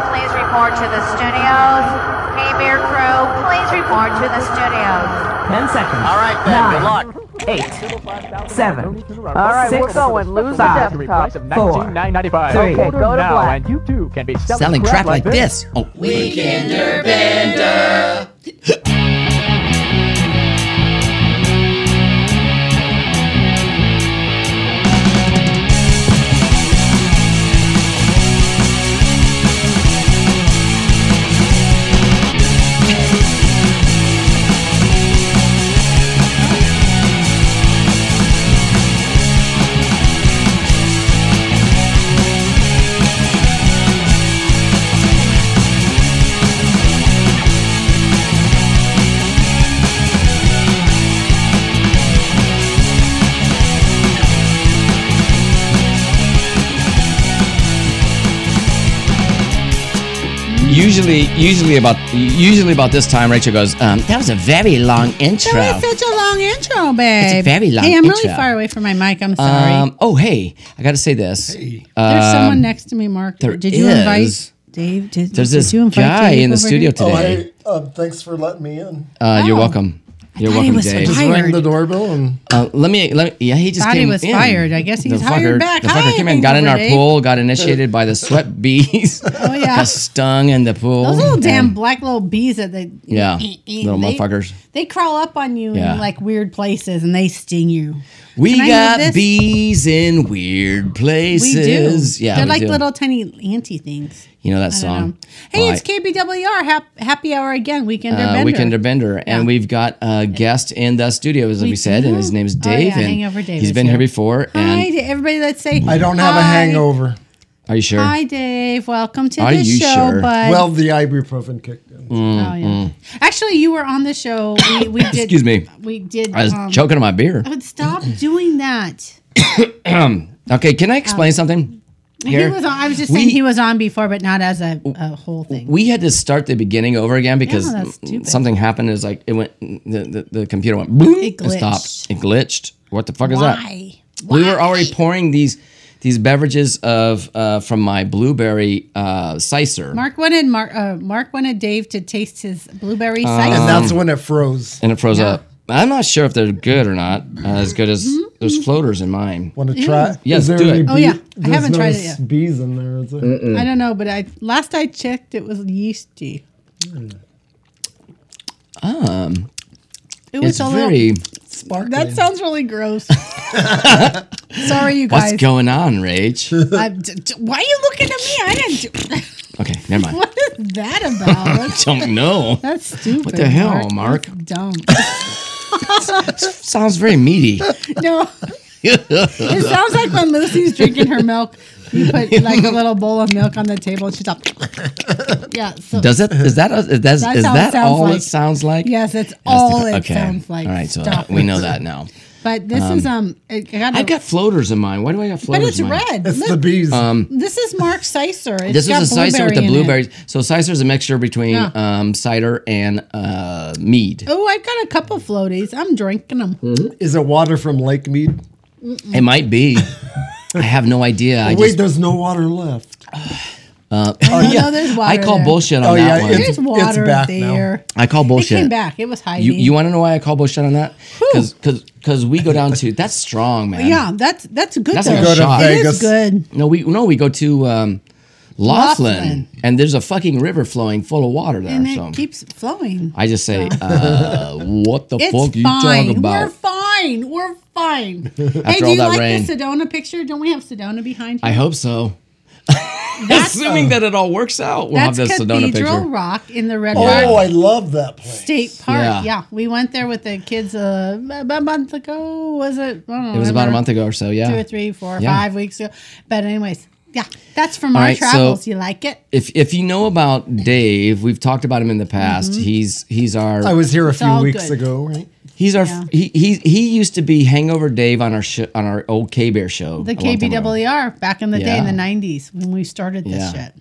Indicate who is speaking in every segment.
Speaker 1: report to the studios. Mimir crew, please report to the studios.
Speaker 2: Ten seconds.
Speaker 3: All right then, good luck.
Speaker 2: Eight. Seven.
Speaker 4: All right,
Speaker 2: six,
Speaker 4: we're going. Lose the
Speaker 2: five,
Speaker 4: desktop.
Speaker 2: four, three.
Speaker 4: Okay, go to
Speaker 5: now,
Speaker 4: black.
Speaker 5: and you too can be selling,
Speaker 6: Selling crap like
Speaker 5: this.
Speaker 6: this. Oh,
Speaker 7: Weekender Bender.
Speaker 6: usually, usually about usually about this time, Rachel goes, um, "That was a very long intro."
Speaker 8: That was such a long intro, babe.
Speaker 6: It's a very long
Speaker 8: Hey, I'm
Speaker 6: intro.
Speaker 8: really far away from my mic. I'm sorry.
Speaker 6: um, oh, hey, I got to say this.
Speaker 8: There's
Speaker 6: Um,
Speaker 8: someone next to me, Mark.
Speaker 6: there
Speaker 8: did you
Speaker 6: is.
Speaker 8: invite Dave? Did,
Speaker 6: There's
Speaker 8: did
Speaker 6: this
Speaker 8: you invite
Speaker 6: guy
Speaker 8: Dave
Speaker 6: in the
Speaker 8: over
Speaker 6: studio
Speaker 8: here?
Speaker 7: Oh,
Speaker 6: today.
Speaker 7: hey, um, thanks for letting me in.
Speaker 6: uh, You're
Speaker 8: Oh.
Speaker 6: welcome. You're
Speaker 8: thought he
Speaker 6: welcome,
Speaker 8: was so
Speaker 6: Dave.
Speaker 7: Just
Speaker 8: Hired.
Speaker 7: rang the doorbell and
Speaker 6: Uh, let me. Let me. Yeah, he just
Speaker 8: Thought he
Speaker 6: came
Speaker 8: was
Speaker 6: in.
Speaker 8: fired. I guess he's
Speaker 6: the
Speaker 8: hired
Speaker 6: fucker,
Speaker 8: back.
Speaker 6: The
Speaker 8: Hi,
Speaker 6: fucker came in,
Speaker 8: thank
Speaker 6: got
Speaker 8: you
Speaker 6: in
Speaker 8: for
Speaker 6: our
Speaker 8: Dave.
Speaker 6: pool, got initiated by the sweat bees.
Speaker 8: Oh yeah.
Speaker 6: got stung in the pool.
Speaker 8: Those little damn
Speaker 6: and-
Speaker 8: black little bees that they
Speaker 6: Oh, Yeah,
Speaker 8: eh, eh,
Speaker 6: little
Speaker 8: they-
Speaker 6: motherfuckers.
Speaker 8: They crawl up on you
Speaker 6: Yeah.
Speaker 8: in like weird places and they sting you.
Speaker 6: We
Speaker 8: Can I move
Speaker 6: got
Speaker 8: this?
Speaker 6: bees in weird
Speaker 8: We
Speaker 6: places.
Speaker 8: do.
Speaker 6: Yeah,
Speaker 8: They're
Speaker 6: we
Speaker 8: like
Speaker 6: do.
Speaker 8: little tiny anti things.
Speaker 6: You know that
Speaker 8: I don't know.
Speaker 6: song.
Speaker 8: Hey,
Speaker 6: Well,
Speaker 8: it's
Speaker 6: I-
Speaker 8: KBWR hap- happy hour again. Weekend
Speaker 6: uh,
Speaker 8: Bender.
Speaker 6: Weekender Bender, and
Speaker 8: Yeah.
Speaker 6: we've got a guest in the studio, as we,
Speaker 8: We
Speaker 6: said, and
Speaker 8: do?
Speaker 6: his name's
Speaker 8: Oh,
Speaker 6: Dave.
Speaker 8: yeah,
Speaker 6: and
Speaker 8: Hangover Dave
Speaker 6: He's
Speaker 8: is
Speaker 6: been here
Speaker 8: here.
Speaker 6: before.
Speaker 8: Hi,
Speaker 6: and
Speaker 8: to everybody. Let's say
Speaker 7: I don't have a
Speaker 8: hi.
Speaker 7: hangover.
Speaker 6: are you sure?
Speaker 8: Hi, Dave. Welcome to
Speaker 6: Are
Speaker 8: the
Speaker 6: you
Speaker 8: show,
Speaker 6: sure?
Speaker 8: bud.
Speaker 7: Well, the ibuprofen kicked in.
Speaker 8: Oh, yeah. Actually, you were on the show. We, we did.
Speaker 6: Mm-hmm. Excuse me.
Speaker 8: We did.
Speaker 6: I was
Speaker 8: um,
Speaker 6: choking on my beer.
Speaker 8: I would stop doing that.
Speaker 6: Okay, can I explain
Speaker 8: Um,
Speaker 6: something? Here.
Speaker 8: He was on, I was just
Speaker 6: We-
Speaker 8: saying he was on before, but not as a, a whole thing.
Speaker 6: we had to start the beginning over again because
Speaker 8: Yeah, that's stupid.
Speaker 6: something happened. It was like it went. The, the, the computer went boom.
Speaker 8: It
Speaker 6: and stopped.
Speaker 8: glitched.
Speaker 6: It glitched. What the fuck is that?
Speaker 8: Why?
Speaker 6: We were already pouring these these beverages of uh, from my blueberry uh, sicer,
Speaker 8: Mark wanted Mark. Uh, Mark wanted Dave to taste his
Speaker 6: Uh,
Speaker 8: blueberry cider.
Speaker 7: And that's when it froze.
Speaker 6: and it froze up. I'm not sure if they're good or not. Uh, as good as
Speaker 8: Mm-hmm,
Speaker 6: there's floaters in mine.
Speaker 7: Want to try? it?
Speaker 6: Yes,
Speaker 7: Is there
Speaker 6: do
Speaker 7: any
Speaker 6: it.
Speaker 7: Bee-
Speaker 8: Oh, yeah. I
Speaker 7: There's
Speaker 8: haven't
Speaker 7: no
Speaker 8: tried it yet.
Speaker 7: Bees in there, is there?
Speaker 8: I don't know, but I last I checked, it was yeasty.
Speaker 6: Mm.
Speaker 8: Um, it was
Speaker 6: It's
Speaker 8: a
Speaker 6: very.
Speaker 8: little. That sounds really gross. Sorry, you
Speaker 6: What's
Speaker 8: guys.
Speaker 6: going on, Rage?
Speaker 8: I'm Uh, d- d- why are you looking at me? I didn't. Do-
Speaker 6: okay, never mind.
Speaker 8: what is that about? That's,
Speaker 6: Don't know.
Speaker 8: that's stupid.
Speaker 6: What the hell, Mark?
Speaker 8: That's dumb.
Speaker 6: Sounds very meaty.
Speaker 8: No. it sounds like when Lucy's drinking her milk, you put like a little bowl of milk on the table and she's like, yeah. So,
Speaker 6: Does it? Is that? Is that,
Speaker 8: That's
Speaker 6: is
Speaker 8: how it
Speaker 6: that
Speaker 8: sounds
Speaker 6: all
Speaker 8: like.
Speaker 6: it sounds like?
Speaker 8: yes, that's
Speaker 6: That's the-
Speaker 8: all it sounds like.
Speaker 6: All right, so uh,
Speaker 8: Stop
Speaker 6: we
Speaker 8: it.
Speaker 6: know that now.
Speaker 8: But this is, um, it got
Speaker 6: I've got floaters in mine. Why do I got
Speaker 8: but
Speaker 6: floaters?
Speaker 8: it's
Speaker 6: in mine?
Speaker 8: red.
Speaker 7: It's
Speaker 8: Look, Um,
Speaker 7: the bees.
Speaker 8: this is Mark Sicer. It's
Speaker 6: This
Speaker 8: got
Speaker 6: is a cider with
Speaker 8: blueberry
Speaker 6: the
Speaker 8: in it.
Speaker 6: blueberries. So cider is a mixture between
Speaker 8: Yeah.
Speaker 6: um, cider and uh, mead.
Speaker 8: Oh, I've got a couple floaties. I'm drinking them.
Speaker 6: Mm-hmm.
Speaker 7: is it water from Lake Mead?
Speaker 6: It might be. I have no idea. I
Speaker 7: Wait,
Speaker 6: just
Speaker 7: there's no water left.
Speaker 8: I know there's
Speaker 6: Oh,
Speaker 8: water.
Speaker 6: I call
Speaker 8: there.
Speaker 6: bullshit on
Speaker 7: Oh,
Speaker 6: that
Speaker 7: yeah,
Speaker 6: one.
Speaker 7: it's-
Speaker 8: There's water
Speaker 7: back now.
Speaker 8: there.
Speaker 6: I call
Speaker 8: It
Speaker 6: bullshit.
Speaker 8: came back. It was hiding.
Speaker 6: You, you want to know why I call bullshit on that? Because we go down to that's strong, man.
Speaker 8: yeah, that's that's good.
Speaker 6: That's
Speaker 8: though.
Speaker 6: a
Speaker 7: Go to
Speaker 6: shot.
Speaker 8: It is
Speaker 7: Vegas.
Speaker 8: good.
Speaker 6: No, we no we go to um, Laughlin,
Speaker 8: Laughlin.
Speaker 6: and there's a fucking river flowing full of water there.
Speaker 8: and
Speaker 6: so.
Speaker 8: it keeps flowing.
Speaker 6: I just say, uh, what the
Speaker 8: It's
Speaker 6: fuck you
Speaker 8: fine.
Speaker 6: talking
Speaker 8: We're
Speaker 6: about?
Speaker 8: fine. We're fine. hey,
Speaker 6: After
Speaker 8: do
Speaker 6: all
Speaker 8: you
Speaker 6: that
Speaker 8: like
Speaker 6: rain.
Speaker 8: the Sedona picture? Don't we have Sedona behind you?
Speaker 6: I hope so.
Speaker 8: That's
Speaker 6: Assuming that it all works out, we'll have
Speaker 8: that's
Speaker 6: this Sedona
Speaker 8: Cathedral
Speaker 6: picture.
Speaker 8: Rock in the Red
Speaker 7: Oh,
Speaker 8: Rock
Speaker 7: I love that place.
Speaker 8: State Park.
Speaker 6: Yeah.
Speaker 8: Yeah. we went there with the kids uh, about a month ago. Was it? I don't
Speaker 6: It was about a
Speaker 8: remember.
Speaker 6: month ago or so, yeah.
Speaker 8: Two or three, four,
Speaker 6: Yeah.
Speaker 8: five weeks ago. But anyways, yeah, that's from
Speaker 6: All
Speaker 8: our
Speaker 6: right, so-
Speaker 8: travels. you like it?
Speaker 6: If if you know about Dave, we've talked about him in the past.
Speaker 8: Mm-hmm.
Speaker 6: He's he's our
Speaker 7: I was here a few
Speaker 8: all
Speaker 7: weeks
Speaker 8: good.
Speaker 7: ago, right?
Speaker 6: he's our he, he he used to be Hangover Dave on our sh- on our old K Bear show.
Speaker 8: The
Speaker 6: a long time ago.
Speaker 8: KBWR E back in the day in
Speaker 6: Yeah.
Speaker 8: the '90s when we started this
Speaker 6: Yeah.
Speaker 8: shit.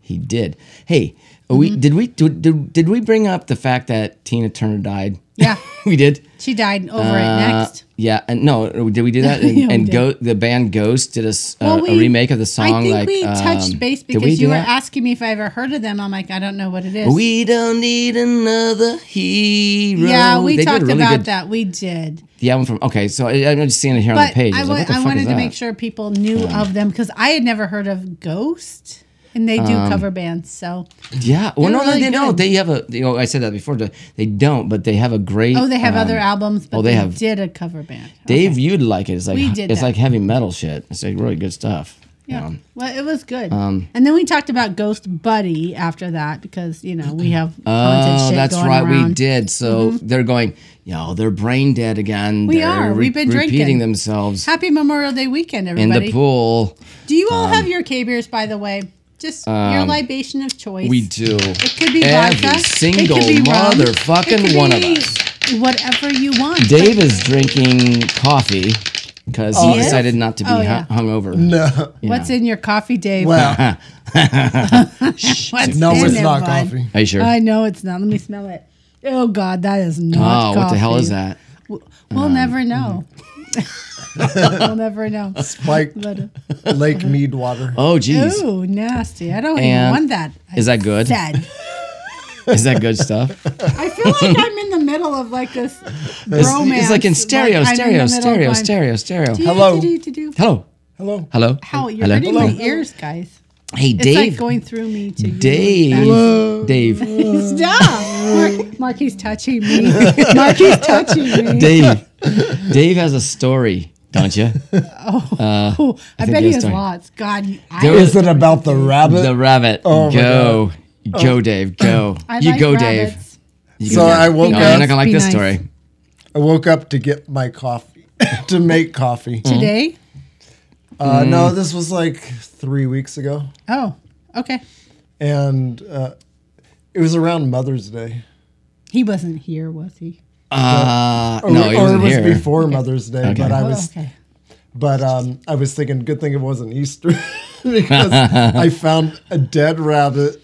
Speaker 6: He did. Hey, we
Speaker 8: Mm-hmm.
Speaker 6: did we did, did, did we bring up the fact that Tina Turner died?
Speaker 8: Yeah.
Speaker 6: we did.
Speaker 8: She died over
Speaker 6: Uh,
Speaker 8: it next.
Speaker 6: Yeah, and no, did we do that? And,
Speaker 8: Yeah, we
Speaker 6: and
Speaker 8: did.
Speaker 6: go the band Ghost did us uh,
Speaker 8: Well,
Speaker 6: a
Speaker 8: we-
Speaker 6: remake of the song.
Speaker 8: I think
Speaker 6: like,
Speaker 8: we touched
Speaker 6: um,
Speaker 8: base
Speaker 6: did we
Speaker 8: because
Speaker 6: do
Speaker 8: you were
Speaker 6: that?
Speaker 8: asking me if I ever heard of them. I'm like, I don't know what it is.
Speaker 6: We don't need another hero.
Speaker 8: yeah, we
Speaker 6: They did a
Speaker 8: talked
Speaker 6: really
Speaker 8: about
Speaker 6: good-
Speaker 8: that. We did.
Speaker 6: The album from okay, so I, I'm just seeing it here on
Speaker 8: But
Speaker 6: the page.
Speaker 8: I,
Speaker 6: was
Speaker 8: wa-
Speaker 6: like, what the
Speaker 8: I
Speaker 6: fuck
Speaker 8: wanted
Speaker 6: is
Speaker 8: to
Speaker 6: that?
Speaker 8: make sure people knew of them because I had never heard of Ghost, and they do
Speaker 6: Um,
Speaker 8: cover bands. So
Speaker 6: Yeah, well,
Speaker 8: They
Speaker 6: no,
Speaker 8: were
Speaker 6: no,
Speaker 8: really
Speaker 6: they don't.
Speaker 8: good.
Speaker 6: They have a. You know, I said that before. the- They don't, but they have a great.
Speaker 8: oh, they have
Speaker 6: um,
Speaker 8: other albums, but
Speaker 6: oh, they
Speaker 8: they,
Speaker 6: have-
Speaker 8: did a cover band.
Speaker 6: Dave, you'd like it. It's like
Speaker 8: We did
Speaker 6: it's
Speaker 8: that.
Speaker 6: like heavy metal shit. It's like really good stuff. you
Speaker 8: Yeah.
Speaker 6: know.
Speaker 8: Well, it was good.
Speaker 6: um,
Speaker 8: and then we talked about Ghost Buddy after that because, you know, we have content
Speaker 6: Oh,
Speaker 8: shit
Speaker 6: that's
Speaker 8: going
Speaker 6: right. We
Speaker 8: around. Mm-hmm.
Speaker 6: did. So they're going. Yo, they're brain dead again.
Speaker 8: We
Speaker 6: They're
Speaker 8: are. We've been
Speaker 6: repeating
Speaker 8: drinking.
Speaker 6: themselves
Speaker 8: Happy Memorial Day weekend,
Speaker 6: in
Speaker 8: everybody.
Speaker 6: the pool. Um,
Speaker 8: Do you all have your K beers, by the way? Just your libation of choice.
Speaker 6: We do.
Speaker 8: It could be
Speaker 6: every
Speaker 8: vodka.
Speaker 6: single
Speaker 8: it could be rum. It
Speaker 6: motherfucking
Speaker 8: could
Speaker 6: one of
Speaker 8: be
Speaker 6: us.
Speaker 8: Whatever you want.
Speaker 6: Dave is drinking coffee because
Speaker 8: Oh,
Speaker 6: he
Speaker 8: yeah.
Speaker 6: decided not to be
Speaker 8: Oh, yeah.
Speaker 6: hu- hungover.
Speaker 7: No.
Speaker 8: What's in your coffee, Dave?
Speaker 7: Well,
Speaker 8: What's
Speaker 7: no,
Speaker 8: in
Speaker 7: it's
Speaker 8: it,
Speaker 7: not
Speaker 8: bud?
Speaker 7: coffee.
Speaker 6: Are you sure?
Speaker 8: I know it's not. Let me smell it. Oh God, that is
Speaker 6: oh,
Speaker 8: not.
Speaker 6: what the hell is
Speaker 8: coffee.
Speaker 6: that? Um,
Speaker 8: W- We'll never know. we'll never know.
Speaker 7: Spiked
Speaker 8: But, uh,
Speaker 7: lake mead water.
Speaker 6: Oh, geez.
Speaker 8: ooh, nasty! I don't even
Speaker 6: And
Speaker 8: want that. I
Speaker 6: is that good?
Speaker 8: Said.
Speaker 6: Is that good stuff?
Speaker 8: I feel like I'm in the middle of like this
Speaker 6: It's,
Speaker 8: romance.
Speaker 6: it's like in stereo,
Speaker 8: like I'm in
Speaker 6: stereo,
Speaker 8: the middle
Speaker 6: stereo,
Speaker 8: going,
Speaker 6: stereo, stereo,
Speaker 8: "Do,
Speaker 7: Hello.
Speaker 8: do, do, do, do."
Speaker 6: Hello.
Speaker 7: Hello.
Speaker 6: Hello.
Speaker 8: How you're
Speaker 6: Hello.
Speaker 8: hurting my ears, guys.
Speaker 6: Hey,
Speaker 8: It's
Speaker 6: Dave.
Speaker 8: like going through me to you.
Speaker 6: Dave. Dave.
Speaker 8: Stop. Mark, Mark, he's touching me. Mark, he's touching me.
Speaker 6: Dave. Dave has a story, don't you?
Speaker 8: Oh, I,
Speaker 6: think
Speaker 8: bet
Speaker 6: he
Speaker 8: he
Speaker 6: has
Speaker 8: has
Speaker 6: time.
Speaker 8: lots. God, you-
Speaker 6: There
Speaker 8: I,
Speaker 6: was-
Speaker 7: Is it about the rabbit?
Speaker 6: The rabbit.
Speaker 7: Oh, my
Speaker 6: go. Go, Dave. Go.
Speaker 8: Oh. I
Speaker 6: you
Speaker 8: like
Speaker 6: go, Dave.
Speaker 8: rabbits.
Speaker 6: You
Speaker 7: So
Speaker 6: go, Dave.
Speaker 7: I woke
Speaker 6: no,
Speaker 7: up-
Speaker 6: You're not gonna like
Speaker 8: Be
Speaker 6: this
Speaker 8: nice.
Speaker 6: story.
Speaker 7: I woke up to get my coffee, to make coffee.
Speaker 8: today.
Speaker 6: Mm-hmm.
Speaker 7: Uh, No, this was like three weeks ago.
Speaker 8: Oh, okay.
Speaker 7: And uh, it was around Mother's Day.
Speaker 8: He wasn't here, was he?
Speaker 6: Uh,
Speaker 7: Or,
Speaker 6: no, he
Speaker 7: or
Speaker 6: wasn't
Speaker 7: it was
Speaker 6: here.
Speaker 7: before Mother's Day, but I
Speaker 8: Oh,
Speaker 7: was
Speaker 8: okay.
Speaker 7: But um, I was thinking, good thing it wasn't Easter because I found a dead rabbit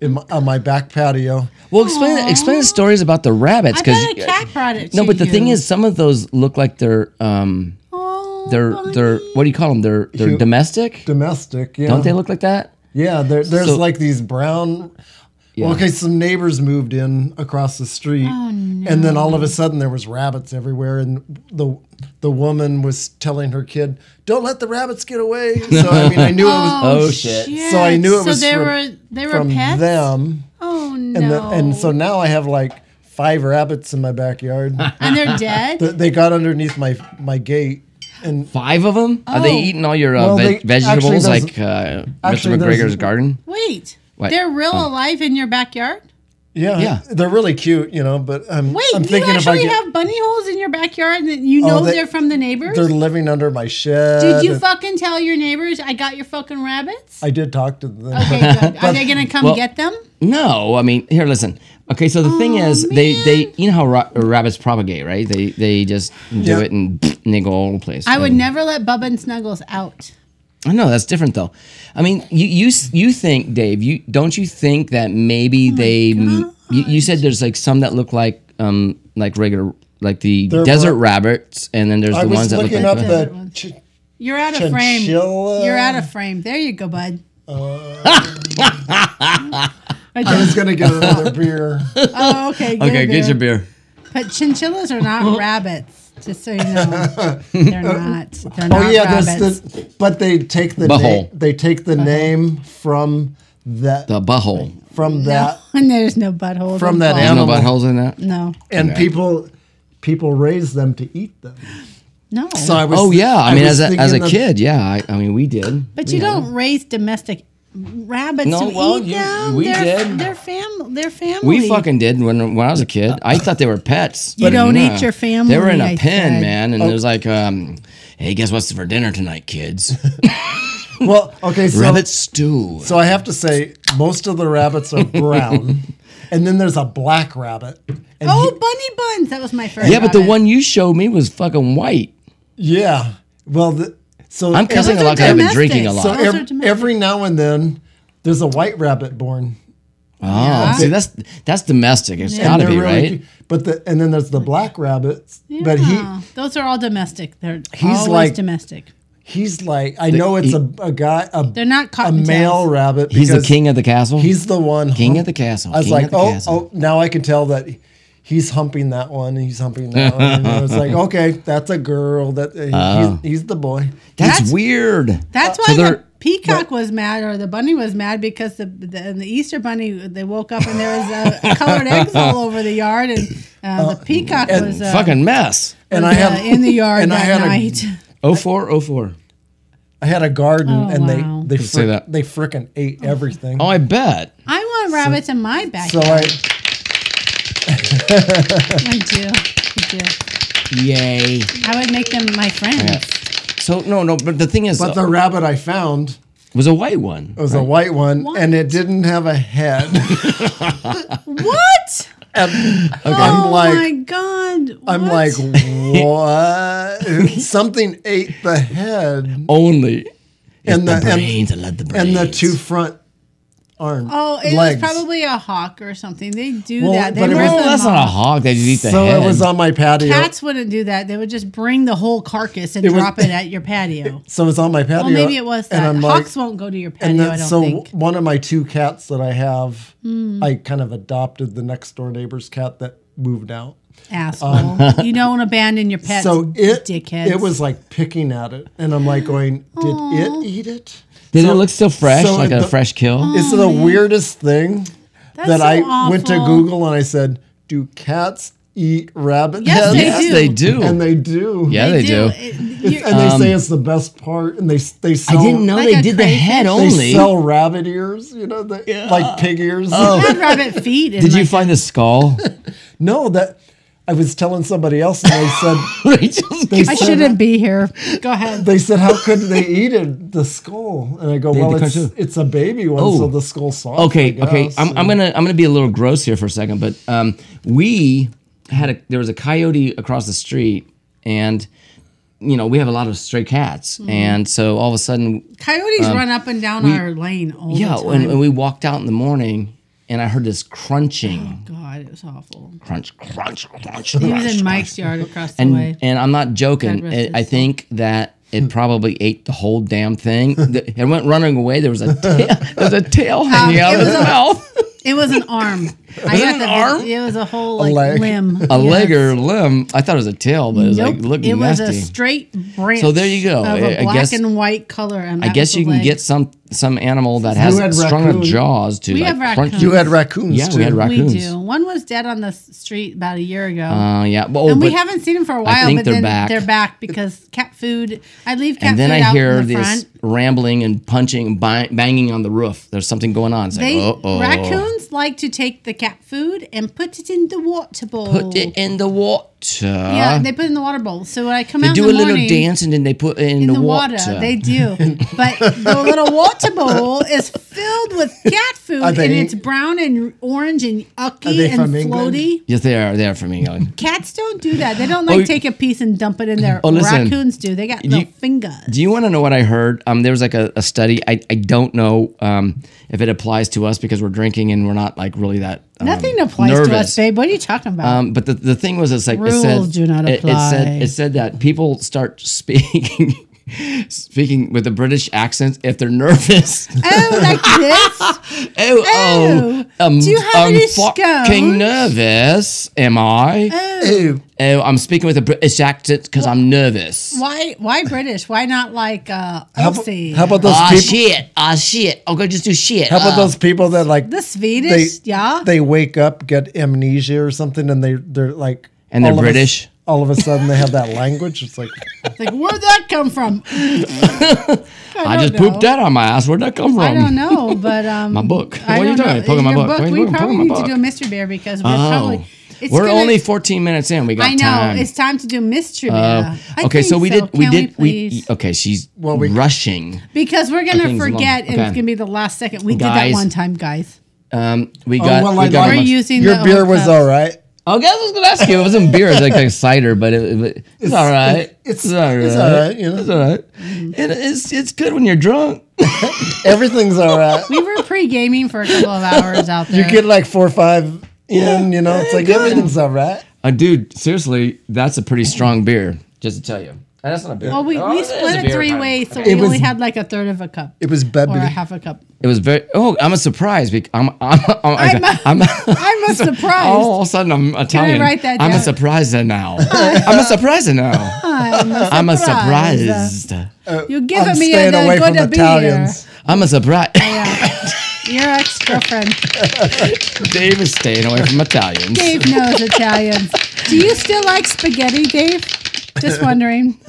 Speaker 7: in my, on my back patio.
Speaker 6: Well, explain explain the stories about the rabbits
Speaker 8: I
Speaker 6: because
Speaker 8: bet a cat brought it.
Speaker 6: no,
Speaker 8: to
Speaker 6: but the
Speaker 8: you.
Speaker 6: thing is, some of those look like they're um
Speaker 8: oh,
Speaker 6: they're
Speaker 8: bunny.
Speaker 6: they're what do you call them? They're they're
Speaker 7: Hu-
Speaker 6: domestic.
Speaker 7: Domestic, yeah.
Speaker 6: Don't they look like that?
Speaker 7: Yeah, there, there's
Speaker 6: So-
Speaker 7: like these brown. Well, okay, some neighbors moved in across the street,
Speaker 8: Oh,
Speaker 7: and then all of a sudden there was rabbits everywhere, and the the woman was telling her kid, "Don't let the rabbits get away." So I mean, I knew it was.
Speaker 6: Oh, shit.
Speaker 7: So I knew it was
Speaker 8: So they
Speaker 7: from-
Speaker 8: were they were
Speaker 7: From
Speaker 8: pets.
Speaker 7: them,
Speaker 8: Oh no!
Speaker 7: and, the, and so now I have like five rabbits in my backyard.
Speaker 8: and they're dead.
Speaker 7: Th- they got underneath my my gate and
Speaker 6: Five of them? Are they
Speaker 8: Oh.
Speaker 6: eating all your uh,
Speaker 7: Well,
Speaker 6: veg-
Speaker 7: they- actually,
Speaker 6: vegetables
Speaker 7: there's-
Speaker 6: like uh, Mr.
Speaker 7: actually, there's-
Speaker 6: McGregor's garden?
Speaker 8: Wait,
Speaker 6: What?
Speaker 8: they're real alive in your backyard.
Speaker 7: yeah,
Speaker 6: Yeah.
Speaker 7: they're really cute you know but i'm,
Speaker 8: Wait,
Speaker 7: I'm
Speaker 8: you
Speaker 7: thinking if i
Speaker 8: actually
Speaker 7: get Oh,
Speaker 8: have bunny holes in your backyard that you know
Speaker 7: they-
Speaker 8: they, are from the neighbors.
Speaker 7: they're living under my shed
Speaker 8: Did you
Speaker 7: and
Speaker 8: fucking tell your neighbors I got your fucking rabbits?
Speaker 7: i did talk to them
Speaker 8: Okay, good. Are they gonna come
Speaker 6: Well-
Speaker 8: get them?
Speaker 6: No, I mean here. Listen. Okay, so the thing
Speaker 7: Oh,
Speaker 6: is, they they you know how ra- rabbits propagate, right? They they just do
Speaker 7: Yeah.
Speaker 6: it and, and they go all over the place.
Speaker 8: I would
Speaker 6: And-
Speaker 8: never let Bubba and Snuggles out.
Speaker 6: I know that's different though. I mean, you you s- you think Dave? You don't you think that
Speaker 7: Oh
Speaker 6: maybe they? m- You, you said there's like some that look like um like regular like the
Speaker 7: They're
Speaker 6: desert
Speaker 7: ra-
Speaker 6: rabbits, and then there's
Speaker 7: i
Speaker 6: the ones
Speaker 7: was
Speaker 6: that look
Speaker 7: looking
Speaker 6: like
Speaker 7: up
Speaker 6: the-
Speaker 8: Desert
Speaker 7: the
Speaker 8: ones.
Speaker 7: ch-
Speaker 8: You're out of frame.
Speaker 7: Chinchilla.
Speaker 8: You're out of frame. There you go, bud.
Speaker 7: i was gonna get another beer
Speaker 8: Oh, okay. Get
Speaker 6: okay,
Speaker 8: a
Speaker 6: get your beer.
Speaker 8: But chinchillas are not rabbits. Just so you know, they're not. They're not
Speaker 7: oh yeah
Speaker 8: rabbits.
Speaker 7: there's the but they take the name
Speaker 6: Butthole.
Speaker 7: they take the name from that
Speaker 6: The butthole.
Speaker 7: from that
Speaker 8: and there's no butthole.
Speaker 7: From that
Speaker 6: There's
Speaker 8: involved.
Speaker 6: no
Speaker 7: Animal.
Speaker 6: buttholes in that.
Speaker 8: No,
Speaker 7: and people people raise them to eat them
Speaker 8: no.
Speaker 7: so i was
Speaker 6: Oh yeah, I mean
Speaker 7: was
Speaker 6: as a, as a
Speaker 7: thinking of-
Speaker 6: kid, yeah. I, I mean we did.
Speaker 8: but you don't raise domestic rabbits
Speaker 6: No,
Speaker 8: to
Speaker 6: well,
Speaker 8: eat
Speaker 6: you-
Speaker 8: them.
Speaker 6: we
Speaker 8: they're,
Speaker 6: did.
Speaker 8: They're family. They're family.
Speaker 6: We fucking did when when I was a kid. I thought they were pets.
Speaker 8: You
Speaker 6: but
Speaker 8: don't eat your family,
Speaker 6: They were in a
Speaker 8: I
Speaker 6: pen,
Speaker 8: said.
Speaker 6: man, and it was like, um, hey, guess what's for dinner tonight, kids?
Speaker 7: well okay so
Speaker 6: Rabbit stew.
Speaker 7: So I have to say, most of the rabbits are brown, and then there's a black rabbit. And
Speaker 8: Oh, bunny buns. That was my first.
Speaker 6: Yeah, but the
Speaker 8: rabbit.
Speaker 6: one you showed me was fucking white.
Speaker 7: he- yeah. Well, the, so
Speaker 6: I'm cussing a
Speaker 8: Those
Speaker 6: lot
Speaker 8: are
Speaker 6: because I've been drinking a
Speaker 8: domestics.
Speaker 6: lot.
Speaker 7: So
Speaker 8: Those are
Speaker 7: ev-
Speaker 8: domestic.
Speaker 7: every now and then, There's a white rabbit born.
Speaker 6: Oh, see, that's that's domestic. It's got to
Speaker 7: They're
Speaker 6: be
Speaker 7: really
Speaker 6: right.
Speaker 7: cute. But the and then there's the black rabbit. But he
Speaker 8: Yeah. those are all domestic. They're
Speaker 7: He's
Speaker 8: always
Speaker 7: like-
Speaker 8: domestic.
Speaker 7: he's like I know it's a, a guy a,
Speaker 8: They're not
Speaker 7: a
Speaker 8: cotton
Speaker 7: male rabbit.
Speaker 6: He's the
Speaker 7: because
Speaker 6: king of the castle.
Speaker 7: He's the one
Speaker 6: King of the castle,
Speaker 7: I was
Speaker 6: king
Speaker 7: like,
Speaker 6: of the
Speaker 7: oh,
Speaker 6: castle."
Speaker 7: oh, now I can tell that he's humping that one and he's humping that one. And I was like, okay, that's a girl. That
Speaker 6: Oh.
Speaker 7: he's, he's the boy.
Speaker 6: that's,
Speaker 8: That's-
Speaker 6: weird.
Speaker 8: That's
Speaker 6: So
Speaker 8: why the
Speaker 6: they're-
Speaker 8: peacock was mad or the bunny was mad because the, the and the Easter bunny they woke up and there was uh, colored eggs all over the yard and uh, the peacock
Speaker 7: and
Speaker 8: was uh,
Speaker 6: fucking mess.
Speaker 7: And I
Speaker 8: uh,
Speaker 7: had
Speaker 8: in the yard
Speaker 7: and I
Speaker 8: that
Speaker 7: had a-
Speaker 8: night.
Speaker 6: Oh four, oh four.
Speaker 7: I had a garden
Speaker 8: Oh,
Speaker 7: and
Speaker 8: wow.
Speaker 7: they they
Speaker 6: Say
Speaker 7: frick,
Speaker 6: that.
Speaker 7: they frickin' ate everything.
Speaker 6: Oh, I bet.
Speaker 8: I want rabbits in my
Speaker 7: so
Speaker 8: backyard.
Speaker 7: I
Speaker 8: I do. I do.
Speaker 6: Yay.
Speaker 8: I would make them my friends.
Speaker 6: So no, no. But the thing is,
Speaker 7: but the
Speaker 6: uh,
Speaker 7: rabbit I found
Speaker 6: was a white one.
Speaker 7: was a white one
Speaker 8: What?
Speaker 7: and it didn't have a head.
Speaker 8: What?
Speaker 7: and
Speaker 8: oh
Speaker 7: I'm like
Speaker 8: my god!
Speaker 7: I'm
Speaker 8: What?
Speaker 7: like what? Something ate the head
Speaker 6: Only.
Speaker 7: and the,
Speaker 6: the,
Speaker 7: and,
Speaker 6: brains. I love the brains.
Speaker 7: and the two front arm
Speaker 8: Oh, it
Speaker 7: legs.
Speaker 8: was probably a hawk or something. They do
Speaker 7: Well,
Speaker 8: that. They
Speaker 7: but it
Speaker 8: were
Speaker 7: was-
Speaker 6: No,
Speaker 8: the
Speaker 6: that's not a hog. They just eat the
Speaker 7: so
Speaker 6: head.
Speaker 7: it was on my patio.
Speaker 8: Cats wouldn't do that. They would just bring the whole carcass and
Speaker 7: It was-
Speaker 8: drop it at your patio.
Speaker 7: so it's on my patio.
Speaker 8: Well, maybe it was that.
Speaker 7: And I'm like,
Speaker 8: Hawks won't go to your patio,
Speaker 7: and
Speaker 8: I
Speaker 7: then
Speaker 8: don't
Speaker 7: so
Speaker 8: think. Hmm.
Speaker 7: one of my two cats that I have, I kind of adopted the next door neighbor's cat that moved out.
Speaker 8: Asshole. you don't abandon your pets,
Speaker 7: uh, so it
Speaker 8: dickheads.
Speaker 7: it was like picking at it, and I'm like going, did it eat it?
Speaker 6: Did
Speaker 7: so-
Speaker 6: it look still fresh,
Speaker 7: so
Speaker 6: like a
Speaker 7: the-
Speaker 6: fresh kill?
Speaker 7: it's the weirdest thing
Speaker 8: That's
Speaker 7: that
Speaker 8: so
Speaker 7: I went to
Speaker 8: awful.
Speaker 7: Google and I said, do cats eat rabbit
Speaker 8: Yes,
Speaker 7: heads?
Speaker 8: Oh,
Speaker 6: they
Speaker 8: they do.
Speaker 6: do.
Speaker 7: And they do.
Speaker 6: yeah, they, do.
Speaker 8: It- you-
Speaker 7: And they say it's the best part, and they they sell.
Speaker 6: I didn't know
Speaker 8: Like
Speaker 6: they
Speaker 8: a
Speaker 6: did the head
Speaker 8: crayfish.
Speaker 7: They
Speaker 6: only.
Speaker 7: sell rabbit ears, you know, the, like pig ears.
Speaker 6: Oh.
Speaker 8: I had rabbit feet. In
Speaker 6: Did
Speaker 8: my
Speaker 6: you find the skull?
Speaker 7: No, that I was telling somebody else, and they said
Speaker 6: Rachel's
Speaker 8: I shouldn't be here. Go ahead.
Speaker 7: they said how could they eat it, the skull? And I go,
Speaker 6: ate
Speaker 7: well,
Speaker 6: the
Speaker 7: it's,
Speaker 6: cartoon.
Speaker 7: it's a baby one,
Speaker 6: Oh.
Speaker 7: so the skull's soft.
Speaker 6: okay
Speaker 7: I
Speaker 6: okay
Speaker 7: guess.
Speaker 6: I'm, I'm gonna i'm gonna be a little gross here for a second but um, we had a there was a coyote across the street and you know we have a lot of stray cats
Speaker 8: Mm-hmm.
Speaker 6: and so all of a sudden
Speaker 8: Coyotes run up and down our lane
Speaker 6: um,
Speaker 8: all
Speaker 6: yeah
Speaker 8: the time.
Speaker 6: and, and we walked out in the morning and i heard this crunching
Speaker 8: God, it was awful.
Speaker 6: crunch crunch crunch
Speaker 8: He
Speaker 6: crunch
Speaker 8: was in Mike's yard across the way.
Speaker 6: and, and i'm not
Speaker 8: God
Speaker 6: joking
Speaker 8: rest
Speaker 6: it, i
Speaker 8: his
Speaker 6: think that it probably ate the whole damn thing. The- It went running away. There was a tail, there was a tail hanging out of
Speaker 8: Um, it
Speaker 6: its
Speaker 8: was a-
Speaker 6: mouth.
Speaker 8: It was an arm. I got
Speaker 6: an
Speaker 8: the-
Speaker 6: arm?
Speaker 8: It was a whole like
Speaker 7: leg.
Speaker 8: limb.
Speaker 6: a leg or limb. I thought it was a tail, but it was
Speaker 8: Nope.
Speaker 6: like looked
Speaker 8: it
Speaker 6: nasty.
Speaker 8: was a straight branch.
Speaker 6: So there you go.
Speaker 8: Of
Speaker 6: I-
Speaker 8: a
Speaker 6: I
Speaker 8: black
Speaker 6: guess-
Speaker 8: and white color. And
Speaker 6: I
Speaker 8: that
Speaker 6: guess
Speaker 8: was the
Speaker 6: you can
Speaker 8: leg.
Speaker 6: get some some animal that
Speaker 7: had
Speaker 6: has strong enough
Speaker 7: raccoon?
Speaker 6: jaws to
Speaker 8: We
Speaker 6: like
Speaker 8: have
Speaker 6: crunch
Speaker 8: raccoons.
Speaker 6: you.
Speaker 7: You had raccoons
Speaker 6: Yeah, we
Speaker 7: too.
Speaker 6: had rac-
Speaker 8: We
Speaker 6: raccoons.
Speaker 8: do. One was dead on the s- street about a year ago.
Speaker 6: Uh, yeah, but, oh,
Speaker 8: and we
Speaker 6: but-
Speaker 8: haven't seen them for a while,
Speaker 6: think
Speaker 8: but
Speaker 6: they're
Speaker 8: then
Speaker 6: back.
Speaker 8: they're back because cat food. I leave cat
Speaker 6: And then
Speaker 8: food
Speaker 6: I
Speaker 8: out
Speaker 6: hear
Speaker 8: in the
Speaker 6: this
Speaker 8: front.
Speaker 6: rambling and punching and bang, banging on the roof. There's something going on. It's like,
Speaker 8: They
Speaker 6: uh-oh.
Speaker 8: raccoons like to take the cat food and put it in the water bowl.
Speaker 6: Put it in the water.
Speaker 8: yeah, they put it in the water bowl. So when I come
Speaker 6: They
Speaker 8: out,
Speaker 6: do
Speaker 8: in
Speaker 6: a
Speaker 8: the
Speaker 6: little
Speaker 8: morning,
Speaker 6: dance and then they put it in,
Speaker 8: in
Speaker 6: the,
Speaker 8: the water. They do. But the little water bowl is filled with cat food
Speaker 7: Are they-
Speaker 8: and it's brown and orange and
Speaker 7: Are they
Speaker 8: ucky and
Speaker 7: from England?
Speaker 8: floaty.
Speaker 6: yes, they are. They are from England.
Speaker 8: Cats don't do that. They don't like
Speaker 6: Oh, you-
Speaker 8: take a piece and dump it in there.
Speaker 6: Oh, listen.
Speaker 8: Raccoons do. They got little fingers.
Speaker 6: Do you want to know what I heard? Um, there was like a, a study. I, I don't know um, if it applies to us because we're drinking and we're not like really that. Um,
Speaker 8: Nothing applies to
Speaker 6: nervous.
Speaker 8: us, babe. What are you talking about?
Speaker 6: Um, but the, the thing was, it's like it
Speaker 8: Rules
Speaker 6: said,
Speaker 8: do not
Speaker 6: it- It,
Speaker 8: apply.
Speaker 6: said it said that people start speaking speaking with a British accent if they're nervous. oh,
Speaker 8: oh, like this?
Speaker 6: oh, um,
Speaker 8: do you have
Speaker 6: I'm
Speaker 8: any
Speaker 6: fucking
Speaker 8: scones? Uh,
Speaker 6: nervous. Am I?
Speaker 7: Ew.
Speaker 6: Oh, I'm speaking with a British accent because I'm nervous.
Speaker 8: Why? Why British? Why not like uh,
Speaker 7: How, abo-
Speaker 8: Aussie?
Speaker 7: how about those
Speaker 6: Ah
Speaker 7: people?
Speaker 6: shit! Ah shit! I'm gonna just do shit.
Speaker 7: How about
Speaker 6: Ah.
Speaker 7: those people that like
Speaker 8: the
Speaker 7: they,
Speaker 8: Swedish? yeah.
Speaker 7: they wake up, get amnesia or something, and they they're like
Speaker 6: And they're
Speaker 7: all of a-
Speaker 6: British?
Speaker 7: all of a sudden, they have that language. It's like
Speaker 8: like where'd that come from? I,
Speaker 6: I,
Speaker 8: don't
Speaker 6: just
Speaker 8: know.
Speaker 6: pooped that on my ass. Where'd that come from?
Speaker 8: I don't know, but um,
Speaker 6: My book.
Speaker 8: I
Speaker 6: What are you
Speaker 8: don't
Speaker 6: doing?
Speaker 8: know.
Speaker 6: Poking my
Speaker 8: Your
Speaker 6: book. What are you
Speaker 8: We
Speaker 6: doing?
Speaker 8: probably
Speaker 6: Poking my
Speaker 8: need
Speaker 6: book.
Speaker 8: to do a mystery bear because we're
Speaker 6: Oh.
Speaker 8: probably. It's
Speaker 6: We're
Speaker 8: gonna-
Speaker 6: only 14 minutes in. We got
Speaker 8: I know
Speaker 6: time.
Speaker 8: it's time to do mystery
Speaker 6: Uh,
Speaker 8: bear. I
Speaker 6: okay,
Speaker 8: think
Speaker 6: so we did. We
Speaker 8: Can
Speaker 6: did. We,
Speaker 8: please?
Speaker 6: okay. She's
Speaker 7: Well, we-
Speaker 6: rushing.
Speaker 8: because we're gonna
Speaker 6: thing's long.
Speaker 8: forget, and
Speaker 6: Okay.
Speaker 8: it's gonna be the last second. We did
Speaker 6: Guys.
Speaker 8: that one time, guys.
Speaker 6: Um, we
Speaker 7: Oh,
Speaker 6: got.
Speaker 7: well,
Speaker 6: we
Speaker 7: I'd
Speaker 6: got
Speaker 7: like-
Speaker 8: We're
Speaker 6: much-
Speaker 8: using
Speaker 7: your
Speaker 8: the
Speaker 7: beer
Speaker 8: old
Speaker 7: was
Speaker 8: cups.
Speaker 7: all right.
Speaker 6: I guess I was gonna ask you. It wasn't beer. It's like a cider, but it, it- it's, all right.
Speaker 7: it's- it's all right, you know?
Speaker 6: It's all right. And it's it's good when you're drunk.
Speaker 7: Everything's all right.
Speaker 8: We were pre gaming for a couple of hours out there.
Speaker 7: You get like four or five in, you know, it's like everything's all right.
Speaker 6: Uh, dude, seriously, that's a pretty strong beer. Just to tell you, And that's not a beer.
Speaker 8: well, we,
Speaker 6: Oh,
Speaker 8: we
Speaker 6: it is a
Speaker 8: split it
Speaker 6: beer
Speaker 8: three
Speaker 6: kind of.
Speaker 8: ways, so
Speaker 7: It
Speaker 8: we
Speaker 7: was-
Speaker 8: only had like a third of a cup
Speaker 7: It was Bubby.
Speaker 8: or a half a cup.
Speaker 6: It was very. Oh, I'm a surprise. Because I'm I'm I'm, I'm,
Speaker 8: I'm a surprise.
Speaker 7: Oh.
Speaker 6: all of a sudden I'm Italian.
Speaker 8: write that
Speaker 6: I'm a
Speaker 8: down?
Speaker 6: surprise now. I'm a surprise now.
Speaker 8: I'm a
Speaker 6: I'm a
Speaker 8: surprise.
Speaker 6: surprised.
Speaker 8: You're
Speaker 7: I'm
Speaker 8: giving me a
Speaker 7: staying away from
Speaker 8: good beer.
Speaker 7: Italians.
Speaker 6: I'm a surprise.
Speaker 8: Yeah. Your ex girlfriend.
Speaker 6: Dave is staying away from Italians.
Speaker 8: Dave knows Italians. Do you still like spaghetti, Dave? Just wondering.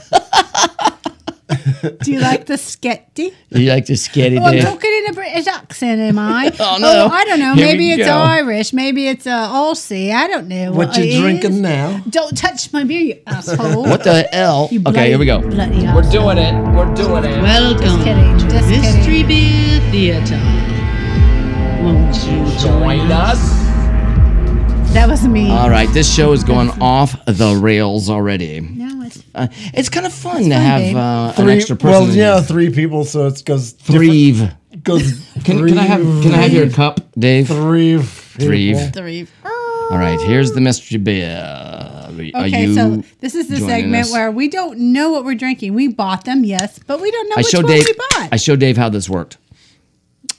Speaker 8: Do you like the sketti?
Speaker 6: You like to skitty
Speaker 8: Well, I'm
Speaker 6: Dave?
Speaker 8: talking in a British accent, am I?
Speaker 6: Oh, no.
Speaker 8: I don't know.
Speaker 6: Here we
Speaker 8: maybe it's
Speaker 6: go.
Speaker 8: Irish. Maybe it's uh, Aussie. I don't know.
Speaker 7: What
Speaker 8: it
Speaker 7: you
Speaker 8: is.
Speaker 7: drinking now?
Speaker 8: Don't touch my beer, you asshole.
Speaker 6: What the hell?
Speaker 8: You
Speaker 6: Okay,
Speaker 8: bloody-
Speaker 6: here we go.
Speaker 8: bloody
Speaker 6: We're
Speaker 8: asshole.
Speaker 6: doing it. We're doing it.
Speaker 3: Welcome
Speaker 8: kidding,
Speaker 3: to
Speaker 8: just
Speaker 3: Mystery Beer Theater. Won't you
Speaker 6: Join
Speaker 3: join us?
Speaker 6: us.
Speaker 8: That was me.
Speaker 6: All right, this show is going off the rails already.
Speaker 8: No, it's
Speaker 6: Uh, it's kind of fun to have
Speaker 8: babe.
Speaker 6: uh, an
Speaker 7: Three,
Speaker 6: extra person.
Speaker 7: well, yeah, three people, so it goes
Speaker 6: three.
Speaker 7: different- Goes
Speaker 6: Can, can I have Can I have your cup, Dave?
Speaker 7: three?
Speaker 6: Three.
Speaker 7: people.
Speaker 8: three.
Speaker 6: All right, here's the mystery beer. Are
Speaker 8: Okay,
Speaker 6: you?
Speaker 8: so this is the
Speaker 6: joining
Speaker 8: segment
Speaker 6: us?
Speaker 8: where we don't know what we're drinking. We bought them, yes, but we don't know
Speaker 6: I
Speaker 8: which
Speaker 6: showed
Speaker 8: one
Speaker 6: Dave.
Speaker 8: we bought.
Speaker 6: I showed Dave how this worked.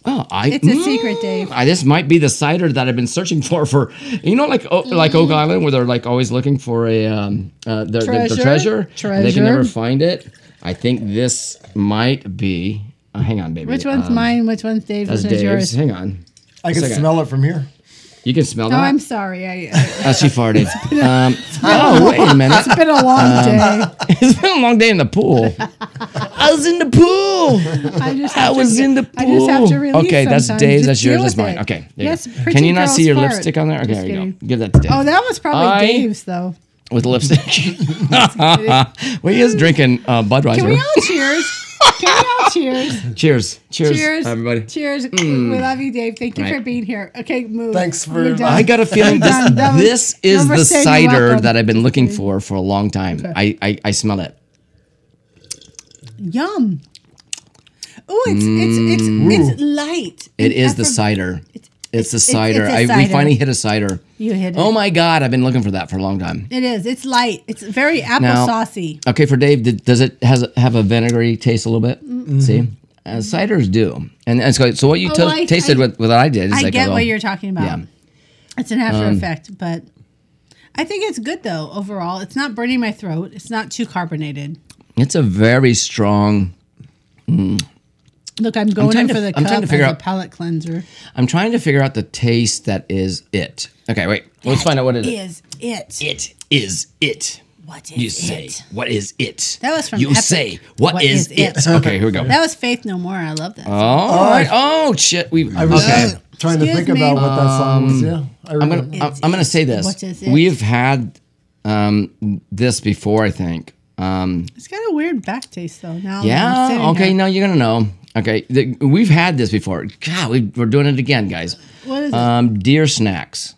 Speaker 6: Oh, I.
Speaker 8: It's a secret, Dave.
Speaker 6: I, this might be the cider that I've been searching for for you know like o- like
Speaker 8: Mm-hmm.
Speaker 6: Oak Island where they're like always looking for a um uh, their, their- their
Speaker 8: Treasure?
Speaker 6: treasure and they can never
Speaker 8: Treasure.
Speaker 6: find it. I think this might be. uh, hang on, baby.
Speaker 8: which one's
Speaker 6: Um,
Speaker 8: mine? Which one's Dave's?
Speaker 6: That's
Speaker 8: Which
Speaker 6: Dave's.
Speaker 8: one's yours?
Speaker 6: Hang on.
Speaker 7: I can
Speaker 6: Second.
Speaker 7: smell it from here.
Speaker 6: You can smell
Speaker 8: Oh,
Speaker 6: that.
Speaker 8: I'm sorry. I, I-
Speaker 6: Oh, she farted. um, oh wait a minute.
Speaker 8: it's been a
Speaker 6: Um,
Speaker 8: long day.
Speaker 6: It's been a long day in the pool. I was in the pool.
Speaker 8: I just
Speaker 6: I
Speaker 8: have to
Speaker 6: was
Speaker 8: re-
Speaker 6: in the
Speaker 8: I just have to
Speaker 6: pool.
Speaker 8: release
Speaker 6: Okay, that's
Speaker 8: sometimes.
Speaker 6: Dave's,
Speaker 8: Just
Speaker 6: that's yours,
Speaker 8: deal
Speaker 6: that's
Speaker 8: with
Speaker 6: mine.
Speaker 8: it.
Speaker 6: Okay, there you
Speaker 8: Yes.
Speaker 6: go.
Speaker 8: pretty
Speaker 6: Can you not
Speaker 8: girls
Speaker 6: see your
Speaker 8: fart.
Speaker 6: lipstick on there? Okay,
Speaker 8: Just
Speaker 6: there you go.
Speaker 8: kidding.
Speaker 6: Give that to Dave.
Speaker 8: Oh, that was probably
Speaker 6: I-
Speaker 8: Dave's though.
Speaker 6: With lipstick. well, he is drinking uh, Budweiser.
Speaker 8: Can we all cheers? Can we all cheers?
Speaker 6: Cheers. Cheers,
Speaker 8: Cheers,
Speaker 6: everybody. Mm.
Speaker 8: Cheers. We love you, Dave. Thank you
Speaker 6: Right.
Speaker 8: for being here. Okay, move.
Speaker 7: Thanks for-
Speaker 8: You're done.
Speaker 6: I got a feeling this,
Speaker 8: Done. That was-
Speaker 6: this is
Speaker 8: number
Speaker 6: the
Speaker 8: seven,
Speaker 6: cider
Speaker 8: welcome.
Speaker 6: that I've been looking for for a long time. I, I, I smell it.
Speaker 8: Yum. Oh, it's, it's it's it's light.
Speaker 6: Mm. It is
Speaker 8: I
Speaker 6: the
Speaker 8: for-
Speaker 6: cider. It's the
Speaker 8: it's- it's
Speaker 6: cider.
Speaker 8: a
Speaker 6: I, we
Speaker 8: cider.
Speaker 6: finally hit a cider.
Speaker 8: You hit it.
Speaker 6: Oh my God, I've been looking for that for a long time.
Speaker 8: It is. It's light. It's very applesaucy.
Speaker 6: Okay, for Dave, did, does it has it have a vinegary taste a little bit? See, uh, ciders do, and, and so, so what you
Speaker 8: Oh,
Speaker 6: ta-
Speaker 8: I-
Speaker 6: tasted
Speaker 8: I-
Speaker 6: with what I did. Is
Speaker 8: I
Speaker 6: like
Speaker 8: get
Speaker 6: a
Speaker 8: what
Speaker 6: little-
Speaker 8: you're talking about.
Speaker 6: yeah. Um,
Speaker 8: It's an after effect, but I think it's good though overall. It's not burning my throat. It's not too carbonated.
Speaker 6: It's a very strong.
Speaker 8: Look, I'm going
Speaker 6: trying
Speaker 8: in
Speaker 6: to-
Speaker 8: for the
Speaker 6: I'm
Speaker 8: cup
Speaker 6: trying to figure
Speaker 8: as a
Speaker 6: out-
Speaker 8: palate cleanser.
Speaker 6: I'm trying to figure out the taste that is it. Okay, wait. Let's find out what it is.
Speaker 8: Is it?
Speaker 6: It is it.
Speaker 8: What is
Speaker 6: You
Speaker 8: it?
Speaker 6: say what is it?
Speaker 8: That was from
Speaker 6: you
Speaker 8: Epic.
Speaker 6: say what is, it? okay, here we go.
Speaker 8: That was Faith No More. I love that. song.
Speaker 6: All right. Oh shit. We
Speaker 7: I was
Speaker 6: okay. Um,
Speaker 7: trying to
Speaker 8: Excuse
Speaker 7: think
Speaker 8: me.
Speaker 7: about what that song was. Yeah, I
Speaker 6: I'm
Speaker 7: remember.
Speaker 6: gonna I'm, I'm gonna say this.
Speaker 8: What is it?
Speaker 6: We've had um, this before, I think. Um,
Speaker 8: It's got a weird back taste though. Now that Oh, I'm sitting
Speaker 6: yeah. Okay.
Speaker 8: here.
Speaker 6: No, you're gonna know. Okay. The, we've had this before. God, we, we're doing it again, guys.
Speaker 8: What is it?
Speaker 6: Um, deer snacks.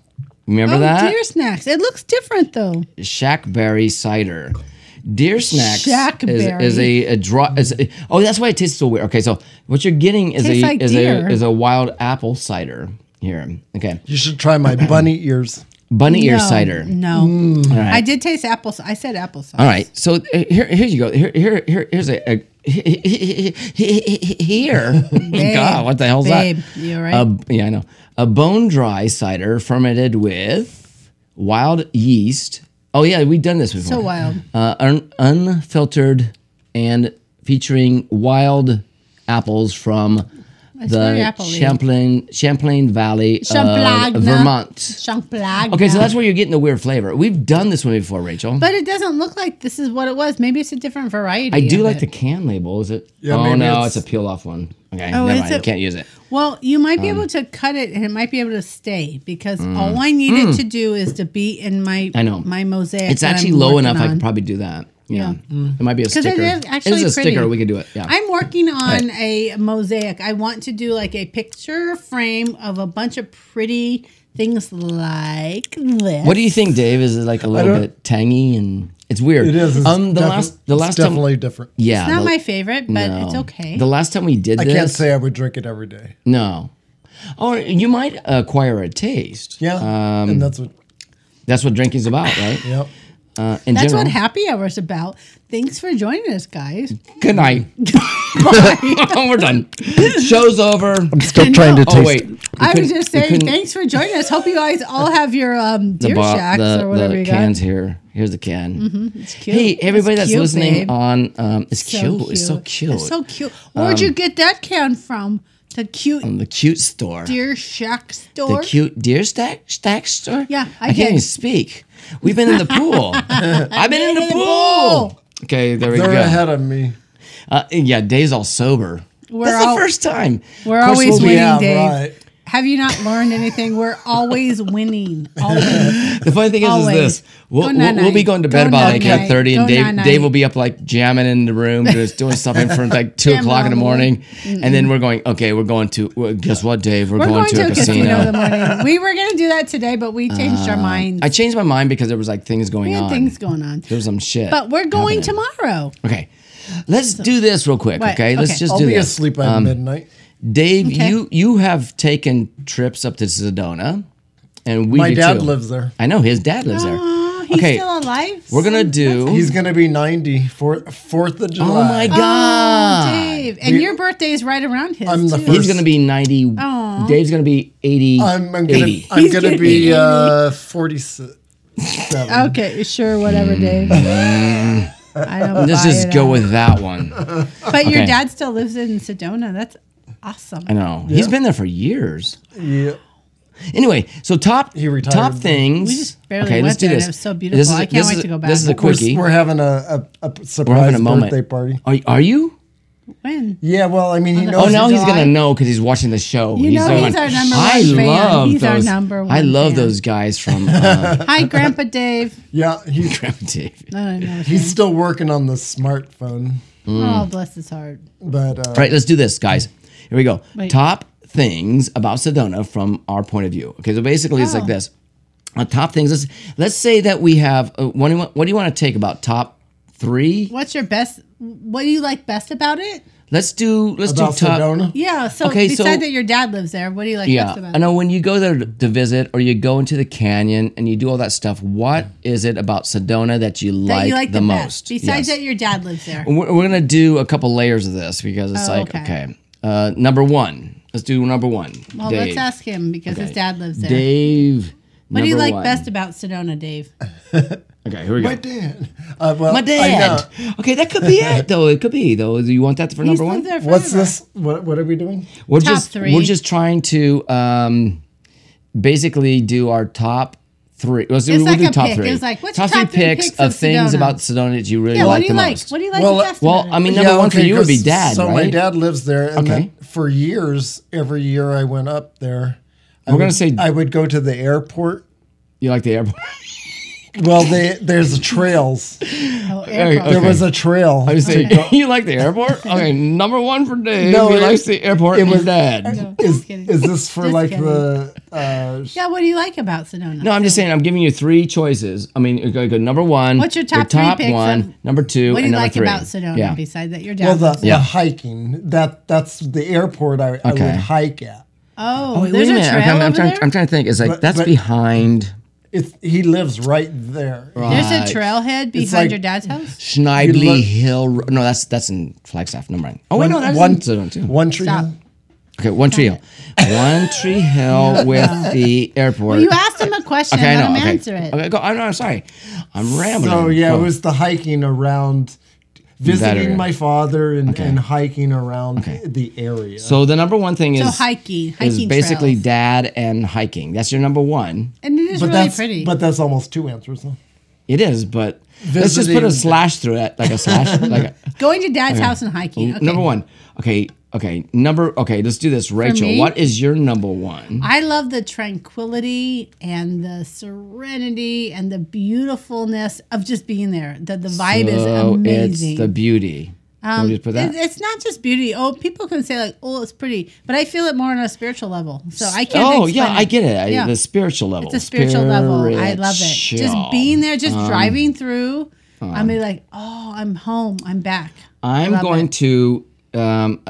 Speaker 6: Remember
Speaker 8: Oh,
Speaker 6: that?
Speaker 8: deer snacks. It looks different though.
Speaker 6: Shackberry cider. Deer snacks is,
Speaker 8: Shackberry.
Speaker 6: is a, a draw. Is a- oh, that's why it tastes so weird. Okay, so what you're getting is a
Speaker 8: Tastes like
Speaker 6: is
Speaker 8: deer.
Speaker 6: a is a wild apple cider here. Okay,
Speaker 7: you should try my bunny ears.
Speaker 6: bunny ear
Speaker 8: No,
Speaker 6: cider.
Speaker 8: No,
Speaker 6: Mm. right.
Speaker 8: I did taste apple. I said applesauce.
Speaker 6: All right, so uh, here here you go. Here here, here here's a. a here, God, what the hell's
Speaker 8: babe,
Speaker 6: that?
Speaker 8: you all right?
Speaker 6: A, yeah, I know. A bone dry cider fermented with wild yeast. Oh yeah, we've done this before.
Speaker 8: So wild.
Speaker 6: Uh, un- unfiltered and featuring wild apples from
Speaker 8: very
Speaker 6: the
Speaker 8: apple-y.
Speaker 6: Champlain Champlain Valley, of
Speaker 8: Champlain.
Speaker 6: Vermont.
Speaker 8: Champlain.
Speaker 6: Okay, so that's where you're getting the weird flavor. We've done this one before, Rachel.
Speaker 8: But it doesn't look like this is what it was. Maybe it's a different variety.
Speaker 6: I do
Speaker 8: of
Speaker 6: like
Speaker 8: it.
Speaker 6: the can label. Is it?
Speaker 7: Yeah,
Speaker 6: oh
Speaker 7: maybe
Speaker 6: no, it's,
Speaker 7: it's-
Speaker 6: a peel off one. Okay,
Speaker 8: Oh,
Speaker 6: never
Speaker 8: is
Speaker 6: mind.
Speaker 8: it-
Speaker 6: You can't use it.
Speaker 8: Well, you might
Speaker 6: Um,
Speaker 8: be able to cut it, and it might be able to stay because all I needed to do is to be in my
Speaker 6: Mm. I know.
Speaker 8: my mosaic.
Speaker 6: It's
Speaker 8: that
Speaker 6: actually
Speaker 8: I'm
Speaker 6: low
Speaker 8: working
Speaker 6: enough. I
Speaker 8: on.
Speaker 6: could probably do that. Yeah,
Speaker 8: Yeah.
Speaker 6: it might be a
Speaker 8: it
Speaker 6: sticker.
Speaker 8: is actually
Speaker 6: it is a sticker.
Speaker 8: pretty.
Speaker 6: We could do it. Yeah.
Speaker 8: I'm working on a mosaic. I want to do like a picture frame of a bunch of pretty things like this.
Speaker 6: What do you think, Dave? Is it like a little
Speaker 7: don't-
Speaker 6: bit tangy and it's weird?
Speaker 7: It is. It's
Speaker 6: um, the
Speaker 7: defi-
Speaker 6: last, the
Speaker 7: it's
Speaker 6: last time,
Speaker 7: definitely different.
Speaker 6: yeah,
Speaker 8: It's not
Speaker 6: the-
Speaker 8: my favorite, but it's
Speaker 6: no.
Speaker 8: okay.
Speaker 6: The last time we did
Speaker 7: I
Speaker 6: this,
Speaker 7: can't say I would drink it every day.
Speaker 6: no. Or you might acquire a taste.
Speaker 7: Yeah,
Speaker 6: Um,
Speaker 7: and that's what.
Speaker 6: that's what drinking's about, right?
Speaker 7: Yep.
Speaker 6: Uh, in
Speaker 8: That's
Speaker 6: general.
Speaker 8: what happy hour is about. Thanks for joining us, guys.
Speaker 6: Good night. We're done. Show's over.
Speaker 7: Still trying to
Speaker 6: Oh wait, We
Speaker 8: I
Speaker 6: couldn't-
Speaker 8: was just
Speaker 6: we
Speaker 8: saying,
Speaker 6: couldn't-
Speaker 8: thanks for joining us. Hope you guys all have your um,
Speaker 6: the,
Speaker 8: deer
Speaker 6: bo-
Speaker 8: shacks
Speaker 6: the,
Speaker 8: or whatever
Speaker 6: the
Speaker 8: you
Speaker 6: cans
Speaker 8: got.
Speaker 6: here. Here's the can.
Speaker 8: It's cute.
Speaker 6: Hey, everybody
Speaker 8: It's
Speaker 6: that's
Speaker 8: cute,
Speaker 6: listening
Speaker 8: babe.
Speaker 6: on, um, it's
Speaker 8: So
Speaker 6: cute. It's so cute. Um,
Speaker 8: It's so cute. Where'd you get that can from? The cute
Speaker 6: the cute store.
Speaker 8: deer shack
Speaker 6: um,
Speaker 8: store.
Speaker 6: the cute deer stack stack store.
Speaker 8: Yeah, I
Speaker 6: can't
Speaker 8: did.
Speaker 6: even speak. We've been in the pool. I've been in the pool. Okay, there we
Speaker 7: They're
Speaker 6: go.
Speaker 7: ahead of me.
Speaker 6: Uh, yeah, Dave's all sober.
Speaker 8: We're
Speaker 6: That's
Speaker 8: all-
Speaker 6: the first time.
Speaker 8: We're
Speaker 6: Of course
Speaker 8: always
Speaker 6: we'll be-
Speaker 8: winning,
Speaker 7: Yeah,
Speaker 8: Dave.
Speaker 7: right.
Speaker 8: Have you not learned anything? We're always winning. Always.
Speaker 6: The funny thing is, is
Speaker 8: Always.
Speaker 6: this: we'll,
Speaker 8: Go
Speaker 6: we'll, we'll be
Speaker 8: night-night.
Speaker 6: going to bed
Speaker 8: Go
Speaker 6: about like
Speaker 8: night-night.
Speaker 6: eight thirty, and
Speaker 8: Go
Speaker 6: Dave
Speaker 8: night-night.
Speaker 6: Dave will be up like jamming in the room, just doing something from like two
Speaker 8: Jamming
Speaker 6: o'clock in the
Speaker 8: all the way.
Speaker 6: morning, and then we're going. Okay, we're going to. Well, guess what, Dave? We're,
Speaker 8: We're
Speaker 6: going, to a casino. Uh,
Speaker 8: in the morning. We were going to do that today, but we changed our minds.
Speaker 6: I changed my mind because there was like things going
Speaker 8: we had
Speaker 6: on.
Speaker 8: things going on.
Speaker 6: there was some shit.
Speaker 8: But we're going
Speaker 6: happening.
Speaker 8: tomorrow.
Speaker 6: Okay. Let's do this real quick,
Speaker 8: What?
Speaker 6: okay? Let's
Speaker 8: Okay.
Speaker 6: just
Speaker 7: I'll
Speaker 6: do Um,
Speaker 7: be
Speaker 6: this.
Speaker 7: asleep by midnight.
Speaker 6: Dave,
Speaker 8: Okay.
Speaker 6: you you have taken trips up to Sedona, and we
Speaker 7: My
Speaker 6: do
Speaker 7: dad
Speaker 6: too.
Speaker 7: lives there.
Speaker 6: I know his dad lives there.
Speaker 8: Oh, he's
Speaker 6: okay,
Speaker 8: still alive.
Speaker 6: we're gonna do.
Speaker 7: He's gonna be 90 for Fourth of July.
Speaker 6: oh my god,
Speaker 8: Dave, and your birthday is right around his.
Speaker 7: I'm the
Speaker 8: too.
Speaker 7: first-
Speaker 6: he's gonna be ninety.
Speaker 8: Aw.
Speaker 6: Dave's gonna be eighty.
Speaker 7: I'm, I'm gonna
Speaker 6: 80.
Speaker 7: I'm gonna be uh, 47.
Speaker 8: Okay, sure, whatever, Dave. I don't.
Speaker 6: Let's
Speaker 8: buy
Speaker 6: just
Speaker 8: it
Speaker 6: Mm. go
Speaker 8: at all.
Speaker 6: with that one.
Speaker 8: But your
Speaker 6: okay.
Speaker 8: dad still lives in Sedona. That's awesome.
Speaker 6: I know he's been there for years.
Speaker 7: Yeah.
Speaker 6: Anyway, so top
Speaker 7: He retired.
Speaker 6: top things.
Speaker 8: We just barely
Speaker 6: okay,
Speaker 8: went
Speaker 6: let's do
Speaker 8: there and
Speaker 6: this.
Speaker 8: it was so beautiful.
Speaker 6: This is-
Speaker 8: I can't
Speaker 6: this
Speaker 8: wait
Speaker 6: is-
Speaker 8: to go
Speaker 6: This is a
Speaker 8: back.
Speaker 7: We're,
Speaker 6: quickie.
Speaker 7: we're having a, a, a
Speaker 6: We're
Speaker 7: surprise
Speaker 6: having a moment.
Speaker 7: birthday party.
Speaker 6: Are, are you?
Speaker 8: When?
Speaker 7: Yeah, well, I mean, he knows.
Speaker 6: Oh, now he's
Speaker 8: July.
Speaker 6: gonna know because he's watching the show.
Speaker 8: You know he's
Speaker 6: going,
Speaker 8: our number one
Speaker 6: I
Speaker 8: fan.
Speaker 6: love
Speaker 8: He's our
Speaker 6: those,
Speaker 8: number
Speaker 6: I
Speaker 8: one
Speaker 6: love
Speaker 8: fan."
Speaker 6: those guys from uh,
Speaker 8: Hi, Grandpa Dave.
Speaker 7: Yeah, he,
Speaker 6: Grandpa Dave.
Speaker 8: I don't know.
Speaker 7: he's still working on the smartphone,
Speaker 6: Mm.
Speaker 8: Oh, bless his heart.
Speaker 7: but uh,
Speaker 6: All right, let's do this, guys. Here we go.
Speaker 8: Wait.
Speaker 6: Top things about Sedona from our point of view. Okay, so basically it's like
Speaker 8: Oh.
Speaker 6: this. Uh, top things. Let's let's say that we have. Uh, what do you want? What do you want to take about top three?
Speaker 8: What's your best? What do you like best about it?
Speaker 6: Let's do. Let's
Speaker 7: about
Speaker 6: do top.
Speaker 7: Sedona.
Speaker 8: Yeah. So
Speaker 6: Okay, so-
Speaker 8: besides that, your dad lives there. What do you like
Speaker 6: Yeah,
Speaker 8: best about
Speaker 6: I
Speaker 8: it?
Speaker 6: know when you go there to- to visit or you go into the canyon and you do all that stuff, what is it about Sedona that you
Speaker 8: That
Speaker 6: like,
Speaker 8: you like
Speaker 6: the,
Speaker 8: the,
Speaker 6: most?
Speaker 8: best. Besides
Speaker 6: Yes.
Speaker 8: that, your dad lives there.
Speaker 6: We're, we're gonna do a couple layers of this because it's
Speaker 8: Oh,
Speaker 6: like okay.
Speaker 8: okay.
Speaker 6: Uh, number one. Let's do number one.
Speaker 8: Well,
Speaker 6: Dave.
Speaker 8: let's ask him because his dad lives there.
Speaker 6: Dave.
Speaker 8: what do you
Speaker 6: number
Speaker 8: like
Speaker 6: one.
Speaker 8: best about Sedona, Dave?
Speaker 6: Okay, here we go.
Speaker 7: My dad. Uh, well,
Speaker 6: My dad.
Speaker 7: I know.
Speaker 6: Okay, that could be it though. It could be though. Do you want that for
Speaker 8: He's
Speaker 6: number
Speaker 8: lived
Speaker 6: one?
Speaker 8: there forever.
Speaker 7: What's this? What What are we doing?
Speaker 6: We're
Speaker 8: Top
Speaker 6: just we
Speaker 8: three.
Speaker 6: we're just trying to um, basically do our top three. Let's do,
Speaker 8: It's
Speaker 6: we'll
Speaker 8: like
Speaker 6: do
Speaker 8: a
Speaker 6: top
Speaker 8: pick.
Speaker 6: three.
Speaker 8: It's like, what's
Speaker 6: top,
Speaker 8: your
Speaker 6: three picks, of things
Speaker 8: Sedona?
Speaker 6: about Sedona that you really
Speaker 8: Yeah, what
Speaker 6: like
Speaker 8: do you
Speaker 6: the
Speaker 8: like?
Speaker 6: most.
Speaker 8: What do you like
Speaker 7: Well,
Speaker 8: the best
Speaker 6: Well,
Speaker 8: about it?
Speaker 6: I mean, number one for
Speaker 7: okay,
Speaker 6: you would be
Speaker 7: 'cause-
Speaker 6: dad,
Speaker 7: So
Speaker 6: right?
Speaker 7: my dad lives there, and
Speaker 6: Okay.
Speaker 7: then for years, every year I went up there. I
Speaker 6: We're gonna
Speaker 7: would-
Speaker 6: say-
Speaker 7: I would go to the airport.
Speaker 6: You like the airport?
Speaker 7: Well, they, there's trails.
Speaker 8: Oh, airport.
Speaker 6: okay.
Speaker 7: There was a trail.
Speaker 6: I was saying, you like the airport? Okay, number one for Dave.
Speaker 7: No,
Speaker 6: he
Speaker 7: it-
Speaker 6: likes the airport and your dad.
Speaker 8: No,
Speaker 7: is,
Speaker 8: just kidding.
Speaker 7: is this for
Speaker 8: Just
Speaker 7: like
Speaker 8: kidding.
Speaker 7: the? Uh,
Speaker 8: Yeah, what do you like about Sedona?
Speaker 6: No, I'm just saying I'm giving you three choices. I mean, okay, good. number one.
Speaker 8: What's your top three picks of-
Speaker 6: one, number two,
Speaker 8: what do
Speaker 6: and
Speaker 8: you
Speaker 6: number
Speaker 8: like
Speaker 6: three.
Speaker 8: about Sedona
Speaker 6: Yeah.
Speaker 8: besides that your
Speaker 7: well,
Speaker 8: dad?
Speaker 7: the,
Speaker 8: lives
Speaker 7: the
Speaker 8: there?
Speaker 6: Yeah.
Speaker 7: hiking. That that's the airport I, I
Speaker 6: Okay.
Speaker 7: would hike at.
Speaker 8: oh,
Speaker 6: Wait,
Speaker 8: there's
Speaker 6: wait a
Speaker 8: a,
Speaker 6: minute.
Speaker 8: trail
Speaker 6: Okay, I'm, I'm
Speaker 8: over
Speaker 6: trying,
Speaker 8: there.
Speaker 6: I'm trying to think. It's like
Speaker 7: But-
Speaker 6: that's
Speaker 7: but-
Speaker 6: behind
Speaker 7: It's he lives right there.
Speaker 8: there's
Speaker 6: Right.
Speaker 8: a trailhead behind
Speaker 7: like-
Speaker 8: your dad's house.
Speaker 6: Schneibly
Speaker 7: look-
Speaker 6: Hill. Ro- No, that's that's in Flagstaff. Never mind. Oh wait, no, that's
Speaker 7: one
Speaker 6: in Sedona too.
Speaker 7: one tree.
Speaker 8: Stop.
Speaker 7: hill.
Speaker 6: okay, One Tree Hill. One Tree Hill with the airport.
Speaker 8: You asked him a question.
Speaker 6: okay, I
Speaker 8: let
Speaker 6: know.
Speaker 8: him
Speaker 6: okay.
Speaker 8: answer it.
Speaker 6: Okay, go. I'm, I'm sorry. I'm rambling.
Speaker 7: So Oh, yeah,
Speaker 6: Go.
Speaker 7: it was the hiking around, visiting
Speaker 6: area.
Speaker 7: my father and, and hiking around the area.
Speaker 6: So the number one thing
Speaker 8: So
Speaker 6: is
Speaker 8: hiking, hiking
Speaker 6: is basically
Speaker 8: trails.
Speaker 6: dad and hiking. That's your number one.
Speaker 8: and it is
Speaker 7: but
Speaker 8: really
Speaker 7: that's
Speaker 8: pretty.
Speaker 7: but that's almost two answers. Huh?
Speaker 6: It is, but let's just put a
Speaker 7: Visiting-
Speaker 6: slash through it, like a slash, like a,
Speaker 8: Going to dad's house and hiking. Okay.
Speaker 6: number one. Okay, okay, number. Okay, let's do this, Rachel.
Speaker 8: me?
Speaker 6: What is your number one?
Speaker 8: I love the tranquility and the serenity and the beautifulness of just being there. The the vibe is
Speaker 6: So
Speaker 8: amazing. Um,
Speaker 6: It's Oh, the beauty. Wanna just put that?
Speaker 8: It- It's not just beauty. Oh, people can say like, "Oh, it's pretty," but I feel it more on a spiritual level. So I can't.
Speaker 6: oh
Speaker 8: explain
Speaker 6: yeah, I get it. I,
Speaker 8: Yeah.
Speaker 6: The spiritual level.
Speaker 8: It's a spiritual level. I love it. Just
Speaker 6: Spiritual. Um,
Speaker 8: being there, just driving through. I'm be like, "Oh, I'm home. I'm back."
Speaker 6: I'm going to. Um,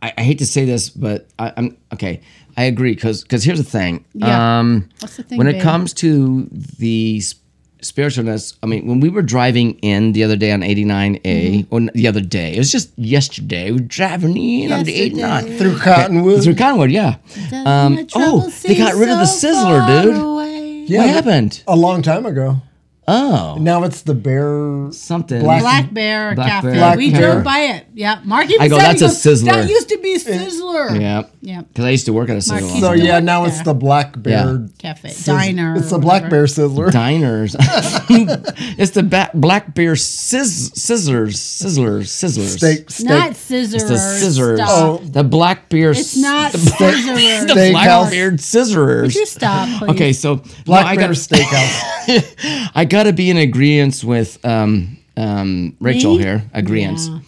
Speaker 6: I, I hate to say this, but I, I'm okay. I agree because here's the thing.
Speaker 8: Yeah.
Speaker 6: Um,
Speaker 8: What's the thing,
Speaker 6: when it
Speaker 8: babe?
Speaker 6: comes to the s- spiritualness, I mean, when we were driving in the other day on 89A,
Speaker 8: Mm-hmm.
Speaker 6: or n- the other day, it was just yesterday. We were driving in on the
Speaker 8: Yesterday.
Speaker 6: 89.
Speaker 7: Through Cottonwood.
Speaker 6: Through Conwood, yeah.
Speaker 8: Doesn't
Speaker 6: Um,
Speaker 8: the
Speaker 6: oh,
Speaker 8: trouble
Speaker 6: they got
Speaker 8: seem
Speaker 6: rid of the
Speaker 8: so
Speaker 6: Sizzler,
Speaker 8: far
Speaker 6: dude.
Speaker 8: away?
Speaker 7: Yeah,
Speaker 6: what
Speaker 7: but-
Speaker 6: happened?
Speaker 7: a long time ago.
Speaker 6: Oh,
Speaker 7: Now it's the bear.
Speaker 6: something.
Speaker 7: Black-
Speaker 8: Black Bear
Speaker 6: Black Bear.
Speaker 8: Cafe. we
Speaker 7: Black Bear.
Speaker 8: drove by it. Yeah, Mark even
Speaker 6: I go,
Speaker 8: said, he
Speaker 6: "That's a
Speaker 8: goes,
Speaker 6: Sizzler."
Speaker 8: That used to be Sizzler.
Speaker 6: yeah.
Speaker 8: Yeah.
Speaker 6: Because I used to work at a
Speaker 8: Mark,
Speaker 6: sizzler.
Speaker 8: he's
Speaker 7: So
Speaker 8: still
Speaker 7: yeah,
Speaker 8: work
Speaker 7: now it's
Speaker 8: there.
Speaker 7: the black bear.
Speaker 8: Cafe
Speaker 7: sizz-
Speaker 8: diner. or
Speaker 7: It's the black bear
Speaker 8: whatever.
Speaker 7: sizzler.
Speaker 6: diners. it's the ba- black bear sizz- scissors, sizzlers, sizzlers.
Speaker 7: Steak, steak.
Speaker 8: Not scissors.
Speaker 6: It's the scissors.
Speaker 8: Stop.
Speaker 6: The black bear.
Speaker 8: It's not
Speaker 6: the,
Speaker 8: scissors.
Speaker 6: the
Speaker 7: Steakhouse.
Speaker 6: black beard scissors.
Speaker 8: Would you stop, please?
Speaker 6: Okay, so
Speaker 7: Black
Speaker 6: no, I
Speaker 7: bear
Speaker 6: got
Speaker 7: steakhouse.
Speaker 6: I got to be in agreement with um, um, Rachel
Speaker 8: Me?
Speaker 6: here. Agreement.
Speaker 8: Yeah.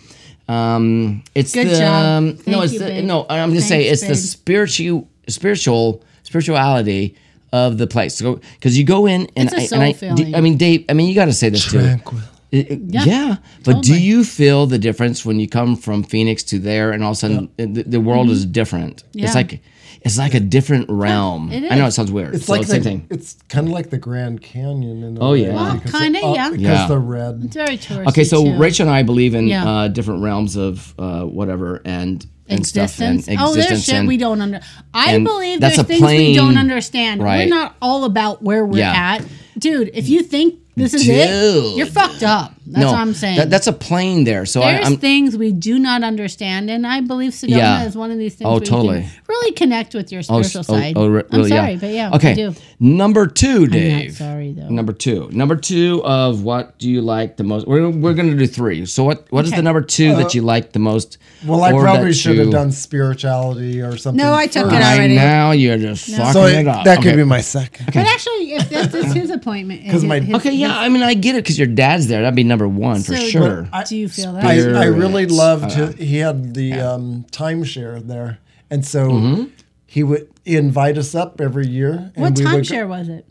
Speaker 6: Um, it's
Speaker 8: Good
Speaker 6: the
Speaker 8: job.
Speaker 6: um, no,
Speaker 8: Thank
Speaker 6: it's
Speaker 8: you,
Speaker 6: the,
Speaker 8: babe.
Speaker 6: no. I'm just saying it's
Speaker 8: Thanks,
Speaker 6: the
Speaker 8: babe.
Speaker 6: spiritual spiritual spirituality of the place. So because you go in and
Speaker 8: It's a
Speaker 6: I,
Speaker 8: soul
Speaker 6: and I,
Speaker 8: feeling.
Speaker 6: I mean, Dave. I mean, you got to say this
Speaker 7: Tranquil.
Speaker 6: too. It- it- yeah, but do
Speaker 8: totally.
Speaker 6: you feel the difference when you come from Phoenix to there, and all of a sudden the, the world is different?
Speaker 8: Mm-hmm. Yeah.
Speaker 6: It's like it's like a different realm.
Speaker 8: it
Speaker 6: I know it
Speaker 8: is.
Speaker 6: sounds weird.
Speaker 7: It's
Speaker 6: so
Speaker 7: like
Speaker 6: it's the same
Speaker 7: the-
Speaker 6: thing.
Speaker 7: It's kind of like the Grand Canyon. In a
Speaker 6: Oh,
Speaker 7: way,
Speaker 6: yeah. Well,
Speaker 7: because
Speaker 8: kinda,
Speaker 7: uh,
Speaker 8: yeah.
Speaker 7: Because
Speaker 6: Yeah.
Speaker 7: the red.
Speaker 8: It's very touristy.
Speaker 6: Okay, so
Speaker 8: too.
Speaker 6: Rachel and I believe in
Speaker 8: Yeah.
Speaker 6: uh, different realms of uh, whatever and and
Speaker 8: Existence.
Speaker 6: stuff and
Speaker 8: oh, there's
Speaker 6: existence
Speaker 8: shit
Speaker 6: and-
Speaker 8: we don't under. I
Speaker 6: and
Speaker 8: believe
Speaker 6: that's
Speaker 8: there's
Speaker 6: a
Speaker 8: things we
Speaker 6: plane,
Speaker 8: don't understand.
Speaker 6: right.
Speaker 8: We're not all about where we're
Speaker 6: Yeah.
Speaker 8: at, dude. If you think this is
Speaker 6: Dude.
Speaker 8: it, you're fucked up. That's
Speaker 6: no,
Speaker 8: what I'm saying.
Speaker 6: that- that's a plane there. So I,
Speaker 8: there's
Speaker 6: I'm
Speaker 8: things we do not understand, and I believe Sedona
Speaker 6: Yeah.
Speaker 8: is one of these things.
Speaker 6: Oh,
Speaker 8: where you can
Speaker 6: totally.
Speaker 8: really connect with your
Speaker 6: oh,
Speaker 8: spiritual
Speaker 6: oh,
Speaker 8: side.
Speaker 6: oh, re-
Speaker 8: I'm
Speaker 6: really,
Speaker 8: sorry,
Speaker 6: yeah.
Speaker 8: but yeah,
Speaker 6: Okay,
Speaker 8: I do.
Speaker 6: number two, Dave.
Speaker 8: sorry, though.
Speaker 6: Number two. Number two of what do you like the most? We're, we're gonna do three. So what what is the
Speaker 8: Okay.
Speaker 6: number two that you like the most?
Speaker 7: Uh, Well, I
Speaker 6: or
Speaker 7: probably
Speaker 6: that
Speaker 7: should have
Speaker 6: you-
Speaker 7: done spirituality or something.
Speaker 8: No, I took it
Speaker 7: first.
Speaker 8: out.
Speaker 6: I
Speaker 8: already.
Speaker 6: now you're just fucking
Speaker 7: So
Speaker 6: it up.
Speaker 7: that could
Speaker 6: Okay.
Speaker 7: be my second.
Speaker 8: But actually, if this is his appointment,
Speaker 7: 'Cause my-
Speaker 8: his,
Speaker 6: Okay, yeah. I mean, I get it because your dad's there. That'd be number one for
Speaker 8: So-
Speaker 6: sure.
Speaker 8: Well, Do you feel that?
Speaker 7: I, I
Speaker 6: Spirits.
Speaker 7: really loved.
Speaker 6: uh,
Speaker 7: his- he had the um, timeshare there, and so
Speaker 6: Mm-hmm.
Speaker 7: he would invite us up every year. And
Speaker 8: What
Speaker 7: we would
Speaker 8: timeshare was it?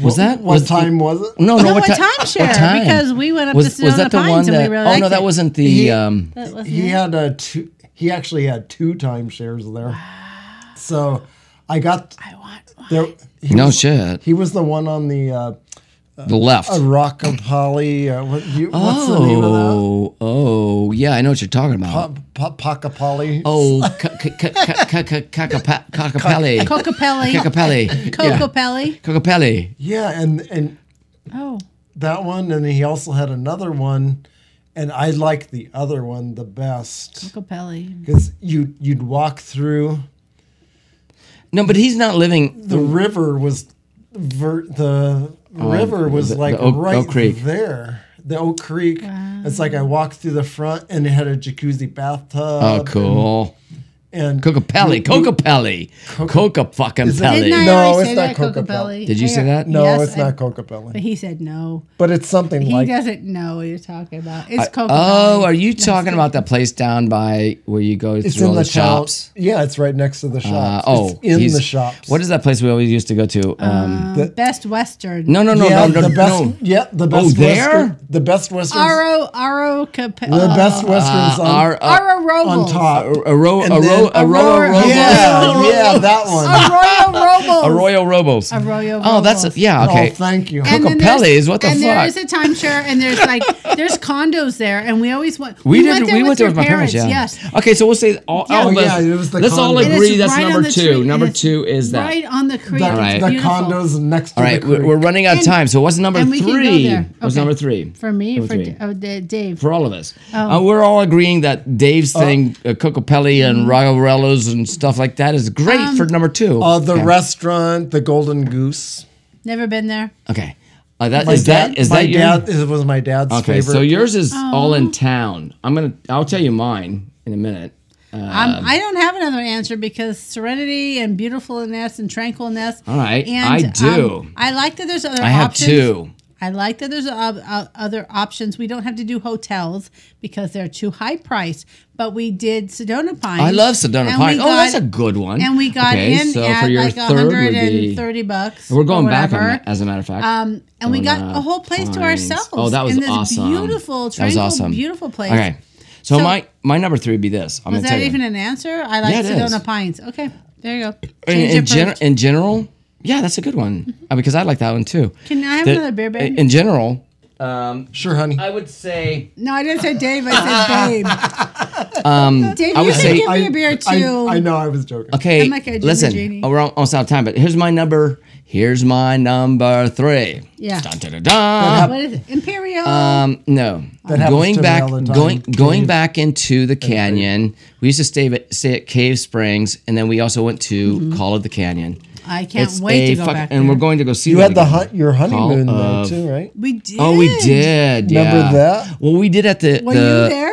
Speaker 6: was that
Speaker 7: What
Speaker 6: was
Speaker 7: time was it?
Speaker 6: No, no,
Speaker 8: No,
Speaker 6: what,
Speaker 8: what
Speaker 6: ti-
Speaker 8: timeshare?
Speaker 6: what time?
Speaker 8: Because we went up
Speaker 6: was,
Speaker 8: to
Speaker 6: was
Speaker 8: Sedona
Speaker 6: that the
Speaker 8: Pines
Speaker 6: one
Speaker 8: and
Speaker 6: that?
Speaker 8: we really
Speaker 6: oh
Speaker 8: liked
Speaker 6: no, that
Speaker 8: it.
Speaker 6: wasn't the.
Speaker 7: He-
Speaker 6: um,
Speaker 8: That wasn't
Speaker 7: He
Speaker 8: it?
Speaker 7: had a two. He actually had two timeshares there. So I got
Speaker 8: I want one.
Speaker 7: there. He,
Speaker 6: no shit.
Speaker 7: he was the one on the uh,
Speaker 6: The left.
Speaker 7: a rock of Holly. Uh, what, you, What's the name of
Speaker 6: Oh, oh, yeah, I know what you're talking about.
Speaker 7: that? Pa- pa- Pacapali.
Speaker 6: Oh, Cacapelli.
Speaker 8: Cocopelli.
Speaker 6: Cacapelli.
Speaker 8: Cocopelli.
Speaker 6: Cacapelli.
Speaker 7: yeah, and and
Speaker 8: Oh.
Speaker 7: that one, and he also had another one, and I liked the other one the best
Speaker 8: Cocopelli.
Speaker 7: because you you'd walk through
Speaker 6: No, but he's not living.
Speaker 7: the river was ver- the river was
Speaker 6: Oh, the-
Speaker 7: like
Speaker 6: the Oak-
Speaker 7: right
Speaker 6: Oak Creek.
Speaker 7: there. The Oak Creek. It's like I walked through the front and it had a jacuzzi bathtub.
Speaker 6: Oh, cool.
Speaker 7: And
Speaker 6: Cacapelli. Cocapelli. Coca fucking
Speaker 7: Is it-
Speaker 8: Didn't I
Speaker 6: Pelli.
Speaker 7: No,
Speaker 8: already
Speaker 7: it's
Speaker 8: say
Speaker 7: not
Speaker 8: that?
Speaker 7: Cocopelli.
Speaker 8: Cocopelli.
Speaker 6: Did you say that?
Speaker 7: no,
Speaker 8: Yes,
Speaker 7: it's
Speaker 8: I-
Speaker 7: not Coca Belly,
Speaker 8: He said no.
Speaker 7: but it's something
Speaker 8: He
Speaker 7: like
Speaker 8: doesn't know what you're talking about. It's Cocopelli.
Speaker 6: Oh, are you talking about that place down by where you go
Speaker 7: it's
Speaker 6: through all
Speaker 7: in
Speaker 6: the
Speaker 7: the town.
Speaker 6: shops?
Speaker 7: Yeah, it's right next to the
Speaker 6: Uh,
Speaker 7: shops.
Speaker 6: oh,
Speaker 7: it's in
Speaker 6: he's-
Speaker 7: the shops.
Speaker 6: What is that place we always used to go to? Um,
Speaker 8: Um, Best Western.
Speaker 6: no, no, no,
Speaker 7: yeah,
Speaker 6: no, no, Uh,
Speaker 7: the best,
Speaker 6: no. Oh,
Speaker 7: Yeah, the best.
Speaker 6: there?
Speaker 7: Western, the best westerns.
Speaker 8: Aro Aro
Speaker 7: the
Speaker 8: Capella.
Speaker 7: best westerns on,
Speaker 6: Our, uh,
Speaker 8: Aro
Speaker 7: on
Speaker 8: Robles.
Speaker 7: top.
Speaker 6: Arroyo,
Speaker 7: And then-
Speaker 6: Arroyo, Arroyo,
Speaker 7: Yeah, yeah, that one.
Speaker 8: Arroyo Robles.
Speaker 6: Arroyo Robos.
Speaker 8: Arroyo
Speaker 6: Oh, that's a,
Speaker 8: Robles.
Speaker 6: yeah. Okay.
Speaker 7: Oh, thank you.
Speaker 8: And then
Speaker 6: Cocopelli
Speaker 8: there's-
Speaker 6: is what the
Speaker 8: and there
Speaker 6: fuck?
Speaker 8: is a timeshare, and there's like there's condos there, and we always went.
Speaker 6: we, did. we went there
Speaker 8: your
Speaker 6: with my parents.
Speaker 8: Yes.
Speaker 6: Yeah. Okay, so we'll say all, all
Speaker 7: Oh,
Speaker 6: of us.
Speaker 7: yeah, it was the
Speaker 6: let's all
Speaker 7: condo. And
Speaker 8: it's
Speaker 6: agree that's
Speaker 8: right on
Speaker 6: number
Speaker 8: the
Speaker 6: two.
Speaker 8: tree, and
Speaker 6: Number
Speaker 8: it's
Speaker 6: two is that.
Speaker 8: right on the creek.
Speaker 7: the,
Speaker 8: It's
Speaker 6: right.
Speaker 7: the
Speaker 8: beautiful.
Speaker 7: condos next to
Speaker 6: All right,
Speaker 7: the creek.
Speaker 6: we're, we're running out of
Speaker 8: And-
Speaker 6: time. So what's number
Speaker 8: and we can go
Speaker 6: three?
Speaker 8: there.
Speaker 6: What's
Speaker 8: Okay.
Speaker 6: number three?
Speaker 8: For Oh. me,
Speaker 6: Number
Speaker 8: for
Speaker 6: three.
Speaker 8: D- oh, D- Dave.
Speaker 6: for all of us. Uh, we're all agreeing that Dave's thing, uh, Cocopelli
Speaker 8: Mm.
Speaker 6: and Ragarellos and stuff like that, is great for
Speaker 8: Um,
Speaker 6: number two.
Speaker 7: Uh, the restaurant, the Golden Goose.
Speaker 8: Never been there.
Speaker 6: okay, uh, that
Speaker 7: My
Speaker 6: is
Speaker 7: dad,
Speaker 6: that is
Speaker 7: my
Speaker 6: that your
Speaker 7: dad, It was my dad's
Speaker 6: okay?
Speaker 7: favorite.
Speaker 6: So yours is all
Speaker 8: Oh.
Speaker 6: in town. I'm gonna. I'll tell you mine in a minute.
Speaker 8: Um, I don't have another answer because serenity and beautifulness and tranquilness.
Speaker 6: All right,
Speaker 8: and,
Speaker 6: I do.
Speaker 8: um, I like that there's other.
Speaker 6: I have
Speaker 8: options.
Speaker 6: two.
Speaker 8: I like that there's uh, uh, other options. We don't have to do hotels because they're too high priced. But we did Sedona Pines.
Speaker 6: I love Sedona
Speaker 8: and
Speaker 6: Pines.
Speaker 8: we
Speaker 6: Oh, that's
Speaker 8: got-
Speaker 6: a good one.
Speaker 8: And we got
Speaker 6: Okay,
Speaker 8: in
Speaker 6: so
Speaker 8: at
Speaker 6: for your
Speaker 8: like
Speaker 6: third would be-
Speaker 8: 130 bucks.
Speaker 6: We're
Speaker 8: or
Speaker 6: going back on
Speaker 8: whatever.
Speaker 6: that, as a matter of fact.
Speaker 8: Um, and we got
Speaker 6: Sedona
Speaker 8: a whole place to
Speaker 6: Pines.
Speaker 8: ourselves.
Speaker 6: Oh, that was
Speaker 8: in this
Speaker 6: awesome.
Speaker 8: Beautiful,
Speaker 6: that was
Speaker 8: tranquil,
Speaker 6: awesome.
Speaker 8: beautiful place.
Speaker 6: Okay, so,
Speaker 8: So-
Speaker 6: my my number three would be this. I'm
Speaker 8: Was
Speaker 6: gonna tell
Speaker 8: that
Speaker 6: you.
Speaker 8: even an answer? I like
Speaker 6: Yeah, it
Speaker 8: Sedona
Speaker 6: is.
Speaker 8: Pines. Okay, there you go.
Speaker 6: in,
Speaker 8: Change
Speaker 6: in,
Speaker 8: your
Speaker 6: gen-
Speaker 8: approach.
Speaker 6: in general, yeah, that's a good one Uh, because I like that one too.
Speaker 8: Can I have
Speaker 6: The-
Speaker 8: another beer, babe?
Speaker 6: In general,
Speaker 7: Sure, honey.
Speaker 6: I would say
Speaker 8: No, I didn't say Dave. I said babe. Um, Dave,
Speaker 6: I
Speaker 8: you
Speaker 6: would
Speaker 8: should
Speaker 6: say-
Speaker 8: give me a beer
Speaker 7: I,
Speaker 8: too.
Speaker 7: I know I was joking.
Speaker 6: okay.
Speaker 8: I'm like a Jimmy
Speaker 6: listen,
Speaker 8: Genie.
Speaker 6: oh, we're al- almost out of time, but here's my number. Here's my number three.
Speaker 8: Yeah.
Speaker 6: Dun, dun, dun, dun.
Speaker 8: What is it? Imperial.
Speaker 6: Um, no,
Speaker 7: happens
Speaker 6: going
Speaker 7: to me
Speaker 6: back,
Speaker 7: all the time.
Speaker 6: going going
Speaker 7: Cave.
Speaker 6: back into the canyon. We used to stay at, stay at Cave Springs, and then we also went to Call of the Canyon.
Speaker 8: Mm-hmm. I can't wait
Speaker 6: a
Speaker 8: to go
Speaker 6: fuck-
Speaker 8: back.
Speaker 6: and
Speaker 8: there.
Speaker 6: we're going to go see.
Speaker 7: You
Speaker 6: that
Speaker 7: had the
Speaker 6: again.
Speaker 7: hunt your honeymoon
Speaker 6: Call
Speaker 7: though
Speaker 6: of-
Speaker 7: too, right?
Speaker 8: We did.
Speaker 6: Oh, we did.
Speaker 7: Remember
Speaker 6: yeah.
Speaker 7: that?
Speaker 6: Well, we did at the.
Speaker 8: Were
Speaker 6: the-
Speaker 8: you there?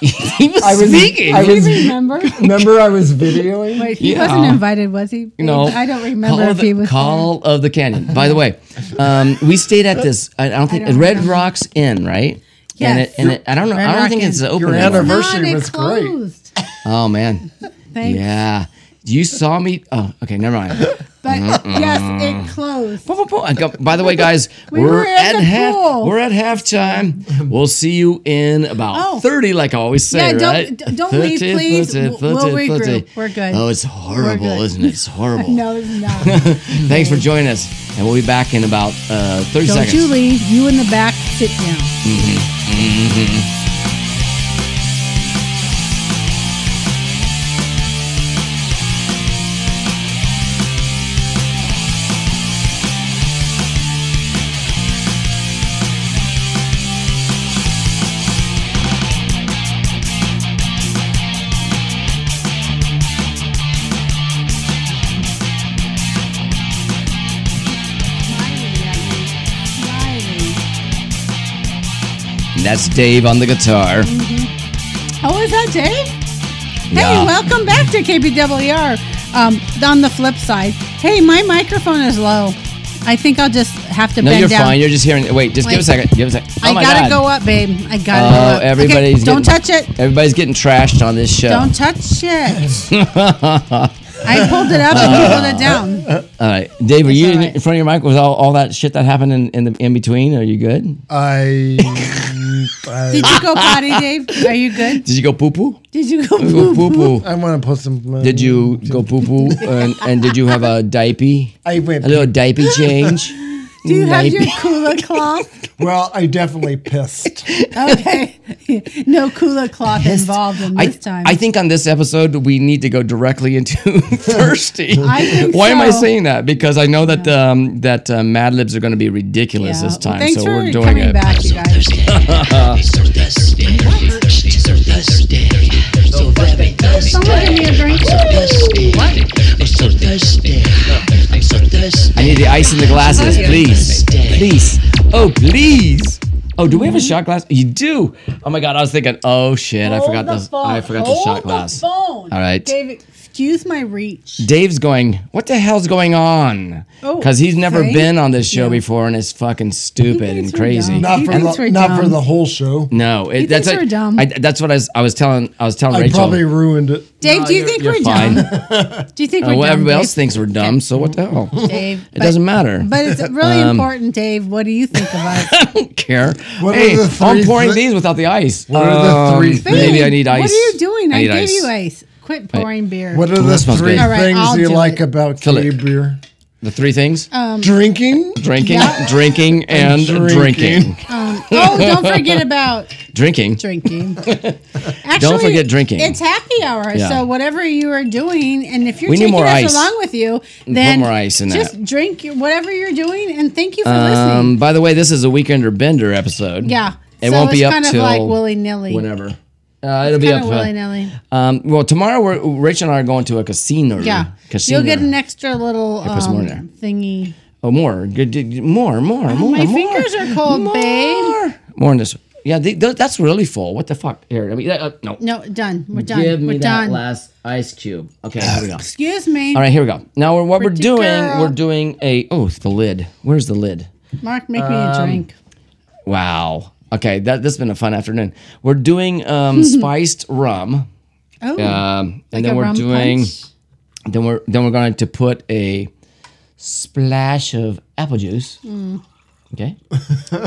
Speaker 6: He was,
Speaker 7: I was-
Speaker 6: speaking.
Speaker 7: I
Speaker 8: Do you
Speaker 7: was-
Speaker 8: remember?
Speaker 7: Remember I was videoing.
Speaker 8: Wait, he
Speaker 6: Yeah.
Speaker 8: wasn't invited, was he?
Speaker 6: you know,
Speaker 8: I don't
Speaker 6: Call
Speaker 8: remember
Speaker 6: of
Speaker 8: if
Speaker 6: the,
Speaker 8: he was.
Speaker 6: Call of the Canyon. By the way, um, we stayed at this. I don't think
Speaker 8: don't
Speaker 6: Red
Speaker 8: remember.
Speaker 6: Rocks Inn, right? And
Speaker 8: Yes.
Speaker 6: it, and it, I don't know.
Speaker 8: Red
Speaker 6: I don't
Speaker 8: Rock
Speaker 6: think it's
Speaker 8: Inn.
Speaker 6: open.
Speaker 7: Your
Speaker 6: anymore.
Speaker 8: there.
Speaker 7: anniversary- Anniversary
Speaker 8: No, they
Speaker 7: was great.
Speaker 8: closed.
Speaker 6: Oh man.
Speaker 8: Thanks.
Speaker 6: Yeah. You saw me. Oh, okay. Never mind.
Speaker 8: But yes, it closed.
Speaker 6: Boom, boom, boom. I got- By the way, guys, we
Speaker 8: were at the
Speaker 6: half.
Speaker 8: pool.
Speaker 6: We're at halftime. We'll see you in about
Speaker 8: Oh.
Speaker 6: thirty, like I always say.
Speaker 8: Yeah, don't-
Speaker 6: right?
Speaker 8: d- don't leave, please. We'll- we'll regroup. We're good.
Speaker 6: Oh, it's horrible,
Speaker 8: good.
Speaker 6: isn't it? It's horrible.
Speaker 8: No, it's not.
Speaker 6: Thanks for joining us, and we'll be back in about uh, 30
Speaker 8: Don't
Speaker 6: seconds.
Speaker 8: you leave. You in the back. Sit down.
Speaker 6: And that's Dave on the guitar.
Speaker 8: Oh, is that Dave?
Speaker 6: Yeah.
Speaker 8: Hey, welcome back to KBWR. Um, on the flip side, hey, my microphone is low. I think I'll just have to
Speaker 6: No,
Speaker 8: bend
Speaker 6: you're
Speaker 8: down.
Speaker 6: fine. You're just hearing. Wait, just give a
Speaker 8: Wait.
Speaker 6: second. Give a second. Oh
Speaker 8: I
Speaker 6: my
Speaker 8: gotta
Speaker 6: God.
Speaker 8: go up, babe. I gotta go
Speaker 6: Oh,
Speaker 8: up.
Speaker 6: everybody's
Speaker 8: okay, don't
Speaker 6: getting-
Speaker 8: touch it.
Speaker 6: Everybody's getting trashed on this show.
Speaker 8: Don't touch it. I pulled it up and you pulled it down.
Speaker 6: All right, Dave, are you
Speaker 8: all
Speaker 6: in,
Speaker 8: right.
Speaker 6: in front of your mic with all, all that shit that happened in, in the in between? Are you good?
Speaker 7: I, I,
Speaker 8: Did you go potty, Dave? Are you good?
Speaker 6: Did you go poo poo?
Speaker 8: Did you go
Speaker 6: Go poo
Speaker 8: poo poo?
Speaker 6: poo.
Speaker 7: I want to put some. uh,
Speaker 6: Did you go poo poo? And, and did you have a diaper?
Speaker 7: I went.
Speaker 6: A little diaper change?
Speaker 8: Do you have your
Speaker 6: Diaper.
Speaker 8: Kula cloth?
Speaker 7: Well, I definitely pissed.
Speaker 8: Okay. no Kula cloth involved in
Speaker 6: I,
Speaker 8: this time.
Speaker 6: I think on this episode we need to go directly into thirsty.
Speaker 8: I think
Speaker 6: Why am I
Speaker 8: so.
Speaker 6: saying that? Because I know that um, that uh, Mad Libs are going to be ridiculous this
Speaker 8: Well,
Speaker 6: time,
Speaker 8: thanks
Speaker 6: so
Speaker 8: for
Speaker 6: we're doing
Speaker 8: coming
Speaker 6: it.
Speaker 8: back, you guys. Someone give me a drink.
Speaker 6: I need the ice in the glasses, please, please. Oh, please. Oh, do we have a shot glass? You do. Oh my God, I was thinking. Oh shit, I forgot this. I forgot the shot glass.
Speaker 8: All
Speaker 6: right.
Speaker 8: Dave, excuse my reach.
Speaker 6: Dave's going, what the hell's going on?
Speaker 8: Oh,
Speaker 6: Because he's never
Speaker 8: Frank?
Speaker 6: been on this show
Speaker 8: Yeah.
Speaker 6: before and it's fucking stupid
Speaker 8: thinks
Speaker 6: and
Speaker 8: we're
Speaker 6: crazy.
Speaker 8: dumb.
Speaker 7: Not
Speaker 8: He
Speaker 7: for
Speaker 8: thinks
Speaker 7: the,
Speaker 8: we're
Speaker 7: not for
Speaker 8: dumb.
Speaker 7: the whole show.
Speaker 6: No, it, that's
Speaker 8: thinks
Speaker 6: a-
Speaker 8: we're dumb.
Speaker 6: I, that's what I was, I was telling. I was telling
Speaker 7: I
Speaker 6: Rachel.
Speaker 7: probably ruined it.
Speaker 8: Dave, do you think
Speaker 6: you're
Speaker 8: we're
Speaker 6: fine. Uh,
Speaker 8: dumb? Do you think we're
Speaker 6: well,
Speaker 8: dumb?
Speaker 6: everybody
Speaker 8: Dave?
Speaker 6: else thinks we're dumb, so what the hell?
Speaker 8: Dave,
Speaker 6: It doesn't Um, matter.
Speaker 8: But it's really important, Dave. What do you think about it?
Speaker 6: I don't care.
Speaker 7: What are
Speaker 6: hey,
Speaker 7: the
Speaker 6: I'm
Speaker 7: three
Speaker 6: pouring
Speaker 7: thi-
Speaker 6: these without the ice.
Speaker 7: What are the
Speaker 6: Um,
Speaker 7: three
Speaker 6: Maybe I need
Speaker 8: Babe,
Speaker 6: ice.
Speaker 8: What are you doing? I,
Speaker 6: need
Speaker 8: gave
Speaker 6: ice.
Speaker 8: you ice. Quit pouring beer.
Speaker 7: What are the
Speaker 6: that smells
Speaker 7: three
Speaker 6: good. All
Speaker 8: right,
Speaker 7: things
Speaker 8: I'll
Speaker 7: you
Speaker 8: do
Speaker 7: like
Speaker 8: it. Um,
Speaker 7: about
Speaker 6: Fill it.
Speaker 7: cave beer?
Speaker 6: The three things:
Speaker 7: Drinking.
Speaker 6: drinking, drinking, and drinking.
Speaker 7: drinking.
Speaker 8: oh, don't forget about
Speaker 6: Drinking.
Speaker 8: drinking. Actually,
Speaker 6: forget drinking.
Speaker 8: It's happy hour,
Speaker 6: Yeah.
Speaker 8: so whatever you are doing, and if you're
Speaker 6: We need
Speaker 8: taking
Speaker 6: more
Speaker 8: us
Speaker 6: ice.
Speaker 8: along with you, then
Speaker 6: more ice in
Speaker 8: just
Speaker 6: that.
Speaker 8: drink your- whatever you're doing, and thank you for
Speaker 6: Um,
Speaker 8: listening.
Speaker 6: by the way, this is a Weekender Bender episode.
Speaker 8: Yeah,
Speaker 6: It
Speaker 8: so
Speaker 6: won't be
Speaker 8: it's
Speaker 6: up
Speaker 8: kind of
Speaker 6: till
Speaker 8: like willy nilly.
Speaker 6: whenever. Uh, it'll be
Speaker 8: Kind
Speaker 6: up.
Speaker 8: of
Speaker 6: uh,
Speaker 8: willy nilly.
Speaker 6: um, well, tomorrow we're, Rachel and I are going to a casino.
Speaker 8: Yeah,
Speaker 6: casino.
Speaker 8: you'll get an extra little
Speaker 6: put some more in
Speaker 8: um, thingy.
Speaker 6: Oh, more, Good, good, good. more, more, more.
Speaker 8: Oh, my
Speaker 6: more.
Speaker 8: fingers are cold,
Speaker 6: more.
Speaker 8: babe.
Speaker 6: More in this. Yeah, they, th- that's really full. What the fuck? Here, I mean, uh, no.
Speaker 8: No, done. We're done.
Speaker 6: Give me
Speaker 8: we're
Speaker 6: that
Speaker 8: done.
Speaker 6: last ice cube. Okay, here we go.
Speaker 8: Excuse me.
Speaker 6: All right, here we go. Now, we're, what we're
Speaker 8: Pretty
Speaker 6: doing,
Speaker 8: girl.
Speaker 6: we're doing a. Oh, it's the lid. Where's the lid?
Speaker 8: Mark, make me a drink.
Speaker 6: Wow. Okay, that this has been a fun afternoon. We're doing um, spiced rum, um,
Speaker 8: Oh,
Speaker 6: and
Speaker 8: like a
Speaker 6: then we're
Speaker 8: rum
Speaker 6: doing
Speaker 8: punch?
Speaker 6: then we're then we're going to put a splash of apple juice. Okay,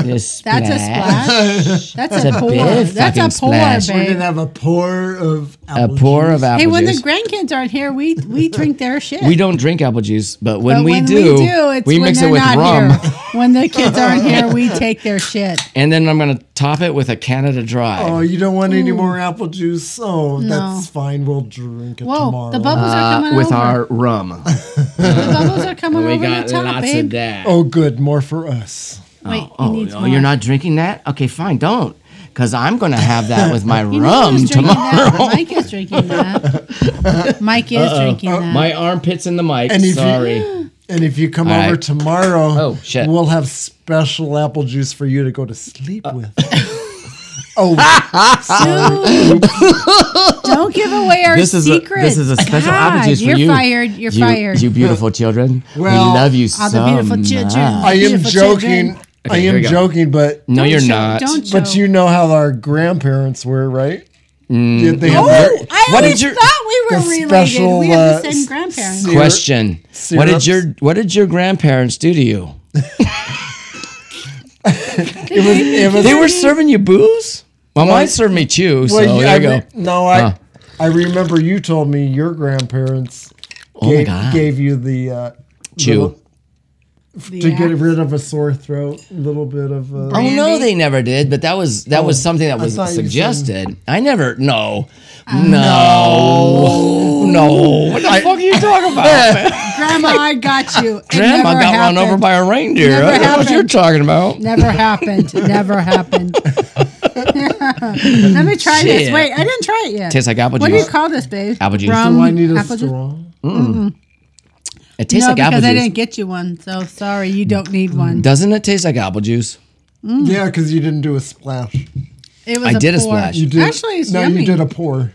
Speaker 6: Just
Speaker 8: Mm. That's a splash. That's a
Speaker 6: It's a
Speaker 8: pour.
Speaker 6: big
Speaker 8: That's
Speaker 6: fucking
Speaker 8: a pour,
Speaker 6: splash.
Speaker 7: We're gonna
Speaker 8: babe.
Speaker 7: have a pour of
Speaker 6: a
Speaker 7: apple
Speaker 6: pour
Speaker 7: juice.
Speaker 6: of apple
Speaker 8: Hey, when the
Speaker 6: juice.
Speaker 8: grandkids aren't here, we we drink their shit.
Speaker 6: we don't drink apple juice, but when,
Speaker 8: But
Speaker 6: we,
Speaker 8: when
Speaker 6: do,
Speaker 8: we do, it's when
Speaker 6: mix
Speaker 8: they're
Speaker 6: it with
Speaker 8: not
Speaker 6: rum,
Speaker 8: here. When the kids aren't here, we take their shit.
Speaker 6: and then I'm going to top it with a Canada Dry.
Speaker 7: Oh, you don't want
Speaker 8: Mm.
Speaker 7: any more apple juice? Oh, that's fine. We'll drink it
Speaker 8: Whoa,
Speaker 7: tomorrow.
Speaker 8: the bubbles
Speaker 6: uh,
Speaker 8: are coming
Speaker 6: with
Speaker 8: over.
Speaker 6: our rum,
Speaker 8: the bubbles are coming
Speaker 6: we
Speaker 8: over
Speaker 6: got
Speaker 8: the top,
Speaker 6: lots
Speaker 8: babe.
Speaker 6: of that.
Speaker 7: oh, good. More for us.
Speaker 8: Wait, he
Speaker 6: Oh,
Speaker 8: needs
Speaker 6: oh,
Speaker 8: more.
Speaker 6: you're not drinking that? Okay, fine, don't. Because I'm going to have that with my
Speaker 8: You know
Speaker 6: rum
Speaker 8: who's drinking
Speaker 6: tomorrow.
Speaker 8: that? Mike is drinking that. Mike is drinking that.
Speaker 6: My armpit's in the mic.
Speaker 7: And if you-
Speaker 6: Sorry.
Speaker 7: And if you come
Speaker 6: All
Speaker 7: over
Speaker 6: right.
Speaker 7: tomorrow,
Speaker 6: Oh, shit.
Speaker 7: we'll have special apple juice for you to go to sleep with.
Speaker 6: Uh,
Speaker 7: oh,
Speaker 8: Dude, don't give away our
Speaker 6: this is
Speaker 8: secrets.
Speaker 6: a this is a special
Speaker 8: God,
Speaker 6: opportunity for
Speaker 8: you're
Speaker 6: you.
Speaker 8: fired. You're
Speaker 6: you,
Speaker 8: fired.
Speaker 6: You beautiful children.
Speaker 7: Well,
Speaker 6: we love you
Speaker 8: all
Speaker 6: so
Speaker 8: the beautiful children.
Speaker 6: much.
Speaker 7: I am
Speaker 8: Beautiful
Speaker 7: joking.
Speaker 8: children.
Speaker 6: Okay,
Speaker 7: I
Speaker 6: here we
Speaker 7: am
Speaker 6: go. Mm.
Speaker 7: joking, but
Speaker 6: No, you're
Speaker 8: Don't show-
Speaker 6: not.
Speaker 8: Don't show.
Speaker 7: but you know how our grandparents were, right?
Speaker 6: Mm.
Speaker 7: Did they have
Speaker 8: Oh,
Speaker 7: their-
Speaker 8: I
Speaker 6: What did
Speaker 8: always
Speaker 6: your-
Speaker 8: thought we were
Speaker 7: the
Speaker 8: related.
Speaker 7: special,
Speaker 8: we have
Speaker 7: uh,
Speaker 8: the same grandparents.
Speaker 7: syrup-
Speaker 6: Question: What
Speaker 7: syrups?
Speaker 6: did your What did your grandparents do to you?
Speaker 7: It was, it was,
Speaker 6: They were serving you booze. Well, mine served me too. So
Speaker 7: Well,
Speaker 6: there
Speaker 7: I
Speaker 6: you go.
Speaker 7: re- No, I
Speaker 6: Huh.
Speaker 7: I remember you told me your grandparents
Speaker 6: Oh my
Speaker 7: gave,
Speaker 6: God.
Speaker 7: gave you the uh,
Speaker 6: Chew.
Speaker 7: little-
Speaker 8: The
Speaker 7: to get
Speaker 8: act.
Speaker 7: rid of a sore throat, a little bit of a.
Speaker 6: Oh no,
Speaker 8: Brandy?
Speaker 6: they never did. But that was that was something that was
Speaker 7: Oh, thought you said- Oh.
Speaker 6: suggested. I never. No. no. No. What the fuck are you talking about?
Speaker 8: Grandma, I got you. It
Speaker 6: Grandma
Speaker 8: never
Speaker 6: got
Speaker 8: happened.
Speaker 6: run over by a reindeer.
Speaker 8: Never
Speaker 6: I don't know what
Speaker 8: happened.
Speaker 6: you're talking about.
Speaker 8: Never happened. Never happened. Let me try this.
Speaker 6: Shit.
Speaker 8: Wait, I didn't try it yet.
Speaker 6: Tastes like apple
Speaker 8: What do
Speaker 6: juice.
Speaker 8: you call this, babe?
Speaker 6: Apple juice.
Speaker 8: Rum,
Speaker 7: Do I need a
Speaker 8: Um, apple juice?
Speaker 7: straw?
Speaker 6: It tastes
Speaker 8: no,
Speaker 6: like
Speaker 8: because
Speaker 6: apple
Speaker 8: I
Speaker 6: juice. Mm.
Speaker 8: didn't get you one. So sorry, you don't need one.
Speaker 6: Doesn't it taste like apple juice?
Speaker 8: Mm.
Speaker 7: Yeah, because you didn't do a splash.
Speaker 8: It was
Speaker 6: I did a
Speaker 8: pour.
Speaker 6: splash.
Speaker 7: You did,
Speaker 8: Actually, it's
Speaker 7: no,
Speaker 8: yummy.
Speaker 7: you did a pour.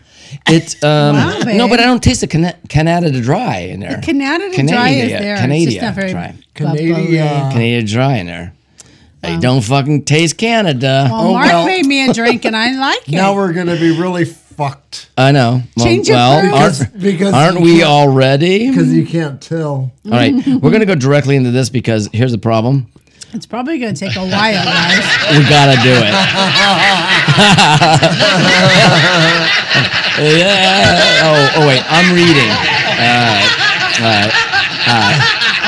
Speaker 6: It um
Speaker 8: Wow, babe.
Speaker 6: no, but I don't taste the Cana- Canada Dry in there.
Speaker 8: Canada Dry
Speaker 6: Canada-
Speaker 8: is there. it's
Speaker 6: Canada
Speaker 8: just not very
Speaker 6: Dry.
Speaker 7: Canada.
Speaker 6: Canada Dry in there. I don't fucking taste Canada.
Speaker 8: Well, Mark
Speaker 7: Oh, well.
Speaker 8: made me a drink and I like it.
Speaker 7: Now we're gonna be really fucked
Speaker 6: I know. Well,
Speaker 8: Change your
Speaker 6: well,
Speaker 8: fruit.
Speaker 6: aren't,
Speaker 7: Because-
Speaker 6: aren't we already? All
Speaker 7: because you can't tell.
Speaker 8: Mm.
Speaker 6: right, we're gonna go directly into this because here's the problem:
Speaker 8: it's probably going to take a while, guys.
Speaker 6: we gotta do it. yeah. Oh, oh wait, I'm reading.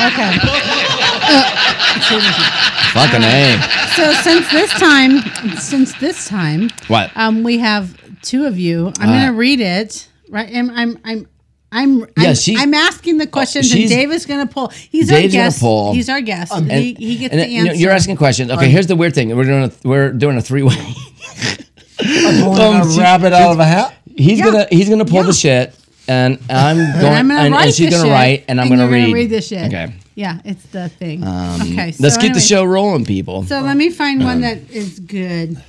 Speaker 8: Okay.
Speaker 6: Fucking a.
Speaker 8: So since this time, since this time,
Speaker 6: What?
Speaker 8: um, we have two of you. I'm going to read it. Right? I'm. I'm. I'm I'm,
Speaker 6: Uh, Yeah,
Speaker 8: I'm,
Speaker 6: she- oh,
Speaker 8: I'm asking the questions, and
Speaker 6: she's-
Speaker 8: Dave is going to pull. He's our
Speaker 6: Dave's gonna
Speaker 8: guest.
Speaker 6: pull.
Speaker 8: He's our guest.
Speaker 7: Um,
Speaker 8: he, he gets
Speaker 6: and
Speaker 8: the
Speaker 6: you know,
Speaker 8: answer.
Speaker 6: You're asking questions. Okay, here's the weird thing. We're doing a we're doing a three way.
Speaker 7: Pulling
Speaker 6: Um,
Speaker 7: a
Speaker 6: she-
Speaker 7: rabbit out of a hat.
Speaker 6: He's gonna he's gonna pull the shit, and I'm going
Speaker 8: and I'm going to
Speaker 6: and,
Speaker 8: write
Speaker 6: and she's
Speaker 8: the
Speaker 6: gonna
Speaker 8: shit,
Speaker 6: write, and I'm
Speaker 8: and
Speaker 6: gonna
Speaker 8: you're
Speaker 6: read.
Speaker 8: gonna read the shit.
Speaker 6: Okay,
Speaker 8: Yeah, it's the thing. okay, so
Speaker 6: Um, let's get the
Speaker 8: anyway,
Speaker 6: show rolling, people.
Speaker 8: So let me fifind one that is good.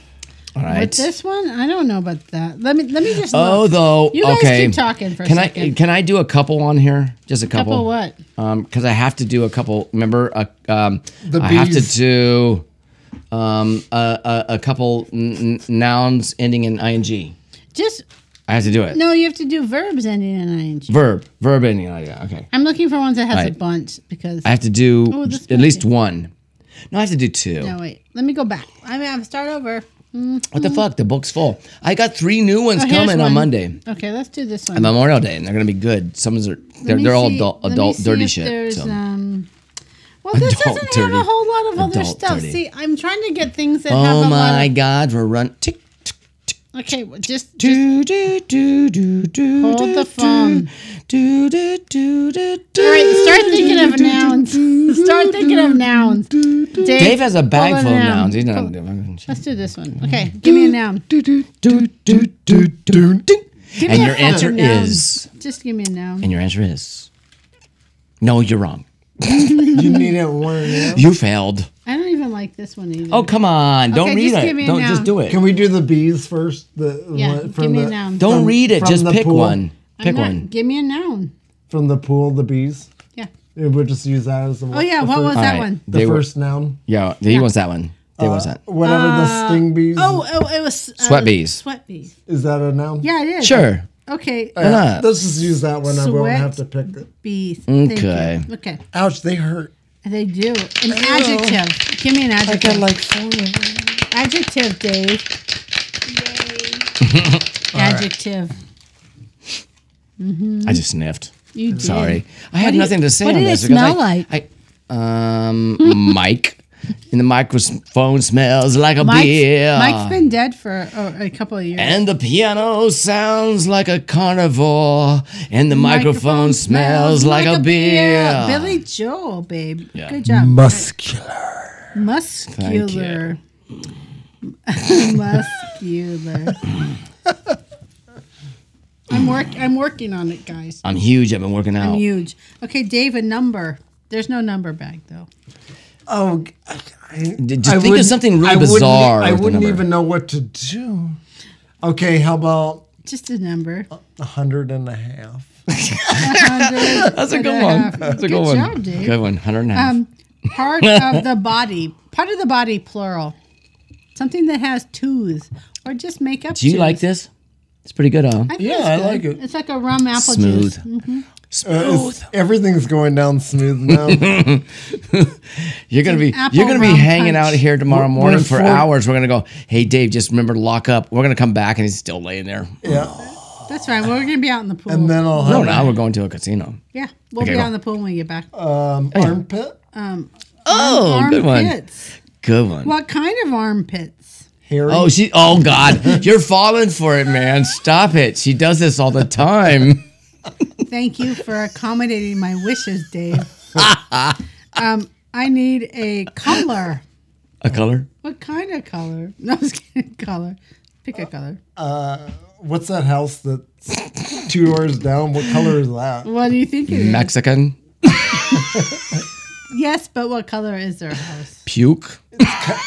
Speaker 6: All right.
Speaker 8: But this one, I don't know about that. Let me let me just.
Speaker 6: Oh,
Speaker 8: look.
Speaker 6: though.
Speaker 8: You guys
Speaker 6: okay.
Speaker 8: keep talking for a
Speaker 6: can I
Speaker 8: second.
Speaker 6: can I do a couple on here? Just a couple.
Speaker 8: Couple what?
Speaker 6: Um, because I have to do a couple. Remember, uh, um,
Speaker 7: The
Speaker 6: I have to
Speaker 7: bees.
Speaker 6: do um a a, a couple n- n- nouns ending in ing.
Speaker 8: just
Speaker 6: I have to do it.
Speaker 8: no. You have to do verbs ending in ing.
Speaker 6: Verb, verb ending. in ing. Okay.
Speaker 8: I'm looking for ones that has a
Speaker 6: Right.
Speaker 8: bunch because.
Speaker 6: I have to do
Speaker 8: Oh, this
Speaker 6: at
Speaker 8: might
Speaker 6: least
Speaker 8: be-
Speaker 6: one. No, I have to do two.
Speaker 8: no wait. Let me go back. I mean, I'll start over.
Speaker 6: What the fuck? The book's full. I got three new ones
Speaker 8: Oh, here's
Speaker 6: coming
Speaker 8: one.
Speaker 6: on Monday.
Speaker 8: Okay, let's do this one.
Speaker 6: on Memorial Day, and they're gonna be good. Some of these are
Speaker 8: Let
Speaker 6: they're,
Speaker 8: me
Speaker 6: they're all
Speaker 8: see-
Speaker 6: adult
Speaker 8: let me
Speaker 6: adult
Speaker 8: see
Speaker 6: dirty
Speaker 8: if
Speaker 6: shit.
Speaker 8: there's,
Speaker 6: So.
Speaker 8: um, well, this
Speaker 6: Adult
Speaker 8: doesn't
Speaker 6: dirty.
Speaker 8: have a whole lot of other
Speaker 6: Adult
Speaker 8: stuff.
Speaker 6: dirty.
Speaker 8: See, I'm trying to get things that have a
Speaker 6: Oh
Speaker 8: lot.
Speaker 6: my
Speaker 8: Of,
Speaker 6: God, we're run. Tick, tick,
Speaker 8: okay, well, just, just
Speaker 6: do, do, do, do, do,
Speaker 8: Hold
Speaker 6: do,
Speaker 8: the phone.
Speaker 6: Do, do, do, do, do,
Speaker 8: all right. Start
Speaker 6: do,
Speaker 8: thinking
Speaker 6: do,
Speaker 8: of
Speaker 6: do,
Speaker 8: nouns. Start thinking of nouns. Dave,
Speaker 6: Dave has a bag
Speaker 8: pull
Speaker 6: full of
Speaker 8: noun.
Speaker 6: nouns. He's not.
Speaker 8: Pull- Let's do this one. Okay, give me a noun.
Speaker 7: Do do do do do do. do.
Speaker 8: Give
Speaker 6: And
Speaker 8: me a
Speaker 6: your
Speaker 8: fucking
Speaker 6: answer
Speaker 8: noun.
Speaker 6: is.
Speaker 8: Just give me a noun.
Speaker 6: And your answer is. No, you're wrong.
Speaker 7: You need it worn out.
Speaker 6: You failed.
Speaker 8: I don't even like this one either.
Speaker 6: Oh come on! Don't
Speaker 8: Okay,
Speaker 6: read
Speaker 8: just
Speaker 6: it.
Speaker 8: give me a
Speaker 6: Don't just
Speaker 8: noun.
Speaker 6: do it.
Speaker 7: Can we do the bees first? The
Speaker 8: yeah.
Speaker 7: one
Speaker 8: Give me a noun.
Speaker 6: Don't
Speaker 7: from-
Speaker 6: read it.
Speaker 7: from
Speaker 6: Just
Speaker 7: the
Speaker 6: pick
Speaker 7: pool?
Speaker 6: one.
Speaker 8: I'm
Speaker 6: Pick
Speaker 8: not-
Speaker 6: one.
Speaker 8: Give me a noun.
Speaker 7: from the pool, the bees.
Speaker 8: Yeah.
Speaker 7: And We'll just use that as the
Speaker 8: Oh yeah,
Speaker 7: the
Speaker 8: what
Speaker 7: first,
Speaker 8: was that
Speaker 6: Alright.
Speaker 8: one?
Speaker 7: the
Speaker 6: They were-
Speaker 7: first Uh, noun?
Speaker 6: Yeah, he wants that one. They wants that.
Speaker 7: Whatever the sting bees
Speaker 8: Oh, oh, it was uh,
Speaker 6: Sweat bees.
Speaker 8: Sweat bees.
Speaker 7: is that a noun?
Speaker 8: Yeah, it is.
Speaker 6: Sure.
Speaker 8: Okay.
Speaker 7: Yeah,
Speaker 6: not?
Speaker 7: Let's just use that one. I won't
Speaker 8: Sweat.
Speaker 7: have to pick it.
Speaker 8: Bees. Thank you.
Speaker 6: Okay.
Speaker 8: Okay.
Speaker 7: Ouch, they hurt.
Speaker 8: They do. An adjective. Give me an
Speaker 7: I
Speaker 8: adjective.
Speaker 7: got like four.
Speaker 8: adjective, Dave. adjective.
Speaker 6: I just sniffed.
Speaker 8: You did.
Speaker 6: Sorry, I had
Speaker 8: do you-
Speaker 6: nothing to say
Speaker 8: what
Speaker 6: on
Speaker 8: did it
Speaker 6: this. because I-
Speaker 8: smell like?
Speaker 6: I, um, Mike, and the microphone smells like a
Speaker 8: Mike's,
Speaker 6: beer.
Speaker 8: Mike's been dead for oh, a couple of years.
Speaker 6: And the piano sounds like a carnivore, and the microphone, smells like, a beer.
Speaker 8: Billy Joel, babe.
Speaker 6: Yeah.
Speaker 8: Good job.
Speaker 7: Muscular.
Speaker 8: Muscular. Muscular. I'm work. I'm working on it, guys.
Speaker 6: I'm huge. I've been working out.
Speaker 8: I'm huge. Okay, Dave. A number. There's no number bag though.
Speaker 7: Oh, I,
Speaker 6: Did-
Speaker 7: I
Speaker 6: Just think of
Speaker 7: wouldn't-
Speaker 6: something
Speaker 7: I
Speaker 6: really
Speaker 7: wouldn't- e,
Speaker 6: bizarre.
Speaker 7: I
Speaker 6: with the
Speaker 7: wouldn't
Speaker 6: number.
Speaker 7: even know what to do. Okay, how about
Speaker 8: Just a number.
Speaker 7: a hundred and a half?
Speaker 8: That's
Speaker 6: That's a good one. That's a good, one.
Speaker 8: Uh, Job, Dave.
Speaker 6: Good one. Hundred and a half.
Speaker 8: Um, part of the body. Part of the body. Plural. Something that has twos, or just make up.
Speaker 6: Do you
Speaker 8: twos.
Speaker 6: like this? It's pretty good, huh?
Speaker 8: I think
Speaker 7: Yeah,
Speaker 8: it's
Speaker 7: I
Speaker 8: good.
Speaker 7: like it.
Speaker 8: It's like a rum apple
Speaker 6: Smooth.
Speaker 8: juice.
Speaker 7: Uh, it's- everything's going down smooth now.
Speaker 6: You're gonna be
Speaker 8: apple
Speaker 6: you're gonna be
Speaker 8: rum
Speaker 6: hanging
Speaker 8: punch.
Speaker 6: out here tomorrow
Speaker 7: We're-
Speaker 6: morning
Speaker 7: we're
Speaker 6: for
Speaker 7: four-
Speaker 6: hours. We're gonna go. Hey, Dave, just remember to lock up. We're gonna come back, and he's still laying there.
Speaker 7: yeah,
Speaker 8: That's right. We're gonna be out in the pool.
Speaker 7: and then I'll
Speaker 6: No,
Speaker 7: have
Speaker 6: Oh, now we're going to a casino.
Speaker 8: yeah, we'll
Speaker 6: Okay,
Speaker 8: be
Speaker 6: go.
Speaker 8: out in the pool when we get back.
Speaker 7: um, armpit,
Speaker 6: Oh, good one.
Speaker 8: Armpits.
Speaker 6: Good one.
Speaker 8: What kind of armpits?
Speaker 7: hairy.
Speaker 6: Oh, she. Oh God, you're falling for it, man. Stop it. She does this all the time.
Speaker 8: Thank you for accommodating my wishes, Dave. um, I need a color.
Speaker 6: A color.
Speaker 8: What kind of color? No, I'm just kidding. Color. Pick a color.
Speaker 7: What's that house that's two doors down? What color is that?
Speaker 8: What do you think it is?
Speaker 6: Mexican
Speaker 8: yes, but what color is their house?
Speaker 6: puke.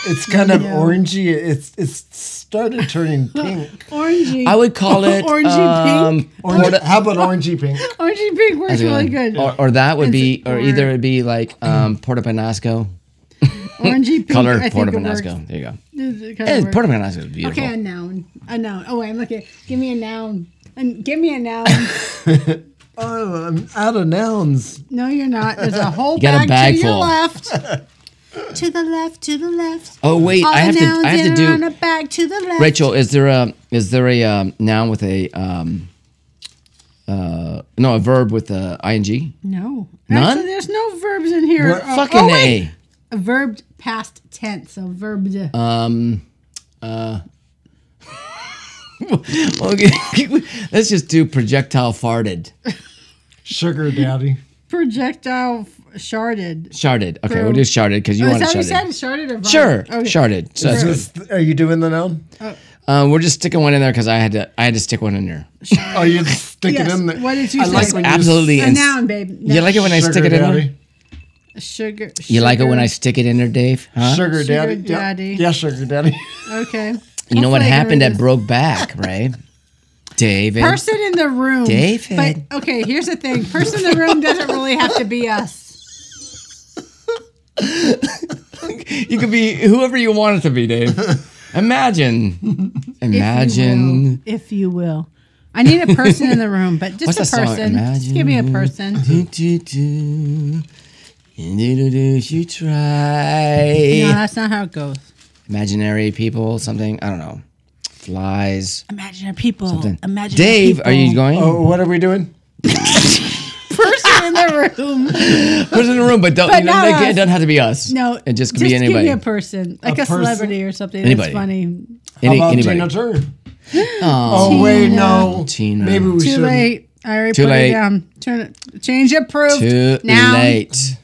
Speaker 7: It's kind of orangey. It's it's started turning pink.
Speaker 8: Orangey.
Speaker 6: I would call it
Speaker 8: Orangey
Speaker 6: um,
Speaker 8: pink.
Speaker 7: Orange, how about orangey pink?
Speaker 8: Orangey pink works really good.
Speaker 6: Or, or that would be,
Speaker 8: It's-
Speaker 6: or
Speaker 8: or-
Speaker 6: either it'd be like um, Puerto Penasco
Speaker 8: Orangey pink.
Speaker 6: color.
Speaker 8: I think
Speaker 6: Puerto
Speaker 8: it works.
Speaker 6: Penasco. There you go.
Speaker 8: It kinda
Speaker 6: Hey,
Speaker 8: works.
Speaker 6: Puerto Penasco is beautiful.
Speaker 8: Okay, a noun. A noun. Oh, wait, I'm looking. Give me a noun. And give me a noun.
Speaker 7: Oh, I'm out of nouns.
Speaker 8: no, you're not. There's a whole
Speaker 6: Get
Speaker 8: bag,
Speaker 6: a bag
Speaker 8: to your
Speaker 6: full.
Speaker 8: left. to the left. To the left.
Speaker 6: Oh wait, I have to. I have to
Speaker 8: in
Speaker 6: do.
Speaker 8: around a bag to the left.
Speaker 6: Rachel, is there a is there a um, noun with a um, uh, no a verb with a ing?
Speaker 8: No.
Speaker 6: None?
Speaker 8: Actually, there's no verbs in here.
Speaker 7: Ver-
Speaker 8: Oh,
Speaker 6: Fucking
Speaker 8: oh, wait.
Speaker 6: a.
Speaker 8: A verb past tense. So verbed.
Speaker 6: Um, uh, okay, let's just do projectile farted,
Speaker 7: Sugar daddy.
Speaker 8: Projectile f- sharded.
Speaker 6: sharded. Okay, we'll do sharded because you
Speaker 8: Oh, is
Speaker 6: want
Speaker 8: that what you
Speaker 6: sharded.
Speaker 8: said? Sharded or verbed?
Speaker 6: Sure,
Speaker 8: Okay.
Speaker 6: sharded. So that's
Speaker 7: Is
Speaker 6: good.
Speaker 7: this- are you doing the noun?
Speaker 6: Um, we're just sticking one in there because I had to. I had to stick one in there.
Speaker 7: Oh, you just stick
Speaker 8: Yes.
Speaker 7: it in there.
Speaker 8: What did you
Speaker 7: I
Speaker 8: say?
Speaker 7: Like when you
Speaker 6: Absolutely.
Speaker 8: A
Speaker 6: ins-
Speaker 8: noun, babe.
Speaker 6: You like it when I
Speaker 7: sugar
Speaker 6: stick it in there?
Speaker 7: daddy.
Speaker 8: Sugar.
Speaker 6: You like it when I
Speaker 8: sugar-
Speaker 6: stick it in there, Dave? Huh?
Speaker 7: Sugar, daddy. Yeah.
Speaker 8: daddy.
Speaker 7: Yeah, sugar daddy.
Speaker 8: Okay.
Speaker 6: You know what
Speaker 8: Hopefully I can
Speaker 6: happened
Speaker 8: read
Speaker 6: at
Speaker 8: this.
Speaker 6: Broke Back, right? David.
Speaker 8: person in the room.
Speaker 6: David.
Speaker 8: But okay, here's the thing. Person in the room doesn't really have to be us.
Speaker 6: You could be whoever you want it to be, Dave. Imagine. Imagine.
Speaker 8: If you will. I need a person in the room, but
Speaker 6: What's
Speaker 8: just a
Speaker 6: that song?
Speaker 8: person. Just give me a person.
Speaker 6: Do, do, do. And do, do, do, you
Speaker 8: No,
Speaker 6: try.
Speaker 8: that's not how it goes.
Speaker 6: Imaginary people, something. I don't know. Flies.
Speaker 8: Imaginary people. Imaginary
Speaker 6: Dave, are you
Speaker 8: people.
Speaker 6: going?
Speaker 7: oh, what are we doing?
Speaker 8: Person in the room.
Speaker 6: Who's in the room? But don't.
Speaker 8: But
Speaker 6: you know,
Speaker 8: not
Speaker 6: they can't-
Speaker 8: us.
Speaker 6: it doesn't have to be us.
Speaker 8: No,
Speaker 6: It just could be anybody.
Speaker 8: Give me a person, like a,
Speaker 7: person?
Speaker 8: celebrity or something.
Speaker 6: Anybody.
Speaker 8: That's funny.
Speaker 6: Any,
Speaker 7: How about
Speaker 6: anybody.
Speaker 7: Tina Turner? Oh, wait, no.
Speaker 6: Tina.
Speaker 7: Maybe we
Speaker 8: Too
Speaker 7: should.
Speaker 8: late. I already
Speaker 6: Too
Speaker 8: put
Speaker 6: late.
Speaker 8: it down. Turn it. Change approved.
Speaker 6: Too
Speaker 8: Noun.
Speaker 6: late.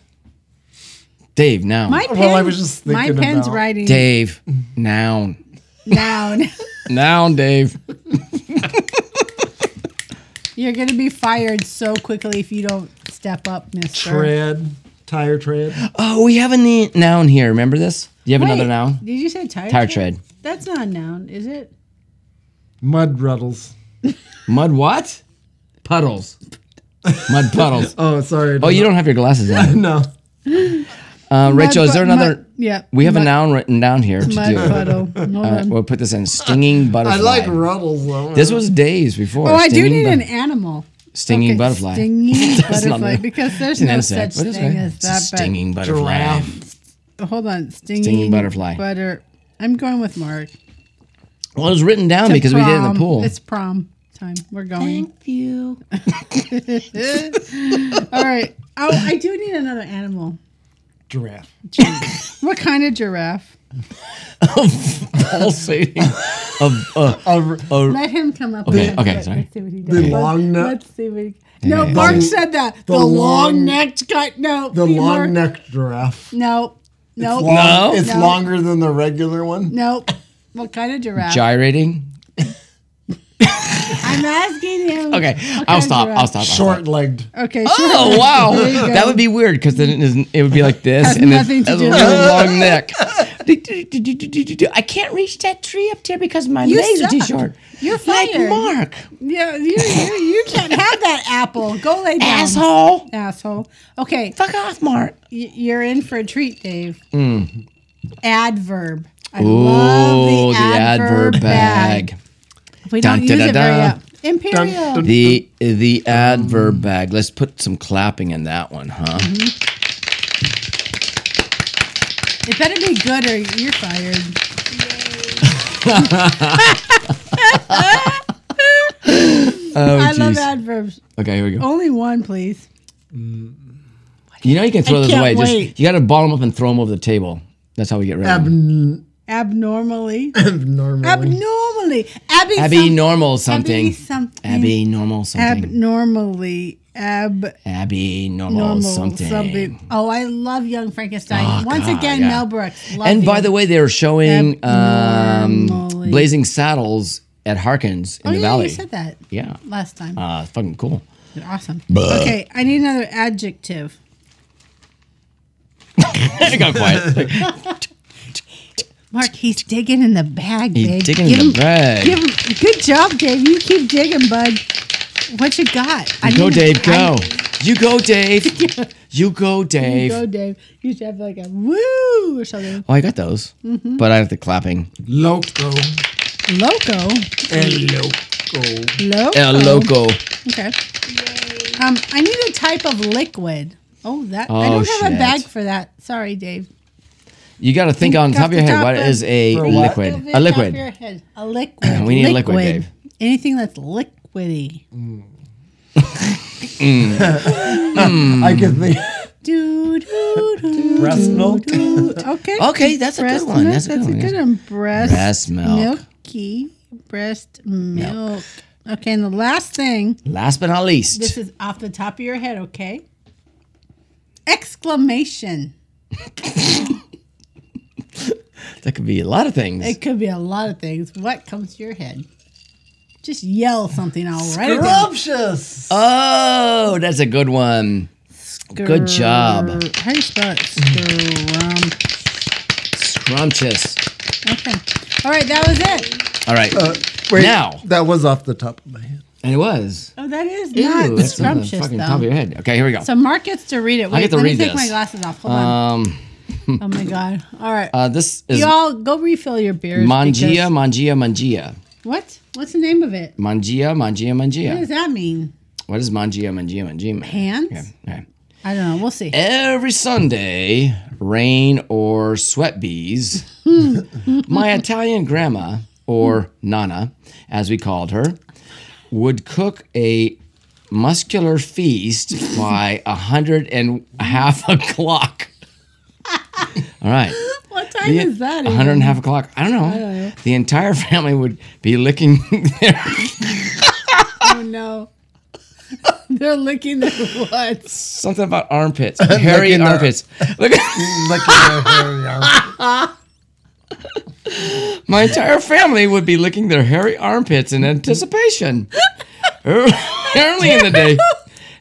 Speaker 6: Dave, noun.
Speaker 8: My pen,
Speaker 7: Well, I was just
Speaker 8: my
Speaker 7: thinking
Speaker 8: pen's
Speaker 7: about-
Speaker 8: writing
Speaker 6: Dave, noun.
Speaker 8: down.
Speaker 6: Noun, Dave.
Speaker 8: You're going to be fired so quickly if you don't step up, mister.
Speaker 7: Tread. Tire tread.
Speaker 6: Oh, we have a ne- noun here. Remember this? Do you have another
Speaker 8: Wait,
Speaker 6: noun?
Speaker 8: Did you say tire,
Speaker 6: Tire tread.
Speaker 8: That's not a noun, is it?
Speaker 7: Mud ruddles.
Speaker 6: Mud what? Puddles. Mud puddles.
Speaker 7: Oh, sorry.
Speaker 6: Oh, you don't have your glasses on.
Speaker 7: No.
Speaker 6: Uh, Rachel, is there
Speaker 8: Mud-
Speaker 6: another?
Speaker 8: mud- yeah,
Speaker 6: We have a
Speaker 8: mud-
Speaker 6: noun written down here to
Speaker 8: Mud
Speaker 6: do.
Speaker 8: puddle. Hold
Speaker 6: All right,
Speaker 8: on.
Speaker 6: we'll put this in stinging butterfly.
Speaker 7: I like ruddles though. Uh,
Speaker 6: This was days before.
Speaker 8: Oh, I do
Speaker 6: stinging
Speaker 8: need
Speaker 6: bu-
Speaker 8: an animal.
Speaker 6: stinging
Speaker 8: Okay,
Speaker 6: butterfly.
Speaker 8: Stinging
Speaker 6: That's not
Speaker 8: butterfly.
Speaker 6: me.
Speaker 8: Because there's
Speaker 6: It's an
Speaker 8: no
Speaker 6: insect,
Speaker 8: such
Speaker 6: but it's
Speaker 8: thing
Speaker 6: okay.
Speaker 8: as
Speaker 6: It's a
Speaker 8: that. but-
Speaker 6: stinging butterfly.
Speaker 7: giraffe.
Speaker 8: Hold on, stinging,
Speaker 6: butterfly.
Speaker 8: Butter. I'm going with Mark.
Speaker 6: Well, it was written down
Speaker 8: To
Speaker 6: because we did it in
Speaker 8: prom.
Speaker 6: the pool.
Speaker 8: It's prom time. We're going. Thank you. All right. Oh, I do need another animal.
Speaker 7: Giraffe.
Speaker 8: What kind of giraffe?
Speaker 6: Pulsating. of, uh,
Speaker 7: A r-
Speaker 8: Let him come up.
Speaker 6: Okay,
Speaker 8: with it.
Speaker 6: okay,
Speaker 8: Let's
Speaker 6: sorry.
Speaker 8: see what he
Speaker 7: the
Speaker 8: does.
Speaker 7: long neck.
Speaker 8: Let's see what he. No, Mark said that. The,
Speaker 7: long-
Speaker 8: long necked guy. No,
Speaker 7: The
Speaker 8: be Mark.
Speaker 7: long neck giraffe.
Speaker 8: No, no,
Speaker 7: Long-
Speaker 6: No?
Speaker 7: It's
Speaker 8: No.
Speaker 7: longer than the regular one.
Speaker 8: no. What kind of giraffe?
Speaker 6: gyrating.
Speaker 8: I'm asking him.
Speaker 6: Okay,
Speaker 8: What
Speaker 6: I'll
Speaker 8: kind
Speaker 6: stop.
Speaker 8: of
Speaker 6: I'll
Speaker 8: giraffe?
Speaker 6: stop. I'll stop.
Speaker 7: Short legged.
Speaker 8: Okay.
Speaker 6: Oh
Speaker 8: sure.
Speaker 6: wow,
Speaker 8: There you go.
Speaker 6: that would be weird because then it, isn't, it would be like this,
Speaker 8: Has
Speaker 6: and then
Speaker 8: nothing to
Speaker 6: has
Speaker 8: do
Speaker 6: a
Speaker 8: with
Speaker 6: really
Speaker 8: it.
Speaker 6: long neck. I can't reach that tree up there because my legs are too
Speaker 8: suck.
Speaker 6: short.
Speaker 8: You're
Speaker 6: like
Speaker 8: fired.
Speaker 6: Mark,
Speaker 8: Yeah, you, you, you can't have that apple. Go lay down.
Speaker 6: asshole.
Speaker 8: Asshole. Okay,
Speaker 6: Fuck off, Mark.
Speaker 8: y- you're in for a treat, Dave.
Speaker 6: Hmm.
Speaker 8: Adverb. I love the, adverb, bag. We don't
Speaker 6: Dun,
Speaker 8: use
Speaker 6: da, da,
Speaker 8: it very
Speaker 6: da.
Speaker 8: often. Imperial.
Speaker 6: The the adverb bag. Let's put some clapping in that one, huh?
Speaker 8: Mm-hmm. It better be good or you're fired.
Speaker 6: Oh,
Speaker 8: I love Oh,
Speaker 6: jeez.
Speaker 8: adverbs.
Speaker 6: Okay, here we go.
Speaker 8: Only one, please.
Speaker 6: You know you can throw
Speaker 8: I
Speaker 6: those
Speaker 8: can't
Speaker 6: away.
Speaker 8: wait.
Speaker 6: Just you got to ball them up and throw them over the table. That's how we get rid of them.
Speaker 8: Abnormally.
Speaker 7: Normally.
Speaker 8: Abnormally. Abby. some-
Speaker 6: Abby normal something.
Speaker 8: Abby something.
Speaker 6: Abby normal something.
Speaker 8: Abnormally. Ab.
Speaker 6: Abby normal
Speaker 8: normal
Speaker 6: something.
Speaker 8: something. Oh, I love Young Frankenstein.
Speaker 6: Oh,
Speaker 8: Once
Speaker 6: God,
Speaker 8: again,
Speaker 6: yeah.
Speaker 8: Mel Brooks. Love
Speaker 6: And by
Speaker 8: you.
Speaker 6: the way, they were showing um,
Speaker 8: Abnormally.
Speaker 6: Blazing Saddles at Harkins in
Speaker 8: oh,
Speaker 6: the
Speaker 8: yeah,
Speaker 6: Valley.
Speaker 8: you said that
Speaker 6: Yeah.
Speaker 8: last time.
Speaker 6: Uh, fucking cool.
Speaker 8: awesome. Okay, I need another adjective.
Speaker 6: it got quiet.
Speaker 8: Mark, he's digging in the bag,
Speaker 6: He's
Speaker 8: babe.
Speaker 6: digging
Speaker 8: Give
Speaker 6: in the
Speaker 8: him-
Speaker 6: bag.
Speaker 8: give him- good job, Dave. You keep digging, bud. What you got? I
Speaker 6: go,
Speaker 8: need-
Speaker 6: Dave. Go.
Speaker 8: I-
Speaker 6: You go, Dave. You go,
Speaker 8: you
Speaker 6: Dave.
Speaker 8: go, Dave. You should have like a woo or something.
Speaker 6: Oh, I got those,
Speaker 8: Mm-hmm.
Speaker 6: but I got the clapping.
Speaker 7: Loco.
Speaker 8: Loco.
Speaker 7: And loco.
Speaker 8: Loco.
Speaker 6: El loco.
Speaker 8: Okay. Um, I need a type of liquid. Oh, that I
Speaker 6: Oh,
Speaker 8: don't have a
Speaker 6: shit.
Speaker 8: bag for that. Sorry, Dave.
Speaker 6: You got to think on
Speaker 8: Off
Speaker 6: top of your
Speaker 8: the
Speaker 6: head.
Speaker 8: top
Speaker 6: What
Speaker 8: of-
Speaker 6: is a
Speaker 7: For what?
Speaker 6: liquid?
Speaker 8: Off
Speaker 6: A
Speaker 8: the top
Speaker 6: liquid.
Speaker 8: of your head. A liquid.
Speaker 6: We need a liquid, Dave.
Speaker 8: Anything that's liquidy.
Speaker 7: I can think.
Speaker 8: Do, do, do,
Speaker 7: Breast milk.
Speaker 8: do. Okay.
Speaker 6: Okay, that's a good
Speaker 8: Breast
Speaker 6: one.
Speaker 8: milk.
Speaker 6: That's a good one, yes.
Speaker 8: one. Breast,
Speaker 6: Breast milk.
Speaker 8: Milky. Breast milk. Okay, and the last thing.
Speaker 6: Last but not least.
Speaker 8: This is off the top of your head. Okay. Exclamation.
Speaker 6: That could be a lot of things.
Speaker 8: It could be a lot of things. What comes to your head? Just yell something. I'll write it down.
Speaker 7: Scrumptious.
Speaker 6: oh, that's a good one. Good job.
Speaker 8: Scr- How do you spell it? Scrum.
Speaker 6: Scrumptious.
Speaker 8: Okay. All right, that was it.
Speaker 6: All right.
Speaker 7: Wait,
Speaker 6: Now.
Speaker 7: That was off the top of my head.
Speaker 6: and it was.
Speaker 8: Oh, that is
Speaker 6: Ooh,
Speaker 8: not
Speaker 6: that's on the
Speaker 8: scrumptious,
Speaker 6: fucking top of
Speaker 8: though.
Speaker 6: your head. Okay, here we go.
Speaker 8: So Mark gets to read it. Wait,
Speaker 6: get to
Speaker 8: let
Speaker 6: read
Speaker 8: me take
Speaker 6: this.
Speaker 8: my glasses off. Hold on.
Speaker 6: um,
Speaker 8: Oh, my God. All right.
Speaker 6: uh, this is
Speaker 8: Y'all go refill your beers.
Speaker 6: Mangia,
Speaker 8: because-
Speaker 6: Mangia, Mangia.
Speaker 8: What? What's the name of it?
Speaker 6: Mangia, Mangia,
Speaker 8: What
Speaker 6: Mangia.
Speaker 8: does that mean?
Speaker 6: What is Mangia, Mangia, Mangia?
Speaker 8: Hands?
Speaker 6: Okay, all right.
Speaker 8: I don't know. We'll see.
Speaker 6: Eh, Every Sunday, rain or sweat bees, my Italian grandma, or Nana, as we called her, would cook a muscular feast by a hundred and a half o'clock. All right.
Speaker 8: What time
Speaker 6: The- uh-huh.
Speaker 8: is that?
Speaker 6: A hundred and
Speaker 8: even?
Speaker 6: a half o'clock. I don't, know. The entire family would be licking their
Speaker 8: Oh, no. They're licking their what?
Speaker 6: something about armpits, hairy
Speaker 7: Licking their-
Speaker 6: armpits. Look at
Speaker 7: Look at their hair. yeah.
Speaker 6: My entire family would be licking their hairy armpits in anticipation. Ear- Early in the day,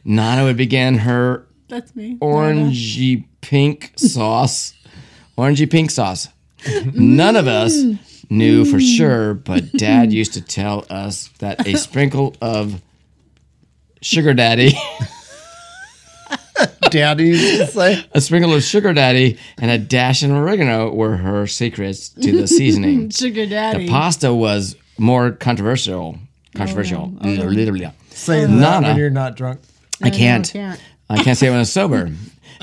Speaker 6: Nana would begin her
Speaker 8: That's me.
Speaker 6: orangey pink sauce. Orangey pink sauce. None of us knew for sure, but Dad used to tell us that a sprinkle of sugar daddy
Speaker 7: Daddy used to say.
Speaker 6: A sprinkle of sugar daddy and a dash of oregano were her secrets to the seasoning.
Speaker 8: Sugar
Speaker 6: the
Speaker 8: daddy.
Speaker 6: pasta was more controversial. Controversial.
Speaker 8: Oh,
Speaker 7: Say that
Speaker 6: Nana.
Speaker 7: when you're not drunk.
Speaker 6: I can't.
Speaker 8: can't.
Speaker 6: I can't say it when I'm sober.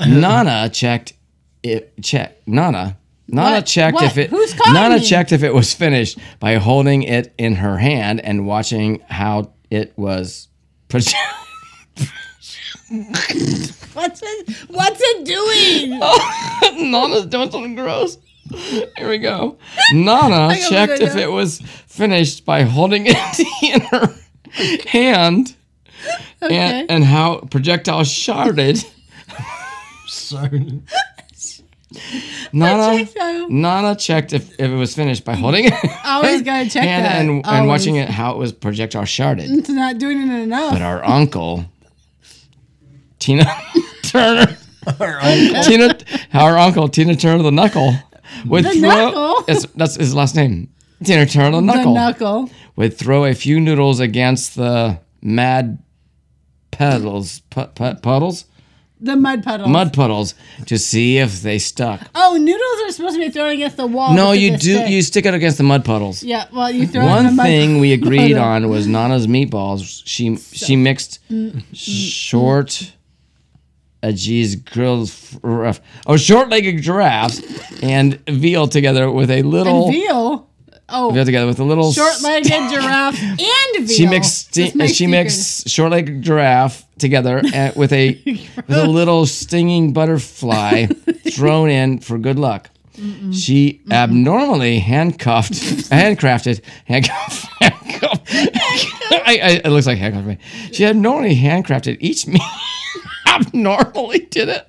Speaker 6: Nana checked it. Check Nana. Nana
Speaker 8: What?
Speaker 6: checked
Speaker 8: What?
Speaker 6: if it.
Speaker 8: Who's calling
Speaker 6: Nana
Speaker 8: me?
Speaker 6: checked if it was finished by holding it in her hand and watching how it was. pres-
Speaker 8: What's it? What's it doing?
Speaker 6: Nana's doing something gross. Here we go. Nana
Speaker 8: gotta
Speaker 6: checked
Speaker 8: go
Speaker 6: if
Speaker 8: down.
Speaker 6: it was finished by holding it in her hand and, and how projectile sharded.
Speaker 7: Sorry.
Speaker 6: Nana,
Speaker 8: Projectile.
Speaker 6: Nana checked if, if it was finished by holding it.
Speaker 8: Always gotta check
Speaker 6: and,
Speaker 8: that.
Speaker 6: and, and
Speaker 8: Always.
Speaker 6: watching it how it was projectile sharded.
Speaker 8: It's not doing it
Speaker 6: But
Speaker 8: enough.
Speaker 6: our uncle, Tina Turner, Tina, our uncle Tina Turner the Knuckle, would
Speaker 8: The
Speaker 6: throw
Speaker 8: Knuckle?
Speaker 6: It's- that's his last name, Tina Turner the
Speaker 8: The
Speaker 6: Knuckle,
Speaker 8: knuckle.
Speaker 6: would throw a few noodles against the mad puddles, pu- pu- puddles,
Speaker 8: The mud puddle.
Speaker 6: mud puddles to see if they stuck.
Speaker 8: Oh, noodles are supposed to be thrown against the wall.
Speaker 6: no,
Speaker 8: with
Speaker 6: you
Speaker 8: the
Speaker 6: do.
Speaker 8: stick.
Speaker 6: You stick it against the mud puddles.
Speaker 8: Yeah, well, you throw it in the
Speaker 6: One
Speaker 8: mud.
Speaker 6: thing we agreed
Speaker 8: puddle.
Speaker 6: on was Nana's meatballs. She she mixed
Speaker 8: Mm,
Speaker 6: short a geez grilled f- oh short-legged giraffes and veal together with a little
Speaker 8: And veal. Oh,
Speaker 6: veal together with a little
Speaker 8: short-legged giraffe and veal.
Speaker 6: She mixed sti-
Speaker 8: This makes
Speaker 6: she
Speaker 8: you
Speaker 6: mixed short-legged giraffe together and with a with a little stinging butterfly thrown in for good luck. She abnormally handcuffed, handcrafted, handcuffed, handcuffed. I, I, it looks like handcuffed me. She abnormally handcrafted each meat. abnormally did it.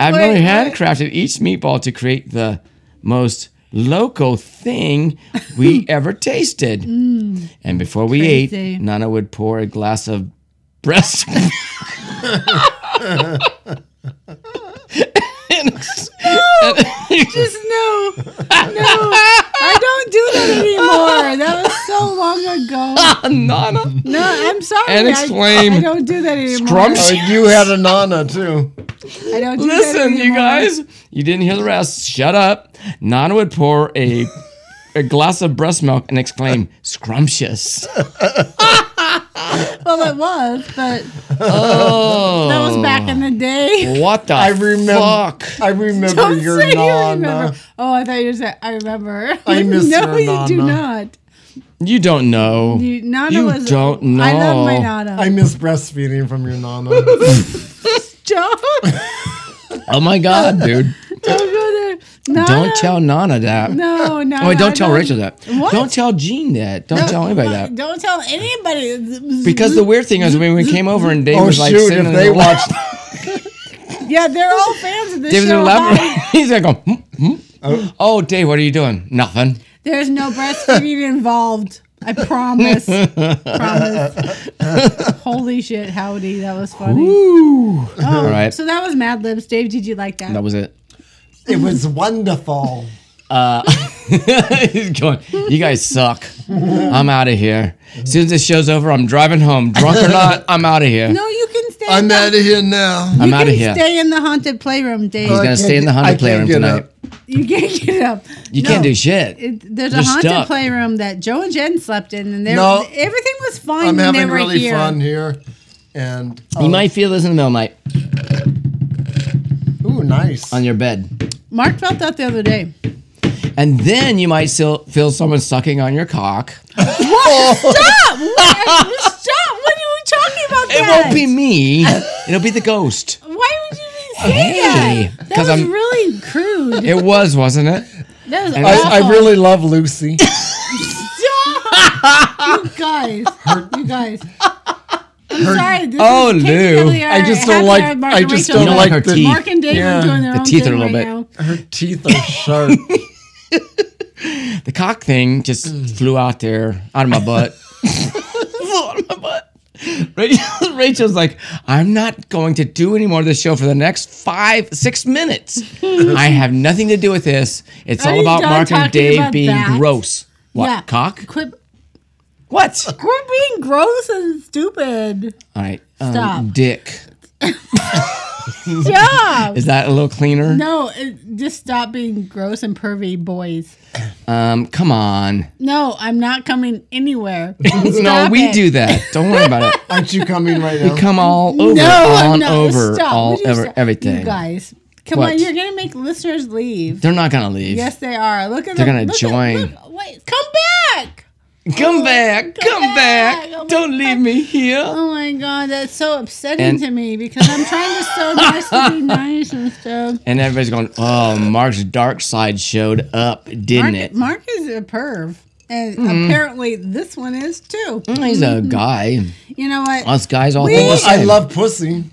Speaker 6: Abnormally
Speaker 8: Wait, wait.
Speaker 6: handcrafted each meatball to create the most loco thing we ever tasted. And before we
Speaker 8: Mm. Crazy.
Speaker 6: ate, Nana would pour a glass of breast milk
Speaker 8: Just no, no. I don't do that anymore. That was so long ago.
Speaker 6: on Nana.
Speaker 8: No, I'm sorry.
Speaker 6: And
Speaker 8: I-
Speaker 6: exclaim,
Speaker 8: I, don't do that anymore.
Speaker 7: Oh,
Speaker 6: Scrumptious.
Speaker 7: you had a Nana too.
Speaker 8: I don't do that
Speaker 6: Listen, you
Speaker 8: anymore.
Speaker 6: guys, you didn't hear the rest. Shut up. Nana would pour a a glass of breast milk and exclaim, "Scrumptious!"
Speaker 8: Well, it was, but
Speaker 6: Oh.
Speaker 8: that was back in the day.
Speaker 6: What the
Speaker 7: I remember.
Speaker 6: fuck?
Speaker 7: I remember
Speaker 8: Don't
Speaker 7: your
Speaker 8: say you
Speaker 7: Nana.
Speaker 8: remember. Oh, I thought you said I remember.
Speaker 7: I miss
Speaker 8: no,
Speaker 7: your
Speaker 8: you do
Speaker 7: Nana.
Speaker 8: not.
Speaker 6: You don't know.
Speaker 8: You, Nana
Speaker 6: You
Speaker 8: was.
Speaker 6: don't
Speaker 8: I love my
Speaker 6: know.
Speaker 8: Nana.
Speaker 7: I miss breastfeeding from your Nana.
Speaker 8: Don't,
Speaker 6: oh my god, dude!
Speaker 8: don't go there. Nana,
Speaker 6: Don't tell Nana that.
Speaker 8: No, no.
Speaker 6: Oh, wait,
Speaker 8: I
Speaker 6: don't tell Rachel that.
Speaker 8: What?
Speaker 6: Don't tell Jean that. Don't tell anybody that.
Speaker 8: Don't tell anybody.
Speaker 6: Because the weird thing is, when we came over and Dave
Speaker 7: oh
Speaker 6: was like
Speaker 7: shoot!
Speaker 6: sitting
Speaker 7: If
Speaker 6: in
Speaker 7: they
Speaker 6: the
Speaker 7: watched,
Speaker 8: yeah, they're all fans of this
Speaker 6: Dave's in the
Speaker 8: show.
Speaker 6: lab.
Speaker 8: Hi.
Speaker 6: He's like, going, hmm, hmm? Oh. Dave, what are you doing? Nothing.
Speaker 8: There's no breastfeeding involved. I promise. promise. Holy shit, howdy. That was funny.
Speaker 6: All right,
Speaker 8: Oh, So that was Mad Libs. Dave, did you like that?
Speaker 6: that was it. Uh,
Speaker 7: it was wonderful.
Speaker 6: He's going, you guys suck. I'm out of here. As soon as this show's over, I'm driving home. Drunk or not, I'm out of here.
Speaker 8: No, you can stay. in
Speaker 7: I'm
Speaker 8: the-
Speaker 7: out of here now.
Speaker 6: I'm
Speaker 8: you
Speaker 6: out of
Speaker 8: can
Speaker 6: here.
Speaker 8: Stay in the haunted playroom, Dave.
Speaker 6: He's
Speaker 7: I
Speaker 6: gonna
Speaker 7: can't
Speaker 6: stay in the
Speaker 7: get- I
Speaker 6: haunted
Speaker 7: can't
Speaker 6: playroom
Speaker 7: get
Speaker 6: tonight.
Speaker 7: up.
Speaker 8: you can't get up.
Speaker 6: You can't do shit.
Speaker 8: It, there's
Speaker 6: You're
Speaker 8: a haunted
Speaker 6: stuck.
Speaker 8: playroom that Joe and Jen slept in, and there
Speaker 7: No.
Speaker 8: everything was fine.
Speaker 7: I'm
Speaker 8: when
Speaker 7: having
Speaker 8: they were
Speaker 7: really
Speaker 8: here.
Speaker 7: fun here, and
Speaker 6: you
Speaker 7: oh,
Speaker 6: might feel this in the middle of the night
Speaker 7: ooh, nice.
Speaker 6: on your bed,
Speaker 8: Mark felt that the other day.
Speaker 6: and then you might still feel someone sucking on your cock.
Speaker 8: What?
Speaker 7: Oh.
Speaker 8: Stop! What? Stop! What are we talking about?
Speaker 6: It
Speaker 8: that?
Speaker 6: won't be me. It'll be the ghost.
Speaker 8: Why would you even say
Speaker 6: Hey,
Speaker 8: that? That
Speaker 6: 'cause
Speaker 8: was
Speaker 6: I'm-
Speaker 8: really crude.
Speaker 6: It was, wasn't it?
Speaker 8: That was awful.
Speaker 7: I, I really love Lucy.
Speaker 8: Stop! you guys, you guys. I'm sorry. This
Speaker 6: Oh,
Speaker 8: is
Speaker 6: Lou.
Speaker 7: I just don't like- I just don't
Speaker 6: like her teeth.
Speaker 8: Mark and Dave
Speaker 7: Yeah.
Speaker 8: are doing their
Speaker 6: The
Speaker 8: own
Speaker 6: teeth are
Speaker 8: thing
Speaker 6: a little
Speaker 8: right
Speaker 6: bit-
Speaker 8: now.
Speaker 7: Her teeth are sharp.
Speaker 6: The cock thing just flew out there out of my butt. flew out of my butt. Rachel, Rachel's like, I'm not going to do any more of this show for the next five, six minutes. I have nothing to do with this. It's
Speaker 8: Are
Speaker 6: all
Speaker 8: you
Speaker 6: about
Speaker 8: done
Speaker 6: Mark and
Speaker 8: talking
Speaker 6: Dave
Speaker 8: about
Speaker 6: being
Speaker 8: that?
Speaker 6: gross. What
Speaker 8: Yeah.
Speaker 6: cock?
Speaker 8: Quit,
Speaker 6: What?
Speaker 8: quit being gross and stupid.
Speaker 6: All right, um,
Speaker 8: Stop.
Speaker 6: dick.
Speaker 8: job.
Speaker 6: Is that a little cleaner?
Speaker 8: No, it, just stop being gross and pervy, boys.
Speaker 6: Um, come on.
Speaker 8: No, I'm not coming anywhere.
Speaker 6: no,
Speaker 8: Stop
Speaker 6: we
Speaker 8: it.
Speaker 6: do that. Don't worry about it.
Speaker 7: Aren't you coming right
Speaker 6: We
Speaker 7: now?
Speaker 6: come all over,
Speaker 8: no, I'm
Speaker 6: on
Speaker 8: not.
Speaker 6: over,
Speaker 8: stop.
Speaker 6: all
Speaker 8: Would you
Speaker 6: over
Speaker 8: stop?
Speaker 6: everything.
Speaker 8: You guys, come
Speaker 6: What?
Speaker 8: on, you're gonna make listeners leave.
Speaker 6: They're not gonna leave.
Speaker 8: Yes, they are. Look at
Speaker 6: They're
Speaker 8: them.
Speaker 6: gonna
Speaker 8: look at-
Speaker 6: join.
Speaker 8: look- wait, come back.
Speaker 6: Come back, come,
Speaker 8: come
Speaker 6: back.
Speaker 8: back. Oh my
Speaker 6: Don't leave me here.
Speaker 8: Oh my god, that's so upsetting
Speaker 6: And-
Speaker 8: to me because I'm trying to so nice to be nice and stuff.
Speaker 6: And everybody's going, oh, Mark's dark side showed up, didn't
Speaker 8: Mark,
Speaker 6: it? Mm-hmm.
Speaker 8: Mark is a perv, and apparently this one is Mm-hmm. too.
Speaker 6: He's a guy.
Speaker 8: You know what?
Speaker 6: Us guys all
Speaker 8: We-
Speaker 6: think the same.
Speaker 7: I love pussy.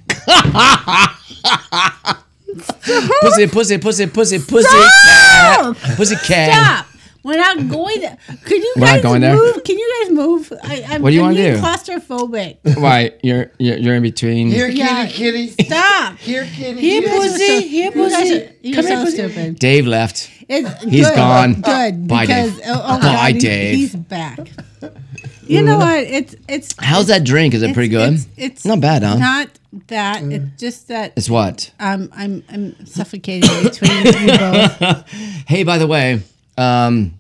Speaker 6: pussy, pussy, pussy, pussy, pussy,
Speaker 8: Stop!
Speaker 6: pussy cat.
Speaker 8: Stop. We're not going there. Could you
Speaker 6: We're not
Speaker 8: guys
Speaker 6: going there?
Speaker 8: move? Can you guys move? I, I'm,
Speaker 6: What do you
Speaker 8: I'm
Speaker 6: wanna
Speaker 8: being
Speaker 6: do?
Speaker 8: claustrophobic.
Speaker 6: Why? You're, you're you're in between.
Speaker 7: Here,
Speaker 8: Yeah.
Speaker 7: kitty, kitty.
Speaker 8: Stop.
Speaker 7: Here, kitty.
Speaker 8: You
Speaker 7: kitty.
Speaker 8: guys are so- you guys are- You're so stupid.
Speaker 6: Dave left.
Speaker 8: It's
Speaker 6: He's
Speaker 8: good,
Speaker 6: gone.
Speaker 8: Good.
Speaker 6: Bye,
Speaker 8: because,
Speaker 6: Dave.
Speaker 8: Oh, oh
Speaker 6: Bye,
Speaker 8: God, he-
Speaker 6: Dave. Mm.
Speaker 8: He's back. You know what? It's it's.
Speaker 6: How's that drink? Is it
Speaker 8: it's-
Speaker 6: pretty good?
Speaker 8: It's, it's
Speaker 6: Not bad, huh?
Speaker 8: Not that. It's just that
Speaker 6: it's what?
Speaker 8: um, I'm I'm suffocating between you both.
Speaker 6: Hey, by the way, um,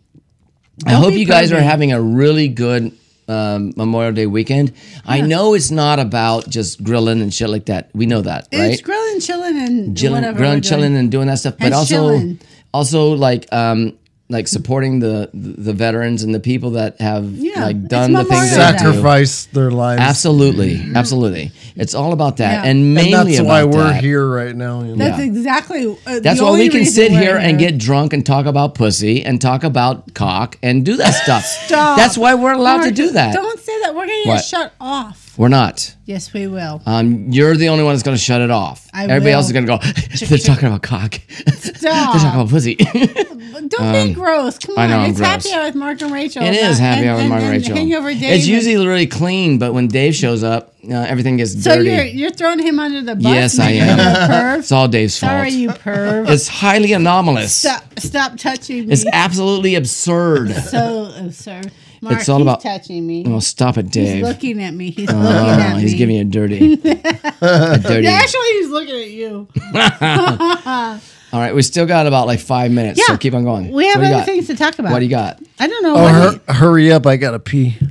Speaker 6: I hope
Speaker 8: be
Speaker 6: you guys are
Speaker 8: perfect.
Speaker 6: having a really good um, Memorial Day weekend. I know it's not about just grilling and shit like that. We know that, right?
Speaker 8: It's grilling, chilling, and
Speaker 6: Grilling,
Speaker 8: whatever.
Speaker 6: grilling,
Speaker 8: we're doing.
Speaker 6: chilling, and doing that stuff, but
Speaker 8: And
Speaker 6: also,
Speaker 8: chilling.
Speaker 6: also like. Um, like supporting the the veterans and the people that have
Speaker 8: Yeah,
Speaker 6: like
Speaker 8: it's
Speaker 6: done the things
Speaker 8: Memorial
Speaker 6: that
Speaker 8: Day.
Speaker 6: they do.
Speaker 7: Sacrifice their lives.
Speaker 6: Absolutely, absolutely. It's all about that,
Speaker 8: Yeah.
Speaker 6: and mainly
Speaker 7: And that's
Speaker 6: about
Speaker 7: why we're
Speaker 6: that.
Speaker 7: here right now. you know.
Speaker 8: That's exactly. Uh,
Speaker 6: That's
Speaker 8: the
Speaker 6: why we
Speaker 8: only
Speaker 6: can
Speaker 8: reason
Speaker 6: sit
Speaker 8: we're
Speaker 6: here and get drunk and talk about pussy and talk about cock and do that stuff.
Speaker 8: Stop.
Speaker 6: That's why we're allowed to
Speaker 8: Mark,
Speaker 6: do that.
Speaker 8: Don't say that. We're gonna get
Speaker 6: What?
Speaker 8: shut off.
Speaker 6: We're not.
Speaker 8: Yes, we will.
Speaker 6: Um, you're the only one that's going to shut it off.
Speaker 8: I
Speaker 6: Everybody else is
Speaker 8: will.
Speaker 6: going to go. They're talking about cock. They're talking about pussy.
Speaker 8: But don't be gross. Come
Speaker 6: Um,
Speaker 8: on,
Speaker 6: I know I'm
Speaker 8: it's happy
Speaker 6: gross.
Speaker 8: hour with Mark and Rachel.
Speaker 6: It is happy
Speaker 8: and,
Speaker 6: hour with
Speaker 8: and-
Speaker 6: Mark and
Speaker 8: and
Speaker 6: Rachel.
Speaker 8: Hangover Dave.
Speaker 6: it's
Speaker 8: and-
Speaker 6: usually really clean, but when Dave shows up, uh, everything gets
Speaker 8: So
Speaker 6: dirty.
Speaker 8: you're you're throwing him under the bus.
Speaker 6: Yes, I
Speaker 8: man,
Speaker 6: am.
Speaker 8: you perv.
Speaker 6: it's all Dave's fault.
Speaker 8: Sorry, you perv.
Speaker 6: It's highly anomalous.
Speaker 8: stop stop touching me.
Speaker 6: It's absolutely absurd.
Speaker 8: so absurd. Mark,
Speaker 6: all
Speaker 8: he's
Speaker 6: about-
Speaker 8: touching me.
Speaker 6: Oh, stop it,
Speaker 8: he's
Speaker 6: Dave.
Speaker 8: looking at me. He's looking
Speaker 6: Oh,
Speaker 8: at
Speaker 6: he's
Speaker 8: me.
Speaker 6: giving you a dirty. a dirty.
Speaker 8: Actually, he's looking at you.
Speaker 6: All right, we still got about like five minutes, so
Speaker 8: Yeah.
Speaker 6: keep on going.
Speaker 8: We have
Speaker 6: What do you
Speaker 8: other
Speaker 6: got?
Speaker 8: things to talk about.
Speaker 6: What do you got?
Speaker 8: I don't know.
Speaker 7: Oh,
Speaker 8: what
Speaker 7: hur- hurry up! I gotta pee.
Speaker 8: he-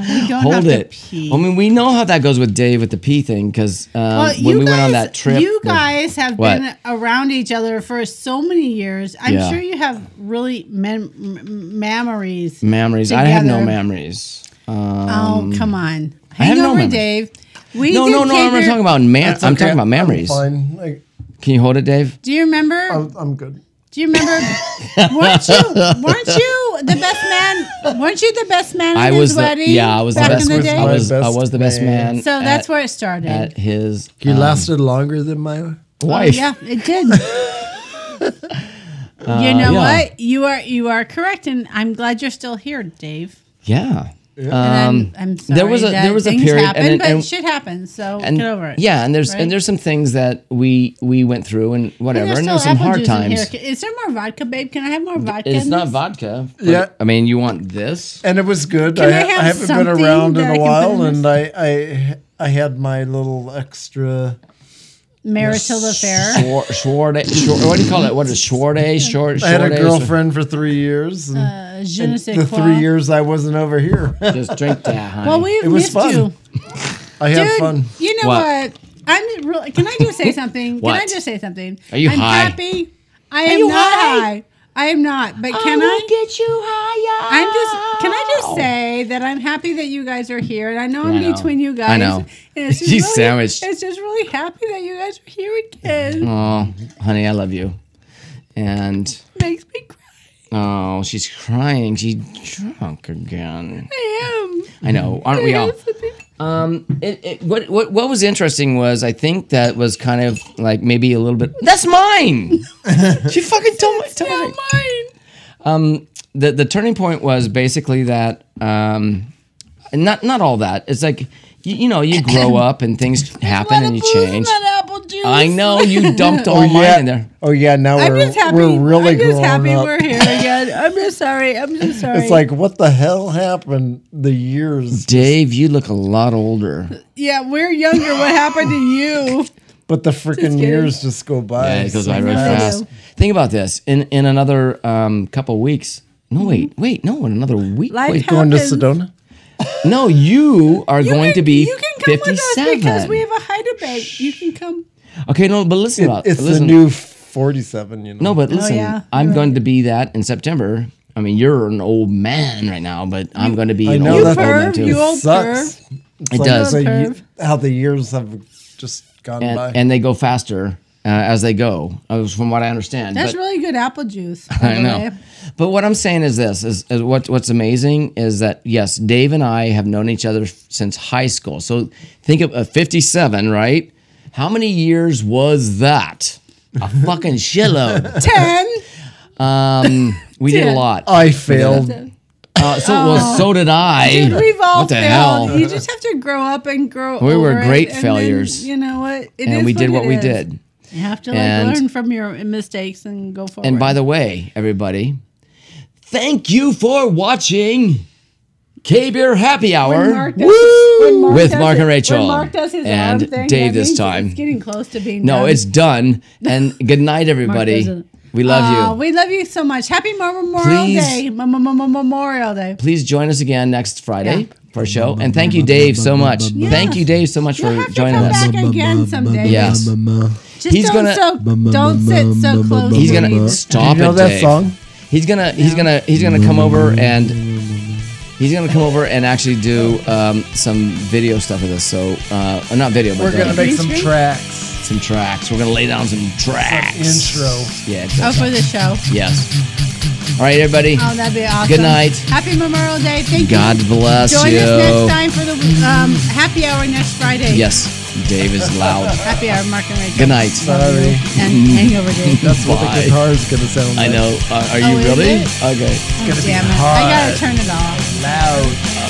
Speaker 8: we don't have
Speaker 6: Hold
Speaker 8: to
Speaker 6: it. Oh,
Speaker 8: pee.
Speaker 6: I mean, we know how that goes with Dave with the pee thing because um,
Speaker 8: Well,
Speaker 6: when we went on that trip,
Speaker 8: You
Speaker 6: with-
Speaker 8: guys have
Speaker 6: What?
Speaker 8: been around each other for so many years. I'm
Speaker 6: Yeah.
Speaker 8: sure you have really mem- m- memories.
Speaker 6: memories. I have no
Speaker 8: together.
Speaker 6: memories.
Speaker 8: oh, come on.
Speaker 6: have no
Speaker 8: Hangover
Speaker 6: memory.
Speaker 8: Dave. We
Speaker 6: No,
Speaker 8: did
Speaker 6: no, no. I'm
Speaker 8: Caper-
Speaker 6: not talking about man. I'm talking about memories.
Speaker 7: I'm fine. I,
Speaker 6: Can you hold it, Dave?
Speaker 8: Do you remember?
Speaker 7: I'm, I'm good.
Speaker 8: do you remember? weren't you? Weren't you the best man? Weren't you the best man? At
Speaker 6: I
Speaker 8: his
Speaker 6: was the
Speaker 8: wedding
Speaker 6: yeah. I was the
Speaker 8: back
Speaker 6: best.
Speaker 8: in the
Speaker 7: was
Speaker 8: day.
Speaker 6: I was I
Speaker 7: My
Speaker 6: was the best
Speaker 7: best
Speaker 6: man.
Speaker 7: man.
Speaker 8: so that's
Speaker 6: at,
Speaker 8: where it started.
Speaker 6: at his uh,
Speaker 7: He lasted longer than my.
Speaker 8: Oh,
Speaker 6: wife.
Speaker 8: yeah, it did. you know
Speaker 6: Uh, yeah.
Speaker 8: what? You are you are correct, and I'm glad you're still here, Dave.
Speaker 6: yeah.
Speaker 8: And I'm, I'm sorry
Speaker 6: Um, there was a-
Speaker 8: that
Speaker 6: there was a
Speaker 8: things
Speaker 6: period, and
Speaker 8: happen,
Speaker 6: then-
Speaker 8: but
Speaker 6: and-
Speaker 8: shit happens, so
Speaker 6: and
Speaker 8: get over it.
Speaker 6: yeah, and there's and
Speaker 8: right?
Speaker 6: there's some things that we we went through and whatever,
Speaker 8: And
Speaker 6: and, there's
Speaker 8: there's still
Speaker 6: some
Speaker 8: apple
Speaker 6: hard
Speaker 8: juice in
Speaker 6: times.
Speaker 8: here. Is there more vodka, babe? Can I have more vodka?
Speaker 6: It's
Speaker 8: in
Speaker 6: not
Speaker 8: this?
Speaker 6: vodka. but,
Speaker 7: Yeah.
Speaker 6: I mean, you want this?
Speaker 7: And it was good.
Speaker 8: Can
Speaker 7: I,
Speaker 8: I
Speaker 7: ha-
Speaker 8: have
Speaker 7: I haven't been
Speaker 8: something
Speaker 7: around
Speaker 8: that
Speaker 7: in
Speaker 8: I
Speaker 7: a
Speaker 8: can
Speaker 7: while,
Speaker 8: put in
Speaker 7: and I, I I had my little extra.
Speaker 8: marital affair.
Speaker 6: Schwar- Schwarde, Schwar- what do you call it? What is Schwarde? Short,
Speaker 7: I had a girlfriend for three years, and
Speaker 8: Je ne sais
Speaker 7: the
Speaker 8: quoi.
Speaker 7: three years I wasn't over here,
Speaker 6: Just drink that, honey.
Speaker 8: Well, we've
Speaker 7: It was
Speaker 8: missed
Speaker 7: fun.
Speaker 8: you,
Speaker 7: I had
Speaker 8: dude.
Speaker 7: fun.
Speaker 8: You know
Speaker 6: What?
Speaker 8: what? I'm really. Can I just say something? Can I
Speaker 6: What?
Speaker 8: just say something?
Speaker 6: Are you
Speaker 8: I'm
Speaker 6: high?
Speaker 8: happy. I am
Speaker 6: you
Speaker 8: not
Speaker 6: high?
Speaker 8: high? I am not. But can I?
Speaker 6: get you higher.
Speaker 8: I'm just. Can I just say that I'm happy that you guys are here, and I know I'm
Speaker 6: I know.
Speaker 8: between you guys.
Speaker 6: I know.
Speaker 8: And it's just
Speaker 6: You
Speaker 8: really,
Speaker 6: sandwiched.
Speaker 8: It's just really happy that you guys are here again.
Speaker 6: Oh, honey, I love you. And
Speaker 8: Makes me cry.
Speaker 6: oh, she's crying. She's drunk again.
Speaker 8: I am.
Speaker 6: I know, aren't we all? Um, it, it, what what what was interesting was I think that was kind of like maybe a little bit. That's mine. she fucking told me. Told me.
Speaker 8: Mine.
Speaker 6: the the turning point was basically that um not not all that it's like you, you know you grow up and things happen and you change
Speaker 8: That apple juice.
Speaker 6: i know you dumped all mine in there
Speaker 7: Oh yeah, now
Speaker 8: I'm
Speaker 7: we're
Speaker 8: just happy.
Speaker 7: we're really
Speaker 8: I'm just
Speaker 7: growing
Speaker 8: happy
Speaker 7: up.
Speaker 8: we're here again. I'm just sorry. I'm just sorry.
Speaker 7: It's like what the hell happened? The years.
Speaker 6: dave you look a lot older
Speaker 8: yeah, we're younger. What happened to you?
Speaker 7: But the freaking years just go by.
Speaker 6: Yeah, it goes by
Speaker 7: so
Speaker 6: really
Speaker 8: I know.
Speaker 6: fast. Think about this. In in another um, couple weeks. No, wait, wait, no, in another week.
Speaker 8: Mm-hmm. Life
Speaker 6: wait,
Speaker 8: happens.
Speaker 7: Going to Sedona?
Speaker 6: no, you are
Speaker 8: You
Speaker 6: going
Speaker 8: can-
Speaker 6: to be
Speaker 8: You can come with us
Speaker 6: 57.
Speaker 8: because we have a high debate. You can come.
Speaker 6: okay, no, but listen about
Speaker 7: It's
Speaker 6: listen,
Speaker 7: the new 47, you know.
Speaker 6: No, Oh, but listen,
Speaker 8: Oh, yeah,
Speaker 6: I'm
Speaker 8: you're
Speaker 6: going to be that in September. I mean, you're an old man right now, but I'm going to be
Speaker 7: I
Speaker 6: an
Speaker 7: know
Speaker 6: old, old
Speaker 7: that's-
Speaker 6: man
Speaker 8: perv,
Speaker 6: too.
Speaker 8: you old
Speaker 7: sucks. It's
Speaker 6: It does.
Speaker 7: the
Speaker 8: Old
Speaker 7: ye- how the years have just gone
Speaker 6: and,
Speaker 7: by.
Speaker 6: and they go faster uh, as they go, uh, from what I understand.
Speaker 8: That's
Speaker 6: but,
Speaker 8: really good apple juice. by
Speaker 6: I
Speaker 8: the
Speaker 6: know.
Speaker 8: way.
Speaker 6: But what I'm saying is this: is, is what what's amazing is that yes, Dave and I have known each other since high school. So think of uh, 57, right? How many years was that? A fucking shitload.
Speaker 8: Ten.
Speaker 6: Um, we did a
Speaker 8: Dude. Oh.
Speaker 6: lot.
Speaker 7: I failed.
Speaker 6: Uh, so well, so did I.
Speaker 8: Dude, we've all
Speaker 6: what the
Speaker 8: failed.
Speaker 6: hell?
Speaker 8: You just have to grow up and grow.
Speaker 6: We were
Speaker 8: over it,
Speaker 6: great
Speaker 8: and then,
Speaker 6: failures.
Speaker 8: you know what? It
Speaker 6: and
Speaker 8: is
Speaker 6: we did what
Speaker 8: what it
Speaker 6: we
Speaker 8: is.
Speaker 6: did.
Speaker 8: You have to like
Speaker 6: And-
Speaker 8: learn from your mistakes and go forward.
Speaker 6: And by the way, everybody, thank you for watching K Beer Happy
Speaker 8: When
Speaker 6: Hour.
Speaker 8: Mark does- when Mark
Speaker 6: With
Speaker 8: does
Speaker 6: Mark
Speaker 8: it-
Speaker 6: and Rachel
Speaker 8: when Mark does his
Speaker 6: and
Speaker 8: arm thing,
Speaker 6: Dave
Speaker 8: that
Speaker 6: this
Speaker 8: means
Speaker 6: time.
Speaker 8: It's getting close to being
Speaker 6: No,
Speaker 8: done.
Speaker 6: it's done. And good night, everybody.
Speaker 8: doesn't.
Speaker 6: We love
Speaker 8: Aw,
Speaker 6: you.
Speaker 8: We love you so much. Happy Memorial
Speaker 6: Please.
Speaker 8: Day. Mem- mem- mem- Memorial Day.
Speaker 6: Please join us again next Friday
Speaker 8: Yeah.
Speaker 6: for a show. And thank you, Dave, so much. Thank you, Dave, so much
Speaker 8: You'll
Speaker 6: for
Speaker 8: have to
Speaker 6: joining
Speaker 8: come
Speaker 6: us.
Speaker 8: back again someday.
Speaker 6: Yes.
Speaker 8: Just
Speaker 6: He's
Speaker 8: don't,
Speaker 6: gonna-
Speaker 8: so, don't sit so close.
Speaker 6: He's
Speaker 8: to me.
Speaker 6: gonna stop
Speaker 7: you know
Speaker 6: it,
Speaker 7: that
Speaker 6: Dave.
Speaker 7: song?
Speaker 6: He's gonna he's gonna he's gonna come over and he's gonna come over and actually do um, some video stuff with us. So uh, not video, but
Speaker 7: We're
Speaker 6: uh,
Speaker 7: going to make some
Speaker 8: Green screen?
Speaker 7: tracks.
Speaker 6: some tracks. We're gonna lay down some tracks.
Speaker 7: Intro.
Speaker 6: Yeah. it's-
Speaker 8: Oh, for the show.
Speaker 6: Yes. All right, everybody.
Speaker 8: Oh, that'd be awesome.
Speaker 6: Good night.
Speaker 8: Happy Memorial Day. Thank
Speaker 6: God
Speaker 8: you.
Speaker 6: bless
Speaker 8: Join
Speaker 6: you.
Speaker 8: us next time for the um, happy hour next Friday.
Speaker 6: Yes, Dave is loud.
Speaker 8: Happy hour, Mark and Rachel.
Speaker 6: Good night.
Speaker 7: Sorry.
Speaker 8: And hangover day.
Speaker 7: That's what the
Speaker 6: Bye.
Speaker 7: guitar is going to sound
Speaker 6: I
Speaker 7: like.
Speaker 6: know. Uh, are
Speaker 8: Oh,
Speaker 6: you
Speaker 8: is
Speaker 6: really?
Speaker 8: it?
Speaker 6: Okay.
Speaker 8: Damn it. I gotta turn it off.
Speaker 7: Loud.